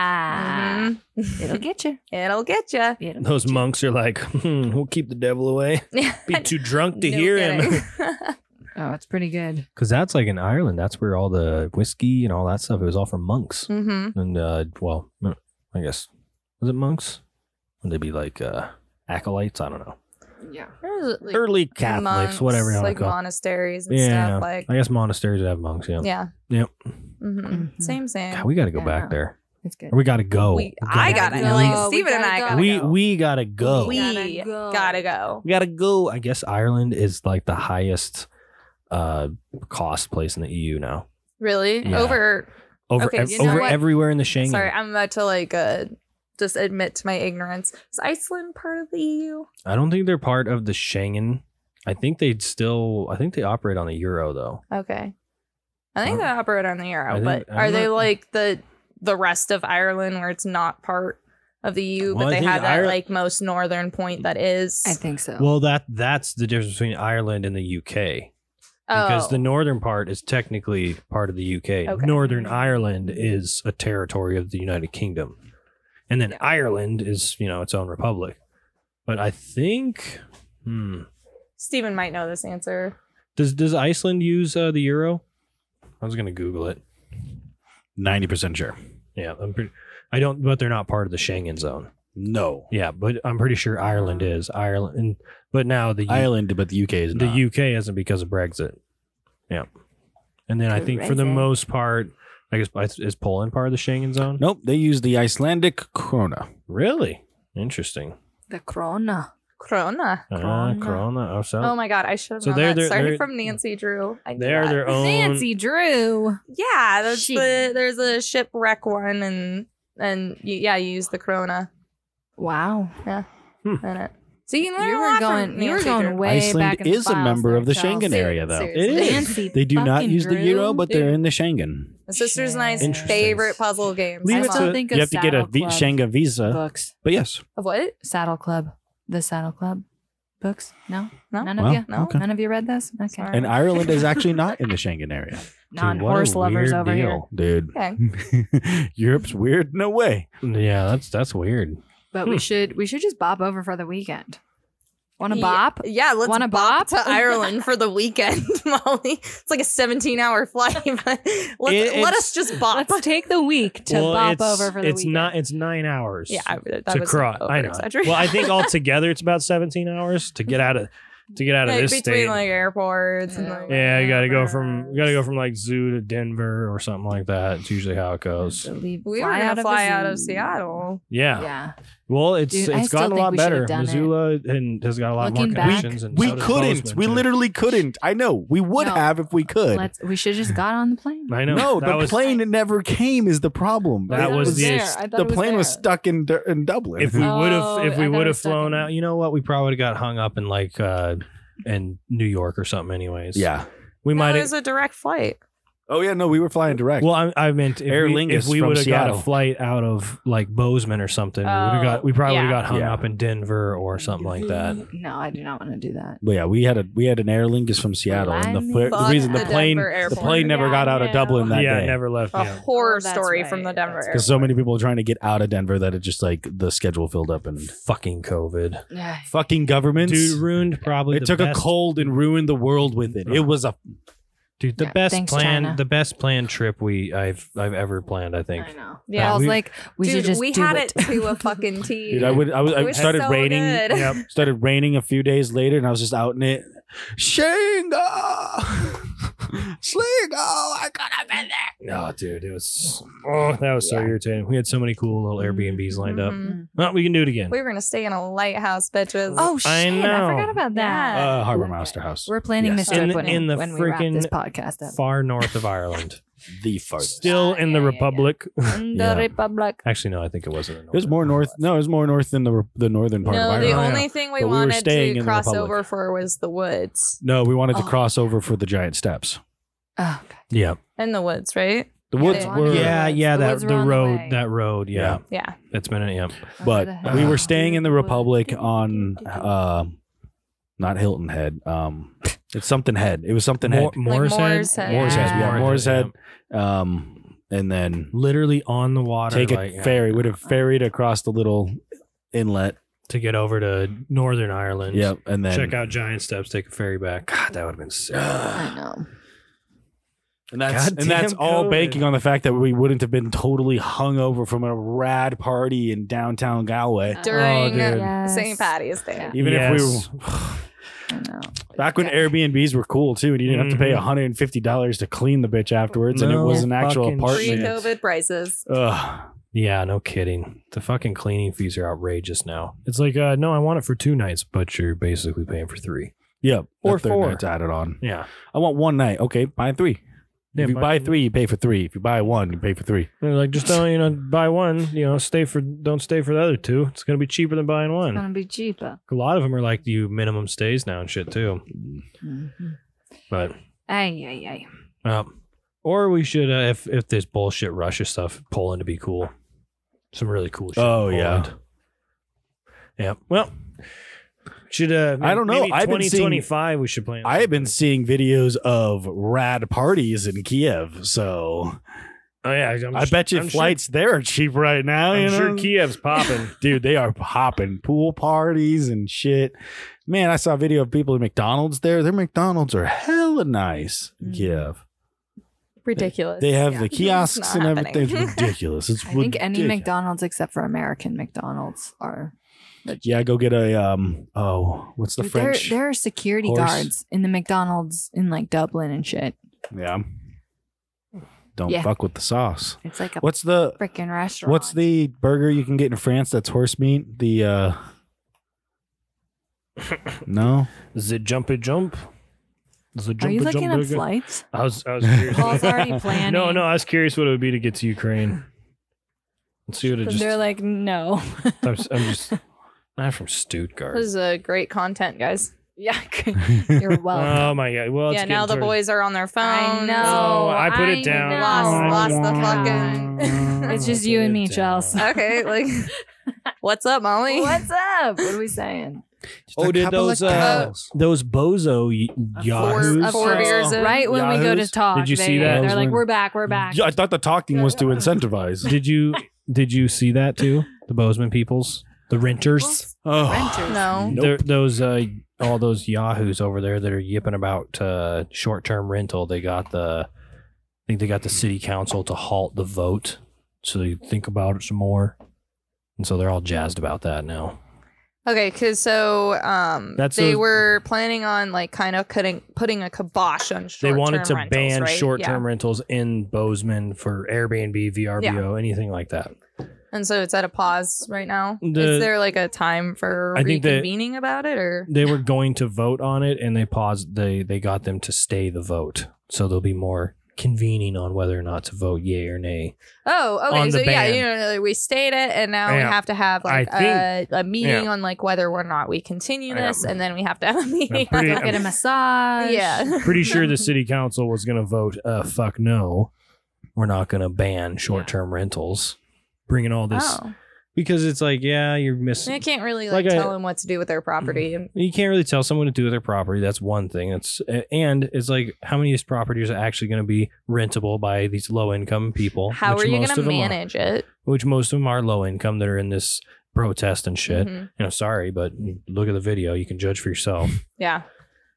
Speaker 3: Ah,
Speaker 2: Mhm.
Speaker 3: it'll get you.
Speaker 2: It'll get you.
Speaker 3: It'll
Speaker 1: Those monks are like, hmm, we'll keep the devil away. Be too drunk to hear him.
Speaker 3: Oh, it's pretty good.
Speaker 1: Because that's like in Ireland. That's where all the whiskey and all that stuff. It was all from monks.
Speaker 2: hmm
Speaker 1: And uh, well, I guess was it monks? Would they be like uh, acolytes? I don't know.
Speaker 3: Yeah.
Speaker 1: Early Catholics, whatever you want
Speaker 2: like
Speaker 1: to call. it.
Speaker 2: monasteries and
Speaker 1: Yeah,
Speaker 2: stuff.
Speaker 1: yeah.
Speaker 2: Like,
Speaker 1: I guess monasteries would have monks. Yeah.
Speaker 2: yeah,
Speaker 1: Yep.
Speaker 2: hmm
Speaker 3: Mhm.
Speaker 2: same, same.
Speaker 1: God, we got to go
Speaker 3: Yeah.
Speaker 1: back there.
Speaker 3: It's good.
Speaker 1: Or we got to go.
Speaker 2: We- I
Speaker 3: gotta
Speaker 2: gotta,
Speaker 3: go.
Speaker 2: like
Speaker 3: We
Speaker 2: Steven and
Speaker 3: gotta
Speaker 2: I
Speaker 3: go.
Speaker 2: gotta
Speaker 1: We
Speaker 2: go.
Speaker 1: we gotta go.
Speaker 2: we
Speaker 3: Gotta go.
Speaker 2: gotta go.
Speaker 1: we gotta go. I guess Ireland is like the highest uh cost place in the EU now.
Speaker 2: Really?
Speaker 1: Yeah.
Speaker 2: Over.
Speaker 1: Over
Speaker 2: Okay,
Speaker 1: ev-
Speaker 2: you know
Speaker 1: over
Speaker 2: what?
Speaker 1: everywhere in the Schengen.
Speaker 2: Sorry, I'm about to like uh, just admit to my ignorance. Is Iceland part of the E EU?
Speaker 1: I don't think they're part of the Schengen. I think they'd still I think they operate on the euro though.
Speaker 2: Okay. I think
Speaker 1: Oh.
Speaker 2: they operate on the
Speaker 1: I
Speaker 2: euro,
Speaker 1: think-
Speaker 2: but
Speaker 1: I'm
Speaker 2: are they
Speaker 1: not-
Speaker 2: like the the rest of Ireland where it's not part of the EU,
Speaker 1: Well, I
Speaker 2: but they
Speaker 1: think
Speaker 2: have that
Speaker 1: Ire-
Speaker 2: like most northern point that is?
Speaker 3: I think so.
Speaker 1: Well, that that's the difference between Ireland and the UK because
Speaker 2: Oh.
Speaker 1: the northern part is technically part of the UK.
Speaker 2: Okay.
Speaker 1: Northern Ireland is a territory of the United Kingdom, and then Ireland is you know its own republic. But I think, hmm,
Speaker 2: Steven might know this answer.
Speaker 1: does does Iceland use uh, the euro? I was gonna Google it.
Speaker 6: Ninety percent sure.
Speaker 1: Yeah, I'm pretty. I don't, but they're not part of the Schengen zone.
Speaker 6: No,
Speaker 1: Yeah, but I'm pretty sure
Speaker 2: Oh.
Speaker 1: Ireland is Ireland, and, but now the U-
Speaker 6: Ireland, but the UK is
Speaker 1: the
Speaker 6: not.
Speaker 1: UK isn't because of Brexit. Yeah. And then I think for the
Speaker 3: Brexit.
Speaker 1: most part, I guess is- is Poland part of the Schengen zone?
Speaker 4: Nope, they use the Icelandic krona.
Speaker 1: Really? Interesting.
Speaker 3: The Corona.
Speaker 2: Corona.
Speaker 1: Ah,
Speaker 3: Corona.
Speaker 1: Corona. Oh, so
Speaker 2: Oh my god, I should have
Speaker 1: So
Speaker 2: known
Speaker 1: they're-
Speaker 2: that.
Speaker 1: they're-
Speaker 2: Started
Speaker 1: they're-
Speaker 2: from Nancy Drew. I knew
Speaker 1: they are
Speaker 2: that.
Speaker 1: their own.
Speaker 3: Nancy Drew.
Speaker 2: Yeah, that's
Speaker 3: She-
Speaker 2: the, there's a shipwreck one, and and you, yeah, you use the Corona
Speaker 3: Wow.
Speaker 2: in it. So you can learn
Speaker 3: You
Speaker 2: a
Speaker 3: were
Speaker 2: lot
Speaker 3: going.
Speaker 2: from
Speaker 3: You were
Speaker 2: Nancy Drew.
Speaker 3: going way
Speaker 4: Iceland
Speaker 3: back. in the
Speaker 4: is a
Speaker 3: files
Speaker 4: member
Speaker 3: there,
Speaker 4: of the
Speaker 3: Charles.
Speaker 4: Schengen area, though.
Speaker 1: It is.
Speaker 3: Nancy
Speaker 4: They do not
Speaker 3: fucking
Speaker 4: use the
Speaker 3: Drew.
Speaker 4: euro, but they're
Speaker 2: Dude.
Speaker 4: in the Schengen.
Speaker 2: My sister's and I's
Speaker 1: Interesting.
Speaker 2: favorite puzzle game.
Speaker 3: Leave
Speaker 2: I
Speaker 3: it
Speaker 2: love
Speaker 3: to-
Speaker 2: it.
Speaker 3: think
Speaker 4: you
Speaker 3: of
Speaker 4: have to get a
Speaker 3: Saddle
Speaker 4: v-
Speaker 3: Club.
Speaker 4: Schengen visa.
Speaker 3: books.
Speaker 4: But yes,
Speaker 2: Of what?
Speaker 3: Saddle Club. The Saddle Club books. No,
Speaker 2: No?
Speaker 3: none of
Speaker 4: Well,
Speaker 3: you.
Speaker 2: No.
Speaker 4: okay.
Speaker 3: None of you read this. Okay,
Speaker 2: Sorry.
Speaker 4: and Ireland is actually not in the Schengen area,
Speaker 3: non
Speaker 1: Dude, what a
Speaker 3: horse lovers
Speaker 1: weird
Speaker 3: over here.
Speaker 1: deal.
Speaker 4: dude.
Speaker 2: Okay.
Speaker 4: Europe's weird in a way.
Speaker 1: Yeah, that's that's weird.
Speaker 3: But
Speaker 1: Hmm.
Speaker 3: we should we should just bop over for the weekend. Want to
Speaker 2: Ye-
Speaker 3: bop?
Speaker 2: Yeah, let's
Speaker 3: Wanna
Speaker 2: bop,
Speaker 3: bop?
Speaker 2: to Ireland for the weekend, Molly. It's like a 17 hour flight, but let's,
Speaker 1: It-
Speaker 2: let
Speaker 1: it's-
Speaker 2: us just bop.
Speaker 3: Let's take the week to
Speaker 1: well,
Speaker 3: bop
Speaker 1: it's,
Speaker 3: over for the
Speaker 1: it's
Speaker 3: weekend.
Speaker 1: not. It's nine hours.
Speaker 2: Yeah, I- that
Speaker 1: to
Speaker 2: was
Speaker 1: cross. I know.
Speaker 2: over-exaggerated.
Speaker 1: Well, I think altogether it's about seventeen hours to get out of to get out of
Speaker 2: Like,
Speaker 1: this
Speaker 2: between
Speaker 1: state.
Speaker 2: like airports and like,
Speaker 1: yeah, you got to go
Speaker 2: whatever.
Speaker 1: from you got to go from like zoo to Denver or something like that. It's usually how it goes.
Speaker 3: We
Speaker 2: We were gonna fly out of Seattle.
Speaker 1: Yeah.
Speaker 3: Yeah.
Speaker 1: Well, it's
Speaker 3: Dude, I
Speaker 1: it's
Speaker 3: still
Speaker 1: gotten a
Speaker 3: think
Speaker 1: lot
Speaker 3: we should've
Speaker 1: better.
Speaker 3: done it.
Speaker 1: Missoula and has got a lot
Speaker 3: Looking
Speaker 1: more
Speaker 3: back-
Speaker 1: connections. and
Speaker 4: We
Speaker 1: so does
Speaker 4: couldn't.
Speaker 1: Bozeman,
Speaker 4: We
Speaker 1: too.
Speaker 4: literally couldn't. I know. We would
Speaker 3: No.
Speaker 4: have if we could.
Speaker 3: Let's. We should just got on the plane.
Speaker 1: I know.
Speaker 4: no,
Speaker 1: that
Speaker 4: the
Speaker 1: was,
Speaker 4: plane never came. Is the problem.
Speaker 1: That
Speaker 4: It
Speaker 1: was the-
Speaker 4: there.
Speaker 1: I
Speaker 4: the plane was stuck in Dur- in Dublin.
Speaker 1: If we would have,
Speaker 3: Oh,
Speaker 1: if
Speaker 3: I
Speaker 1: we would
Speaker 3: thought it
Speaker 1: have
Speaker 3: was stuck
Speaker 1: flown
Speaker 3: in-
Speaker 1: out, you know what? We probably got hung up in like uh in New York or something. Anyways,
Speaker 4: yeah.
Speaker 1: we
Speaker 2: No,
Speaker 1: might
Speaker 2: it
Speaker 1: have.
Speaker 2: was a direct flight.
Speaker 4: Oh yeah, no, we were flying direct.
Speaker 1: Well, I, I meant if
Speaker 4: Aer
Speaker 1: we,
Speaker 4: Lingus
Speaker 1: if we
Speaker 4: from
Speaker 1: would have got a
Speaker 4: Seattle.
Speaker 1: flight out of like Bozeman or something, we would
Speaker 2: Oh,
Speaker 1: have got we probably
Speaker 2: yeah.
Speaker 1: would've got hung
Speaker 4: Yeah.
Speaker 1: up in Denver or something like that.
Speaker 3: No, I do not want to do that.
Speaker 4: But yeah, we had a we had an Aer Lingus from Seattle, and the,
Speaker 3: Remind
Speaker 4: fl-
Speaker 3: me
Speaker 4: the
Speaker 2: Fuck
Speaker 4: reason the
Speaker 2: the
Speaker 4: plane
Speaker 2: Denver
Speaker 4: the
Speaker 2: airport.
Speaker 4: plane never
Speaker 3: Yeah,
Speaker 4: got out
Speaker 3: I
Speaker 4: of Dublin
Speaker 3: know.
Speaker 4: that
Speaker 1: yeah,
Speaker 4: day
Speaker 1: it never left.
Speaker 2: A
Speaker 1: yeah.
Speaker 2: horror
Speaker 3: Oh, that's
Speaker 2: story
Speaker 3: right,
Speaker 2: from the Denver
Speaker 3: that's
Speaker 2: airport.
Speaker 4: because so many people were trying to get out of Denver that it just like the schedule filled up and
Speaker 1: Fucking COVID,
Speaker 3: Yeah.
Speaker 4: fucking governments.
Speaker 1: dude, ruined probably.
Speaker 4: it
Speaker 1: the
Speaker 4: took
Speaker 1: best-
Speaker 4: a cold and ruined the world with it. It was a
Speaker 1: dude. The
Speaker 3: Yeah,
Speaker 1: best
Speaker 3: thanks,
Speaker 1: plan,
Speaker 3: China.
Speaker 1: the best planned trip we I've I've ever planned. I think.
Speaker 3: I know.
Speaker 2: Yeah.
Speaker 3: I was
Speaker 1: We-
Speaker 3: like, we
Speaker 2: Dude,
Speaker 3: should just
Speaker 2: we
Speaker 3: do
Speaker 2: had
Speaker 3: it.
Speaker 2: it. to a fucking T.
Speaker 4: dude. I would I, was,
Speaker 2: It
Speaker 4: I
Speaker 2: was
Speaker 4: started
Speaker 2: so
Speaker 4: raining.
Speaker 2: good.
Speaker 1: Yep.
Speaker 4: Started raining a few days later, and I was just out in it. Shinga, Slingo, I could have been there.
Speaker 1: No, dude, it was oh, that was so
Speaker 4: Yeah.
Speaker 1: irritating. We had so many cool little Airbnbs lined
Speaker 3: Mm-hmm.
Speaker 1: up.
Speaker 2: Mhm.
Speaker 1: Well, we can do it again.
Speaker 2: We were gonna stay in a lighthouse, bitches.
Speaker 3: Oh shit!
Speaker 1: I
Speaker 3: I,
Speaker 1: know.
Speaker 3: forgot about that.
Speaker 2: Yeah.
Speaker 4: Uh, Harbor Master House,
Speaker 3: We're planning
Speaker 4: Yes.
Speaker 3: this trip
Speaker 1: In the-
Speaker 3: when,
Speaker 1: in the
Speaker 3: when we wrap
Speaker 1: freaking
Speaker 3: this podcast up.
Speaker 1: Far north of Ireland,
Speaker 4: the farthest.
Speaker 1: still
Speaker 3: Ah, Yeah,
Speaker 1: in the
Speaker 3: yeah, yeah, yeah.
Speaker 1: Republic.
Speaker 3: In
Speaker 4: Yeah.
Speaker 3: Republic.
Speaker 1: Actually, no, I think it wasn't. in
Speaker 4: It was more north. No, it was more north than the the northern part of
Speaker 2: no, the
Speaker 4: Ireland.
Speaker 2: only thing we
Speaker 4: But we were
Speaker 2: wanted
Speaker 4: staying in
Speaker 2: to
Speaker 4: the
Speaker 2: cross
Speaker 4: Republic.
Speaker 2: over for was the woods.
Speaker 4: no, we wanted to
Speaker 3: Oh.
Speaker 4: cross over for the giant steps.
Speaker 3: Oh, God.
Speaker 1: Yeah,
Speaker 2: In the woods, right?
Speaker 4: The
Speaker 3: Yeah,
Speaker 4: woods
Speaker 3: they
Speaker 4: were,
Speaker 3: wanted to-
Speaker 1: yeah, yeah.
Speaker 3: The
Speaker 1: That
Speaker 3: woods
Speaker 1: the,
Speaker 3: were on the
Speaker 1: road,
Speaker 3: way.
Speaker 1: that road. Yeah,
Speaker 4: Yeah.
Speaker 2: Yeah.
Speaker 1: it's been an yeah.
Speaker 4: but
Speaker 3: Over the
Speaker 4: we
Speaker 1: hill.
Speaker 4: were staying in the Republic on,
Speaker 3: Doo-doo-doo-doo-doo.
Speaker 4: uh, not Hilton Head. Um, it's something head. It was something
Speaker 1: Mor-
Speaker 4: head.
Speaker 1: Moore's
Speaker 2: like
Speaker 1: Head.
Speaker 2: Moore's Head.
Speaker 4: Moore's Head.
Speaker 3: Yeah.
Speaker 4: Yeah, Moore's
Speaker 1: Yeah.
Speaker 4: Head. Um, and then
Speaker 1: literally on the water.
Speaker 4: take a
Speaker 1: like, yeah,
Speaker 4: ferry. Would have ferried across the little inlet.
Speaker 1: to get over to Northern Ireland.
Speaker 4: Yep, and then
Speaker 1: Check out Giant Steps. Take a ferry back. God, that would have been sick.
Speaker 3: I know.
Speaker 4: And that's
Speaker 1: Goddamn
Speaker 4: and that's all
Speaker 1: COVID.
Speaker 4: banking on the fact that we wouldn't have been totally hung over from a rad party in downtown Galway.
Speaker 2: During
Speaker 1: Oh, dude.
Speaker 3: Yes.
Speaker 2: St. Patty's Day.
Speaker 3: Yeah.
Speaker 4: Even
Speaker 1: Yes.
Speaker 4: if we
Speaker 3: I know.
Speaker 4: were back when Airbnbs were cool too, and you didn't have to pay
Speaker 1: Mhm.
Speaker 4: one hundred and fifty dollars to clean the bitch afterwards, and it
Speaker 1: No
Speaker 4: was an actual
Speaker 1: fucking
Speaker 4: apartment.
Speaker 1: shit.
Speaker 2: Pre-COVID prices.
Speaker 4: Ugh.
Speaker 1: Yeah, no kidding. The fucking cleaning fees are outrageous now. It's like, uh, no, I want it for two nights, but you're basically paying for three.
Speaker 4: Yep.
Speaker 1: Or
Speaker 4: That third
Speaker 1: four.
Speaker 4: night's added on.
Speaker 1: Yeah.
Speaker 4: I want one night. Okay, buy three.
Speaker 1: Yeah,
Speaker 4: if you
Speaker 1: buy
Speaker 4: buy
Speaker 1: three.
Speaker 4: three, you pay for three. If you buy one, you pay for three.
Speaker 1: They're like, just don't, you know, buy one, you know, stay for, don't stay for the other two. It's going to be cheaper than buying
Speaker 3: It's
Speaker 1: one.
Speaker 3: gonna be cheaper.
Speaker 1: A lot of them are like you minimum stays now and shit too. Hmm. But,
Speaker 3: Ay, ay, ay.
Speaker 1: um, or we should, uh, if, if this bullshit Russia stuff, Poland to be cool. Some really cool shit. in
Speaker 4: Oh, yeah.
Speaker 1: Poland. Yeah. Well, should, uh,
Speaker 4: I don't know.
Speaker 1: maybe
Speaker 4: I've been seeing-
Speaker 1: 2025 we should plan.
Speaker 4: I have been seeing videos of rad parties in Kiev, so
Speaker 1: Oh, yeah. I'm
Speaker 4: I
Speaker 1: sh-
Speaker 4: bet you
Speaker 1: I'm sure
Speaker 4: flights there are cheap right now.
Speaker 1: I'm
Speaker 4: you
Speaker 1: sure
Speaker 4: know?
Speaker 1: Kiev's popping.
Speaker 4: Dude, they are popping pool parties and shit. Man, I saw a video of people at McDonald's there. Their McDonald's are hella nice in
Speaker 3: Mhm.
Speaker 4: Kiev.
Speaker 2: Ridiculous.
Speaker 4: They have
Speaker 3: Yeah.
Speaker 4: the
Speaker 2: It's
Speaker 4: kiosks
Speaker 2: not
Speaker 4: and
Speaker 2: happening.
Speaker 4: everything. It's ridiculous. It's
Speaker 3: I think any
Speaker 4: ridiculous.
Speaker 3: McDonald's except for American McDonald's are.
Speaker 4: Yeah, go get a um oh, what's the
Speaker 3: Dude,
Speaker 4: French?
Speaker 3: there, there are security
Speaker 4: horse.
Speaker 3: guards in the McDonald's in like Dublin and shit.
Speaker 4: Yeah. don't
Speaker 3: Yeah.
Speaker 4: fuck with the sauce.
Speaker 3: It's like a
Speaker 4: What's the
Speaker 3: freaking restaurant.
Speaker 4: what's the burger you can get in France that's horse meat? The uh No.
Speaker 1: The jumpy jump. The
Speaker 3: Are
Speaker 1: jumpy
Speaker 3: you looking
Speaker 1: jump
Speaker 3: up
Speaker 1: burger.
Speaker 3: flights?
Speaker 1: I was, I was curious.
Speaker 3: Paul's already planning.
Speaker 1: no, no, I was curious what it would be to get to Ukraine. Let's see what it just.
Speaker 3: They're like, no.
Speaker 1: I'm, s- I'm just. I'm from Stuttgart.
Speaker 2: This is a great content, guys. Yeah.
Speaker 3: You're welcome.
Speaker 1: Oh my god! Well, it's
Speaker 2: yeah. Now the
Speaker 1: getting towards-
Speaker 2: boys are on their
Speaker 3: I
Speaker 2: phones.
Speaker 3: know.
Speaker 1: Oh, I put it
Speaker 3: I
Speaker 1: down.
Speaker 3: know.
Speaker 2: Lost, lost the fucking.
Speaker 3: God. It's just
Speaker 1: Put
Speaker 3: you
Speaker 1: it
Speaker 3: and me,
Speaker 1: down.
Speaker 3: Chels.
Speaker 2: okay. Like, what's up, Molly?
Speaker 3: What's up? What are we saying?
Speaker 6: Oh, did those? Uh,
Speaker 1: Those bozo y- yahoos.
Speaker 2: Four, four beers. in.
Speaker 3: Right when we go to
Speaker 4: Yahoos?
Speaker 3: talk,
Speaker 1: Did you
Speaker 3: they,
Speaker 1: see that?
Speaker 4: I was
Speaker 3: They're like,
Speaker 4: wondering.
Speaker 3: we're back, we're back.
Speaker 4: Yeah, I thought the talking was to incentivize.
Speaker 1: Did you did you see that too? The Bozeman peoples, the renters,
Speaker 4: Oh.
Speaker 3: Renters.
Speaker 2: No.
Speaker 1: They're- those uh, all those yahoos over there that are yipping about uh, short term rental. They got the, I think they got the city council to halt the vote, so they think about it some more, and so they're all jazzed about that now.
Speaker 2: Okay, because so um,
Speaker 1: That's
Speaker 2: they
Speaker 1: a-
Speaker 2: were planning on like kind of cutting, putting a kibosh on short.
Speaker 1: they wanted to
Speaker 2: rentals,
Speaker 1: ban
Speaker 2: right?
Speaker 1: short term rentals in Bozeman for Airbnb, VRBO, anything like that.
Speaker 2: Yeah. And so it's at a pause right now.
Speaker 1: The-
Speaker 2: Is there like a time for
Speaker 1: I think that-
Speaker 2: reconvening about it, or
Speaker 1: They were going to vote on it, and they paused. They they got them to stay the vote, so there'll be more convening on whether or not to vote yay or nay.
Speaker 2: oh, okay,
Speaker 1: On
Speaker 2: so
Speaker 1: the
Speaker 2: yeah,
Speaker 1: ban.
Speaker 2: you know, like, we stayed it, and now we
Speaker 1: Yeah.
Speaker 2: have to have
Speaker 1: I
Speaker 2: like
Speaker 1: think-
Speaker 2: a, a meeting
Speaker 1: yeah.
Speaker 2: on like whether or not we continue
Speaker 1: Yeah.
Speaker 2: this, and then we have to have a meeting.
Speaker 1: pretty-
Speaker 2: on,
Speaker 3: Get a
Speaker 2: like,
Speaker 3: massage.
Speaker 2: yeah.
Speaker 1: Pretty sure the city council was going to vote, uh, fuck no, we're not going to ban short term rentals. Bringing all this
Speaker 2: Oh,
Speaker 1: because it's like, yeah, you're missing.
Speaker 2: I can't really like,
Speaker 1: Like I-
Speaker 2: tell them what to do with their property. And
Speaker 1: You can't really tell someone to do with their property. That's one thing. It's and it's like how many of these properties are actually going to be rentable by these low income people?
Speaker 2: how
Speaker 1: which
Speaker 2: are you
Speaker 1: most
Speaker 2: going to
Speaker 1: of them are-
Speaker 2: manage it?
Speaker 1: which most of them are low income that are in this protest and shit.
Speaker 2: Mhm.
Speaker 1: You know, sorry, but you look at the video. You can judge for yourself.
Speaker 2: Yeah.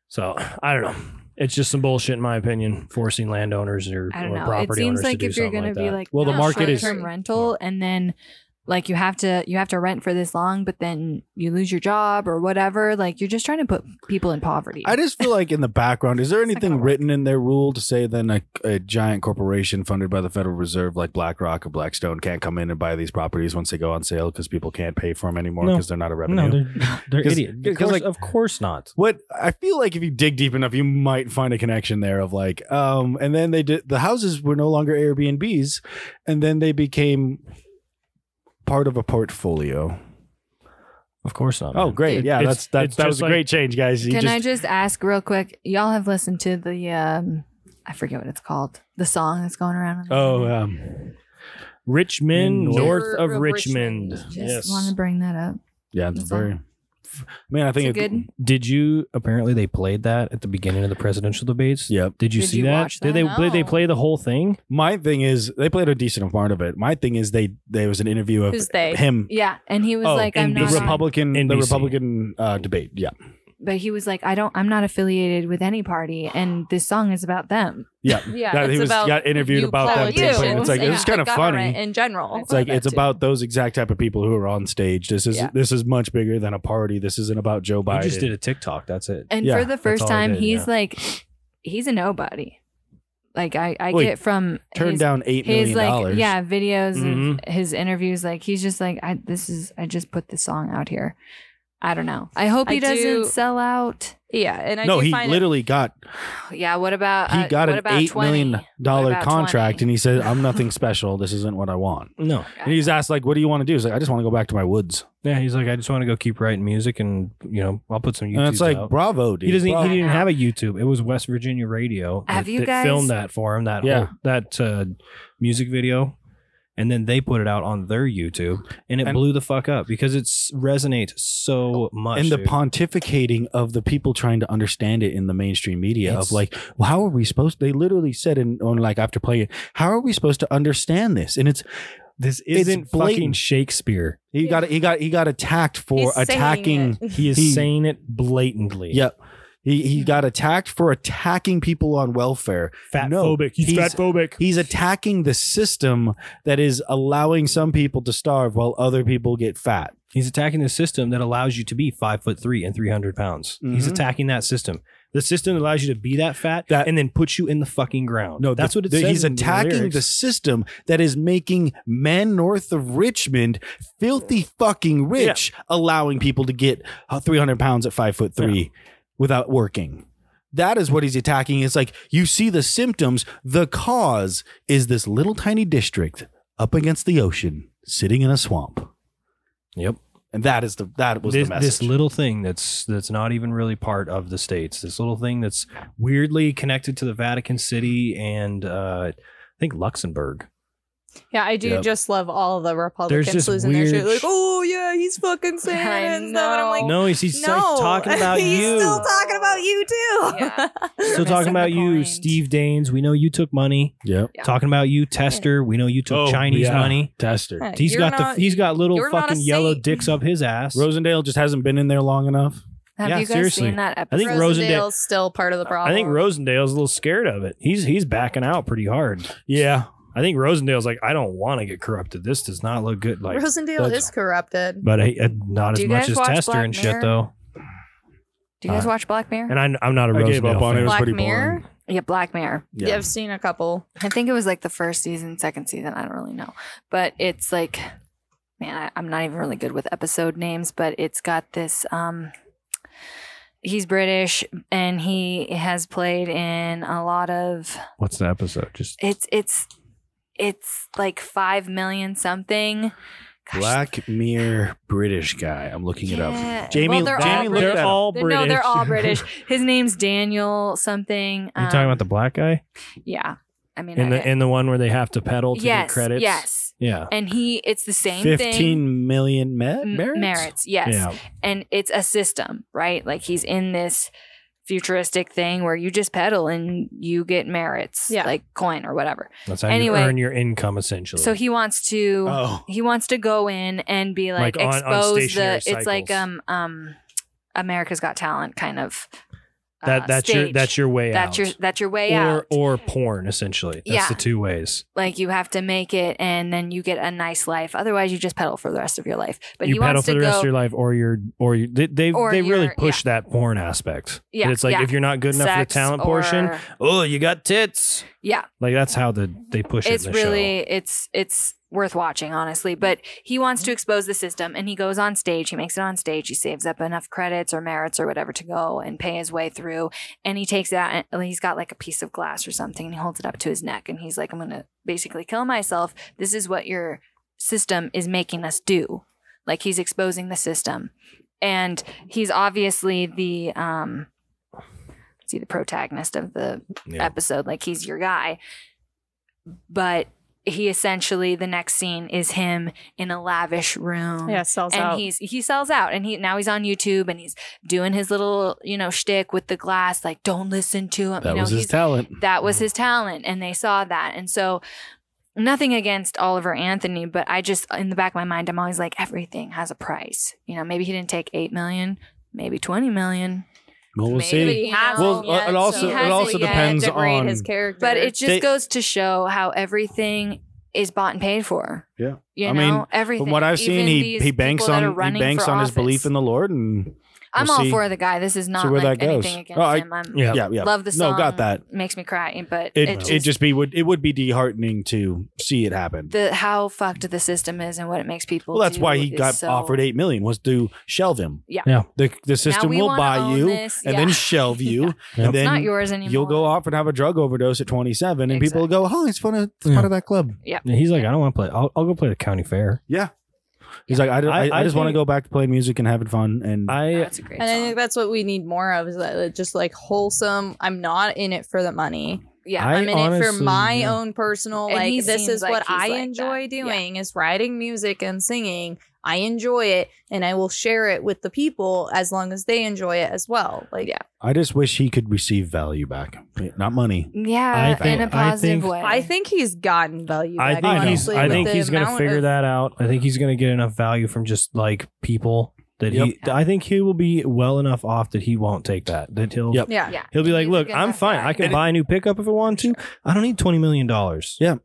Speaker 1: So I don't know. It's just some bullshit, in my opinion, forcing landowners or,
Speaker 3: I don't
Speaker 1: or
Speaker 3: know. It
Speaker 1: property
Speaker 3: seems
Speaker 1: owners to
Speaker 3: like
Speaker 1: do
Speaker 3: if you're
Speaker 1: something
Speaker 3: gonna
Speaker 1: like
Speaker 3: be
Speaker 1: that.
Speaker 3: like,
Speaker 1: well, the
Speaker 3: "Yeah,
Speaker 1: market is
Speaker 3: short-term rental, and then like you have to you have to rent for this long, but then you lose your job or whatever. Like you're just trying to put people in poverty.
Speaker 4: I just feel like in the background, is there
Speaker 3: It's not
Speaker 4: anything
Speaker 3: gonna work.
Speaker 4: written in their rule to say then a, a giant corporation funded by the Federal Reserve like BlackRock or Blackstone can't come in and buy these properties once they go on sale because people can't pay for them anymore
Speaker 1: No.
Speaker 4: because they're not a revenue?
Speaker 1: no, they're, they're
Speaker 4: 'Cause-
Speaker 1: idiots.
Speaker 4: 'cause,
Speaker 1: Of course,
Speaker 4: like-
Speaker 1: of course not.
Speaker 4: What I feel like if you dig deep enough, you might find a connection there of like, um, and then they did the houses were no longer Airbnbs, and then they became part of a portfolio.
Speaker 1: Of course not.
Speaker 4: Oh,
Speaker 1: man.
Speaker 4: great!
Speaker 3: Dude,
Speaker 4: Yeah,
Speaker 1: it's-
Speaker 4: that's that's
Speaker 1: it's
Speaker 4: that
Speaker 1: just
Speaker 4: was a
Speaker 1: like-
Speaker 4: great change, guys. You
Speaker 3: Can
Speaker 4: just,
Speaker 3: I just ask real quick? Y'all have listened to the um, I forget what it's called, the song that's going around. on the
Speaker 4: oh,
Speaker 3: internet?
Speaker 4: um,
Speaker 1: Richmond,
Speaker 4: North
Speaker 1: north of
Speaker 2: of
Speaker 1: Richmond.
Speaker 2: Richmond.
Speaker 3: just want to bring that up.
Speaker 4: yeah, it's
Speaker 3: That's all.
Speaker 4: very. Man, I
Speaker 3: It's
Speaker 4: think
Speaker 3: a
Speaker 4: it-
Speaker 3: good.
Speaker 1: Did you? Apparently, they played that at the beginning of the presidential debates.
Speaker 4: Yep.
Speaker 1: Did you
Speaker 3: Did
Speaker 1: see
Speaker 3: you
Speaker 1: that?
Speaker 3: watch
Speaker 1: Did they
Speaker 2: that?
Speaker 1: did they
Speaker 2: No.
Speaker 1: play the whole thing?
Speaker 4: My thing is they played a decent part of it. My thing is they there was an interview of
Speaker 2: Who's they?
Speaker 4: him.
Speaker 3: Yeah, and he was
Speaker 4: oh,
Speaker 3: like, "I'm
Speaker 4: the
Speaker 3: not." on-
Speaker 4: Republican, the
Speaker 1: NBC.
Speaker 4: Republican uh, debate. Yeah,
Speaker 3: but he was like, "I don't. I'm not affiliated with any party, and this song is about them."
Speaker 4: yeah.
Speaker 2: Yeah,
Speaker 4: That
Speaker 2: it's
Speaker 4: he was
Speaker 2: about
Speaker 4: got interviewed
Speaker 2: you
Speaker 4: about that.
Speaker 2: politicians
Speaker 4: thing. It's like
Speaker 2: and
Speaker 4: it was kind
Speaker 2: the
Speaker 4: of funny.
Speaker 2: government in general.
Speaker 4: It's like it's about those exact type of people who are on stage. This is
Speaker 2: Yeah.
Speaker 4: this is much bigger than a party. This isn't about Joe
Speaker 1: I
Speaker 4: Biden.
Speaker 1: just did a TikTok. That's it.
Speaker 3: And
Speaker 4: Yeah,
Speaker 3: for the first
Speaker 1: all I
Speaker 3: time,
Speaker 1: did,
Speaker 3: he's
Speaker 1: yeah.
Speaker 3: like, he's a nobody. Like I, I
Speaker 4: Well, he
Speaker 3: get from
Speaker 4: Turned
Speaker 3: his,
Speaker 4: down eight
Speaker 3: his
Speaker 4: million
Speaker 3: like
Speaker 4: dollars.
Speaker 3: yeah videos
Speaker 1: Mhm.
Speaker 3: of his interviews. Like he's just like, I this is I just put this song out here. I don't know. I hope he
Speaker 2: I
Speaker 3: doesn't
Speaker 2: do-
Speaker 3: sell out.
Speaker 2: yeah, and I
Speaker 4: no,
Speaker 2: do
Speaker 4: he
Speaker 2: find it-
Speaker 4: literally got
Speaker 3: Yeah. What about
Speaker 4: he
Speaker 3: uh,
Speaker 4: got
Speaker 3: what
Speaker 4: an
Speaker 3: about
Speaker 4: eight million
Speaker 3: 20?
Speaker 4: dollar
Speaker 3: about
Speaker 4: contract,
Speaker 3: 20?
Speaker 4: and he said, "I'm nothing special. This isn't what I want."
Speaker 1: No.
Speaker 4: And he's asked like, "What do you want to do?" He's like, "I just want to go back to my woods."
Speaker 1: Yeah, he's like, I just want to go keep writing music, and you know, I'll put some YouTube.
Speaker 4: and it's like,
Speaker 1: out.
Speaker 4: "Bravo, dude!"
Speaker 1: he doesn't.
Speaker 4: bravo.
Speaker 1: He didn't have a YouTube. It was West Virginia Radio.
Speaker 3: Have
Speaker 1: that,
Speaker 3: you
Speaker 1: that
Speaker 3: guys-
Speaker 1: filmed that for him? That
Speaker 4: Yeah.
Speaker 1: whole, that uh, music video, and then they put it out on their YouTube, and it
Speaker 4: And-
Speaker 1: blew the fuck up because it's resonates so much.
Speaker 4: and the
Speaker 1: dude.
Speaker 4: pontificating of the people trying to understand it in the mainstream media
Speaker 1: It's-
Speaker 4: of like, well, how are we supposed? They literally said in on like after playing it, how are we supposed to understand this? And it's
Speaker 1: this
Speaker 4: it's
Speaker 1: isn't fucking
Speaker 4: blatant.
Speaker 1: Shakespeare.
Speaker 4: he got he got he got attacked for
Speaker 2: He's saying
Speaker 4: attacking.
Speaker 2: it. Mm-hmm.
Speaker 1: He is
Speaker 4: He-
Speaker 1: saying it blatantly.
Speaker 4: Yep. He, he got attacked for attacking people on welfare.
Speaker 1: fat
Speaker 4: No,
Speaker 1: phobic. He's,
Speaker 4: he's-
Speaker 1: fat phobic.
Speaker 4: He's attacking the system that is allowing some people to starve while other people get fat.
Speaker 1: He's attacking the system that allows you to be five foot three and three hundred pounds. He's
Speaker 4: Mhm.
Speaker 1: attacking that system. The system allows you to be that fat
Speaker 4: That-
Speaker 1: and then puts you in the fucking ground.
Speaker 4: No,
Speaker 1: that's
Speaker 4: the-
Speaker 1: what it
Speaker 4: the-
Speaker 1: says.
Speaker 4: He's
Speaker 1: in the
Speaker 4: attacking the,
Speaker 1: lyrics.
Speaker 4: system that is making men north of Richmond filthy fucking rich, allowing people to get uh, 300 pounds at five foot three without working. That is what he's attacking. It's like you see the symptoms. The cause is this little tiny district up against the ocean, sitting in a swamp.
Speaker 1: Yep.
Speaker 4: And that is the that was
Speaker 1: this,
Speaker 4: the
Speaker 1: this
Speaker 4: message.
Speaker 1: little thing that's that's not even really part of the states. This little thing that's weirdly connected to the Vatican City and uh, I think Luxembourg.
Speaker 2: Yeah, I do
Speaker 4: Yep.
Speaker 2: just love all the Republicans
Speaker 1: There's just
Speaker 2: losing their shit.
Speaker 1: weird
Speaker 2: Like,
Speaker 1: sh-
Speaker 2: oh yeah, he's fucking
Speaker 3: I
Speaker 2: saying it and stuff. And I'm like,
Speaker 3: know.
Speaker 2: no,
Speaker 1: No, he's, he's still talking about
Speaker 2: he's
Speaker 1: you.
Speaker 2: still talking about you too.
Speaker 3: Yeah.
Speaker 1: Still talking
Speaker 3: missing the
Speaker 1: about you,
Speaker 3: point.
Speaker 1: Steve Danes. We know you took money.
Speaker 4: Yep.
Speaker 2: Yeah.
Speaker 1: Talking about you, Tester. We know you took
Speaker 4: Oh,
Speaker 1: Chinese
Speaker 4: yeah.
Speaker 1: money.
Speaker 4: Tester.
Speaker 1: He's
Speaker 2: You're
Speaker 1: got
Speaker 2: not-
Speaker 1: the he's got little
Speaker 2: you're not a
Speaker 1: fucking yellow
Speaker 2: saint.
Speaker 1: dicks up his ass.
Speaker 4: Rosendale just hasn't been in there long enough.
Speaker 3: Have
Speaker 1: Yeah,
Speaker 3: you guys
Speaker 1: seriously.
Speaker 3: seen that
Speaker 1: I
Speaker 3: episode?
Speaker 1: think Rosendale.
Speaker 2: Rosendale's still part of the problem.
Speaker 1: I think Rosendale's a little scared of it. He's he's backing out pretty hard.
Speaker 4: Yeah.
Speaker 1: I think Rosendale's like, I don't want to get corrupted. This does not look good. Like,
Speaker 2: Rosendale
Speaker 1: that's-
Speaker 2: is corrupted.
Speaker 1: but I, I, not
Speaker 3: Do
Speaker 1: as
Speaker 3: you
Speaker 1: much
Speaker 3: guys
Speaker 1: as
Speaker 3: watch
Speaker 1: Tester
Speaker 3: Black
Speaker 1: and shit
Speaker 3: Mirror?
Speaker 1: though.
Speaker 3: Do you guys
Speaker 1: Uh,
Speaker 3: watch Black Mirror?
Speaker 1: And I, I'm not a
Speaker 4: I
Speaker 1: Rosendale
Speaker 4: gave up on it.
Speaker 1: fan.
Speaker 4: was
Speaker 2: Black
Speaker 4: pretty
Speaker 2: Mirror.
Speaker 4: boring.
Speaker 3: yeah, Black Mirror.
Speaker 2: Yeah. I've seen a couple.
Speaker 3: I think it was like the first season, second season. I don't really know. But it's like, man, I, I'm not even really good with episode names, but it's got this. um He's British and he has played in a lot of
Speaker 1: What's the episode? Just
Speaker 3: it's it's it's like five million something. Gosh,
Speaker 4: Black Mirror British guy. I'm looking it up.
Speaker 3: yeah.
Speaker 4: Jamie-
Speaker 3: Well, they're
Speaker 4: Jamie
Speaker 3: all
Speaker 4: looked
Speaker 3: British.
Speaker 4: that up.
Speaker 1: all
Speaker 3: They're- No, they're all British. His name's Daniel something. um,
Speaker 1: you talking about the black guy
Speaker 3: Yeah, I mean,
Speaker 1: in
Speaker 3: I-
Speaker 1: the in the one where they have to pedal to
Speaker 3: yes,
Speaker 1: get credits?
Speaker 3: yes,
Speaker 1: Yeah.
Speaker 3: and he it's the same thing.
Speaker 4: Fifteen million
Speaker 3: M-
Speaker 4: merits.
Speaker 3: merits, yes,
Speaker 1: Yeah.
Speaker 3: and it's a system, right? Like he's in this futuristic thing where you just pedal and you get merits,
Speaker 2: Yeah.
Speaker 3: like coin or whatever.
Speaker 1: That's how
Speaker 3: Anyway.
Speaker 1: you earn your income essentially.
Speaker 3: So he wants to.
Speaker 4: Oh,
Speaker 3: he wants to go in and be like,
Speaker 1: Like, on- on
Speaker 3: expose the
Speaker 1: stationary
Speaker 3: it's like
Speaker 1: cycles.
Speaker 3: um um america's got talent kind of uh,
Speaker 1: that that's your
Speaker 3: stage.
Speaker 1: that's your way
Speaker 3: that's
Speaker 1: out.
Speaker 3: your that's your way
Speaker 1: or
Speaker 3: out
Speaker 1: or porn essentially. That's
Speaker 3: Yeah.
Speaker 1: the two ways.
Speaker 3: like you have to make it and then you get a nice life otherwise you just pedal for the rest of your life but
Speaker 1: you
Speaker 3: he
Speaker 1: pedal
Speaker 3: wants
Speaker 1: for the
Speaker 3: to
Speaker 1: rest
Speaker 3: go
Speaker 1: of your life, or your or you, they they,
Speaker 3: Or
Speaker 1: they really
Speaker 3: your-
Speaker 1: push that porn aspect.
Speaker 3: Yeah,
Speaker 1: And it's like
Speaker 3: yeah.
Speaker 1: if you're not good enough for the
Speaker 3: sex
Speaker 1: talent
Speaker 3: or-
Speaker 1: portion, oh, you got tits.
Speaker 3: yeah
Speaker 1: Like that's how the they push
Speaker 3: it's
Speaker 1: it. in the show.
Speaker 3: really it's it's worth watching honestly but he wants
Speaker 1: Mm-hmm.
Speaker 3: to expose the system and he goes on stage he makes it on stage he saves up enough credits or merits or whatever to go and pay his way through and he takes it out and he's got like a piece of glass or something and he holds it up to his neck and he's like i'm gonna basically kill myself this is what your system is making us do like he's exposing the system and he's obviously the um see the protagonist of the
Speaker 1: Yeah.
Speaker 3: episode like he's your guy but he essentially the next scene is him in a lavish room
Speaker 2: Yeah, sells
Speaker 3: and
Speaker 2: out.
Speaker 3: he's he sells out and he now he's on YouTube and he's doing his little you know shtick with the glass like don't listen to him
Speaker 4: that
Speaker 3: you know,
Speaker 4: was his
Speaker 3: he's-
Speaker 4: talent.
Speaker 3: that
Speaker 4: Mm-hmm.
Speaker 3: was his talent and they saw that and so nothing against Oliver Anthony but I just in the back of my mind I'm always like everything has a price you know maybe he didn't take 8 million maybe 20 million
Speaker 4: Well, we'll
Speaker 3: maybe
Speaker 4: see.
Speaker 3: you know?
Speaker 4: Well, uh, it also-
Speaker 3: it also depends
Speaker 4: on-
Speaker 2: his character.
Speaker 3: but it just
Speaker 4: They-
Speaker 3: goes to show how everything is bought and paid for
Speaker 4: Yeah.
Speaker 3: you
Speaker 4: I
Speaker 3: know
Speaker 4: mean,
Speaker 3: everything
Speaker 4: From what I've
Speaker 3: Even
Speaker 4: seen, he,
Speaker 3: these
Speaker 4: he banks
Speaker 3: people that
Speaker 4: on
Speaker 3: are
Speaker 4: he
Speaker 3: running
Speaker 4: banks
Speaker 3: for
Speaker 4: on his
Speaker 3: office.
Speaker 4: belief in the Lord, and
Speaker 3: I'm
Speaker 4: We'll
Speaker 3: all
Speaker 4: see-
Speaker 3: for the guy. This is not
Speaker 4: see where
Speaker 3: like
Speaker 4: that goes.
Speaker 3: anything against
Speaker 4: Oh, I-
Speaker 3: him. I'm,
Speaker 1: Yeah.
Speaker 4: yeah, yeah.
Speaker 3: Love the
Speaker 4: No, got
Speaker 3: song.
Speaker 4: that.
Speaker 3: Makes me cry, but it,
Speaker 4: It it just,
Speaker 3: just
Speaker 4: be would it would be disheartening to see it happen.
Speaker 3: the how fucked the system is and what it makes people.
Speaker 4: well, that's
Speaker 3: do
Speaker 4: why he
Speaker 3: is
Speaker 4: got
Speaker 3: so-
Speaker 4: offered eight million was to shelve him.
Speaker 3: Yeah.
Speaker 1: Yeah.
Speaker 4: The the
Speaker 3: Now
Speaker 4: system
Speaker 3: we
Speaker 4: will
Speaker 3: wanna
Speaker 4: buy
Speaker 3: own
Speaker 4: you
Speaker 3: this.
Speaker 4: and
Speaker 3: Yeah.
Speaker 4: then shelve you,
Speaker 3: Yeah.
Speaker 4: and
Speaker 3: it's not
Speaker 4: then
Speaker 3: yours anymore.
Speaker 4: you'll go off and have a drug overdose at twenty seven, and people will go, "Oh, it's fun. It's
Speaker 1: Yeah.
Speaker 4: part of that club."
Speaker 1: And he's like, I don't want to play. I'll, I'll go play the county fair.
Speaker 4: He's like, "I, don't-
Speaker 1: I-
Speaker 4: I, I
Speaker 1: I
Speaker 4: just want to
Speaker 1: think-
Speaker 4: go back to playing music and having fun." And
Speaker 1: I
Speaker 3: That's a great
Speaker 2: and I think
Speaker 3: song.
Speaker 2: that's what we need more of is that uh, just like wholesome. I'm not in it for the money.
Speaker 3: Yeah,
Speaker 1: I
Speaker 2: I'm in it for
Speaker 1: honestly-
Speaker 2: my
Speaker 1: yeah.
Speaker 2: own personal.
Speaker 3: And he
Speaker 2: like this
Speaker 3: seems
Speaker 2: is
Speaker 3: like
Speaker 2: what
Speaker 3: he's
Speaker 2: I
Speaker 3: like
Speaker 2: enjoy
Speaker 3: that. Yeah.
Speaker 2: doing is writing music and singing. I enjoy it, and I will share it with the people as long as they enjoy it as well. Like
Speaker 3: Yeah.
Speaker 4: I just wish he could receive value back, not money.
Speaker 3: yeah,
Speaker 1: I think-
Speaker 3: in a
Speaker 1: I
Speaker 3: positive
Speaker 1: think-
Speaker 3: way.
Speaker 2: I think he's gotten value.
Speaker 1: I
Speaker 2: back,
Speaker 1: think he's
Speaker 2: honestly,
Speaker 1: I
Speaker 2: with
Speaker 1: think
Speaker 2: the
Speaker 1: he's gonna
Speaker 2: amount
Speaker 1: figure
Speaker 2: of-
Speaker 1: that out. I think he's gonna get enough value from just like people that he. I think he will be well enough off that he won't take that. That he'll.
Speaker 4: Yep.
Speaker 2: Yeah.
Speaker 3: Yeah.
Speaker 1: He'll be like,
Speaker 3: He's a
Speaker 1: look,
Speaker 3: good
Speaker 1: I'm
Speaker 3: enough
Speaker 1: fine.
Speaker 3: guy.
Speaker 1: I can buy a new pickup if I want to. I don't need twenty million dollars.
Speaker 4: Yeah.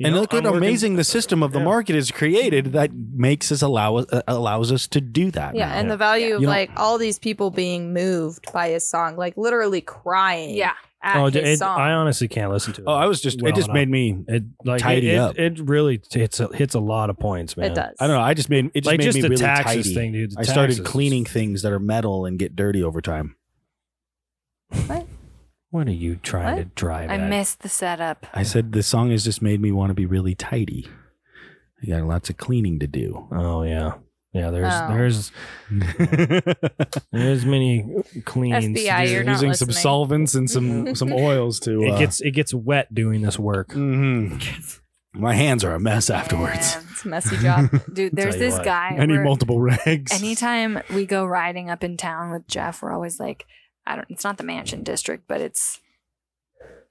Speaker 1: You
Speaker 4: and
Speaker 1: know,
Speaker 4: look
Speaker 1: I'm
Speaker 4: at
Speaker 1: working-
Speaker 4: amazing the system of the
Speaker 1: Yeah.
Speaker 4: market is created that makes us allow us uh, allows us to do that.
Speaker 2: Yeah,
Speaker 4: now.
Speaker 2: and the value of
Speaker 4: You know-
Speaker 2: like all these people being moved by his song, like literally crying.
Speaker 3: Yeah.
Speaker 2: at
Speaker 1: Oh,
Speaker 2: his
Speaker 1: it,
Speaker 2: song.
Speaker 1: I honestly can't listen to it.
Speaker 4: oh, I was just
Speaker 1: well
Speaker 4: it just
Speaker 1: enough.
Speaker 4: made me.
Speaker 1: it like
Speaker 4: Tidy
Speaker 1: it, it-
Speaker 4: up.
Speaker 1: It, really t- hits a, hits a lot of points, man.
Speaker 2: it does.
Speaker 4: I don't know. I just made it just
Speaker 1: like
Speaker 4: made
Speaker 1: just
Speaker 4: me
Speaker 1: the
Speaker 4: really
Speaker 1: taxes
Speaker 4: tidy.
Speaker 1: thing, dude. The
Speaker 4: I started
Speaker 1: taxes.
Speaker 4: cleaning things that are metal and get dirty over time.
Speaker 1: What are you trying to drive?
Speaker 3: I
Speaker 1: at?
Speaker 3: missed the setup.
Speaker 4: I said this song has just made me want to be really tidy. I got lots of cleaning to do.
Speaker 1: Oh yeah, yeah. There's
Speaker 2: Oh.
Speaker 1: there's there's many cleans.
Speaker 2: FBI,
Speaker 1: Dude,
Speaker 2: you're not
Speaker 4: using some
Speaker 2: listening.
Speaker 4: solvents and some some oils to.
Speaker 1: It
Speaker 4: uh,
Speaker 1: gets it gets wet doing this work.
Speaker 4: mhm. My hands are a mess afterwards.
Speaker 3: Yeah.
Speaker 2: It's a messy job.
Speaker 3: Dude,
Speaker 1: Tell
Speaker 3: there's
Speaker 1: you
Speaker 3: this
Speaker 1: what.
Speaker 3: guy.
Speaker 4: I need
Speaker 3: where
Speaker 4: multiple rags.
Speaker 3: anytime we go riding up in town with Jeff, we're always like, I don't. It's not the mansion district, but it's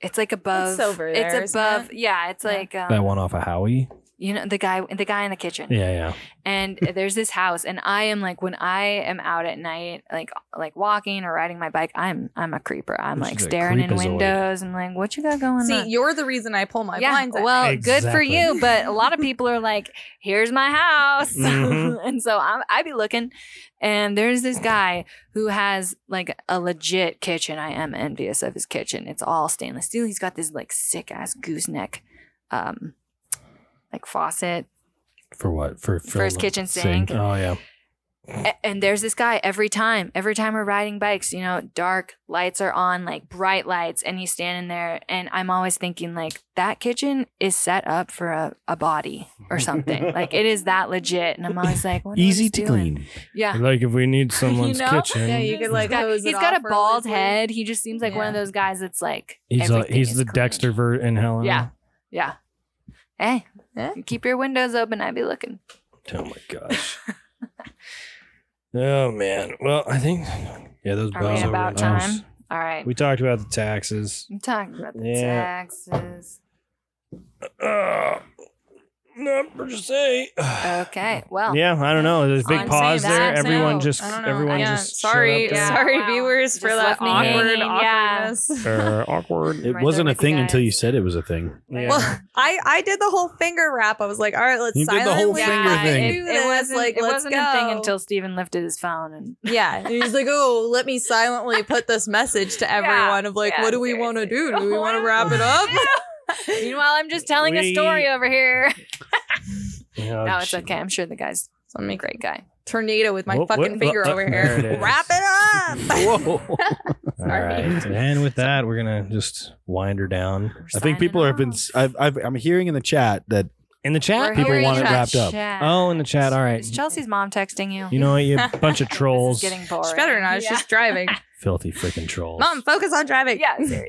Speaker 3: it's like above.
Speaker 2: over there,
Speaker 3: It's
Speaker 2: isn't
Speaker 3: above.
Speaker 2: it?
Speaker 3: Yeah, it's
Speaker 2: Yeah.
Speaker 3: like um,
Speaker 1: That one off of Howie.
Speaker 3: You know the guy. The guy in the kitchen.
Speaker 1: Yeah, yeah.
Speaker 3: and there's this house and i am like when i am out at night like like walking or riding my bike i'm i'm a creeper i'm
Speaker 1: She's
Speaker 3: like
Speaker 1: a
Speaker 3: staring in
Speaker 1: creepazoid.
Speaker 3: windows and like what you got going
Speaker 2: See,
Speaker 3: on
Speaker 2: you're the reason I pull my
Speaker 3: yeah
Speaker 2: blinds. up.
Speaker 3: well good for
Speaker 1: Exactly.
Speaker 3: you but a lot of people are like here's my house
Speaker 1: Mhm.
Speaker 3: and so I'm, i be looking and there's this guy who has like a legit kitchen i am envious of his kitchen it's all stainless steel he's got this like sick ass gooseneck um like faucet
Speaker 1: For what? For for
Speaker 3: First kitchen sink.
Speaker 1: Oh yeah.
Speaker 3: A- and there's this guy every time every time we're riding bikes you know dark lights are on like bright lights and he's standing there and i'm always thinking like that kitchen is set up for a, a body or something like it is that legit and i'm always like what
Speaker 4: Easy to clean.
Speaker 3: yeah
Speaker 1: Like if we need someone's
Speaker 2: know?
Speaker 1: kitchen,
Speaker 2: Yeah, you could
Speaker 3: he's
Speaker 2: like
Speaker 3: got,
Speaker 2: hose it
Speaker 3: he's got
Speaker 2: off
Speaker 3: a
Speaker 2: or
Speaker 3: bald
Speaker 2: like-
Speaker 3: head he just seems like one of
Speaker 2: Yeah.
Speaker 3: those guys that's like
Speaker 1: he's a,
Speaker 3: everything
Speaker 1: he's
Speaker 3: is
Speaker 1: the
Speaker 3: clean.
Speaker 1: Dexter vert in Helena.
Speaker 3: yeah yeah hey
Speaker 2: Yeah.
Speaker 3: keep your windows open i'd be looking
Speaker 1: Oh my gosh. oh man. Well, I think yeah, those
Speaker 3: Are we
Speaker 1: bows over
Speaker 3: about
Speaker 1: the house.
Speaker 3: time? all right
Speaker 1: We talked about the taxes.
Speaker 3: i'm talking about the
Speaker 1: Yeah.
Speaker 3: taxes
Speaker 1: Uh, number just eight.
Speaker 3: okay well
Speaker 1: yeah, I don't know. There's a big
Speaker 3: I'm saying
Speaker 1: pause there.
Speaker 3: that
Speaker 1: Everyone
Speaker 2: now.
Speaker 1: just
Speaker 2: I don't know.
Speaker 1: everyone
Speaker 2: Yeah,
Speaker 1: just shut
Speaker 2: sorry,
Speaker 1: up there.
Speaker 3: Yeah.
Speaker 2: sorry,
Speaker 3: Wow.
Speaker 2: viewers for
Speaker 3: Just
Speaker 2: that
Speaker 3: left me
Speaker 2: awkward
Speaker 3: hanging, yeah.
Speaker 2: awkwardness.
Speaker 1: Uh, awkward.
Speaker 4: It
Speaker 3: Right
Speaker 4: wasn't
Speaker 3: there
Speaker 4: a
Speaker 3: with you
Speaker 4: thing
Speaker 3: guys.
Speaker 4: until you said it was a thing.
Speaker 1: Yeah.
Speaker 2: Well, I I did the whole finger wrap. I was like, all right, let's
Speaker 4: You did the
Speaker 2: silently
Speaker 4: whole finger
Speaker 2: do
Speaker 4: thing.
Speaker 3: It,
Speaker 2: this.
Speaker 3: it wasn't,
Speaker 2: like
Speaker 3: it
Speaker 2: let's
Speaker 3: wasn't
Speaker 2: go.
Speaker 3: a thing until Steven lifted his phone and
Speaker 2: yeah. And he's like, oh, let me silently put this message to everyone of like,
Speaker 3: yeah,
Speaker 2: what do we want to do?
Speaker 3: seriously.
Speaker 2: Do we want to wrap it up?
Speaker 3: Meanwhile, I'm just telling a story
Speaker 1: We-
Speaker 3: over here.
Speaker 4: Oh,
Speaker 1: Yeah,
Speaker 3: no, it's
Speaker 1: gee.
Speaker 3: okay. I'm sure the guy's a great guy.
Speaker 2: tornado with my
Speaker 1: What-
Speaker 2: fucking
Speaker 1: what-
Speaker 2: finger
Speaker 1: uh,
Speaker 2: over
Speaker 1: there it
Speaker 2: here.
Speaker 1: is.
Speaker 2: Wrap it up.
Speaker 1: All right. And with that, we're gonna just wind her down.
Speaker 3: We're
Speaker 4: I
Speaker 3: signing
Speaker 4: think people have been.
Speaker 3: off.
Speaker 4: I've, I've, I'm hearing in the chat that
Speaker 1: In the
Speaker 3: We're
Speaker 1: chat,
Speaker 4: people
Speaker 3: hearing
Speaker 4: want it
Speaker 3: chat.
Speaker 4: wrapped up.
Speaker 3: Chat.
Speaker 1: Oh, in the chat. All right.
Speaker 3: Is Chelsea's mom texting you?
Speaker 1: You know what? You bunch of
Speaker 3: This is
Speaker 1: trolls.
Speaker 3: getting boring.
Speaker 2: She better not. It's
Speaker 3: Yeah.
Speaker 2: just driving.
Speaker 1: Filthy freaking trolls.
Speaker 2: Mom, focus on driving.
Speaker 3: yeah, seriously.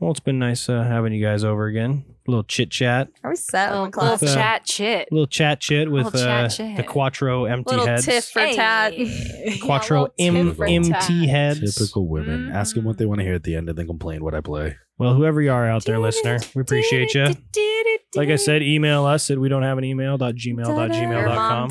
Speaker 1: Well, it's been nice uh, having you guys over again. A little chit chat,
Speaker 2: Are we set? Oh
Speaker 3: little,
Speaker 2: on
Speaker 3: little
Speaker 2: class?
Speaker 1: Uh,
Speaker 3: chat chit.
Speaker 1: a little chat chit with
Speaker 3: Little chat
Speaker 1: uh,
Speaker 3: chit.
Speaker 1: the Quattro empty
Speaker 2: Little
Speaker 1: heads.
Speaker 2: tiff for
Speaker 3: Hey.
Speaker 2: tat.
Speaker 1: Quattro
Speaker 3: Yeah, little
Speaker 1: M-
Speaker 3: tit for
Speaker 1: MT
Speaker 3: tat.
Speaker 1: heads.
Speaker 4: Typical women. Ask them what
Speaker 3: Mhm.
Speaker 4: they want to hear at the end and then complain what I play.
Speaker 1: Well, whoever you are out there, listener, we appreciate you. Like I said, email us at we don't have an email dot gmail dot gmail dot com.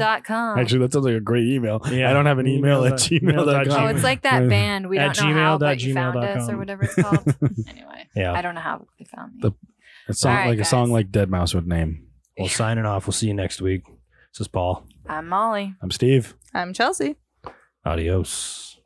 Speaker 3: Mom.com.
Speaker 4: Actually, that sounds like a great email.
Speaker 1: Yeah.
Speaker 4: I don't have an email, at
Speaker 1: Email dot-
Speaker 4: gmail.com.
Speaker 3: Oh, it's like that
Speaker 4: Right.
Speaker 3: band. We
Speaker 1: At
Speaker 3: don't know how,
Speaker 1: gmail
Speaker 3: but
Speaker 1: dot
Speaker 3: you found
Speaker 1: gmail dot
Speaker 3: us or
Speaker 1: com.
Speaker 3: whatever it's called. anyway,
Speaker 1: Yeah.
Speaker 3: I don't know how they found me.
Speaker 4: The- a song,
Speaker 3: All right,
Speaker 4: like a song
Speaker 3: guys.
Speaker 4: like Dead Mouse would name.
Speaker 1: Well, signing off. We'll see you next week. This is Paul.
Speaker 3: I'm Molly.
Speaker 4: I'm Steve.
Speaker 2: I'm Chelsea.
Speaker 1: Adios.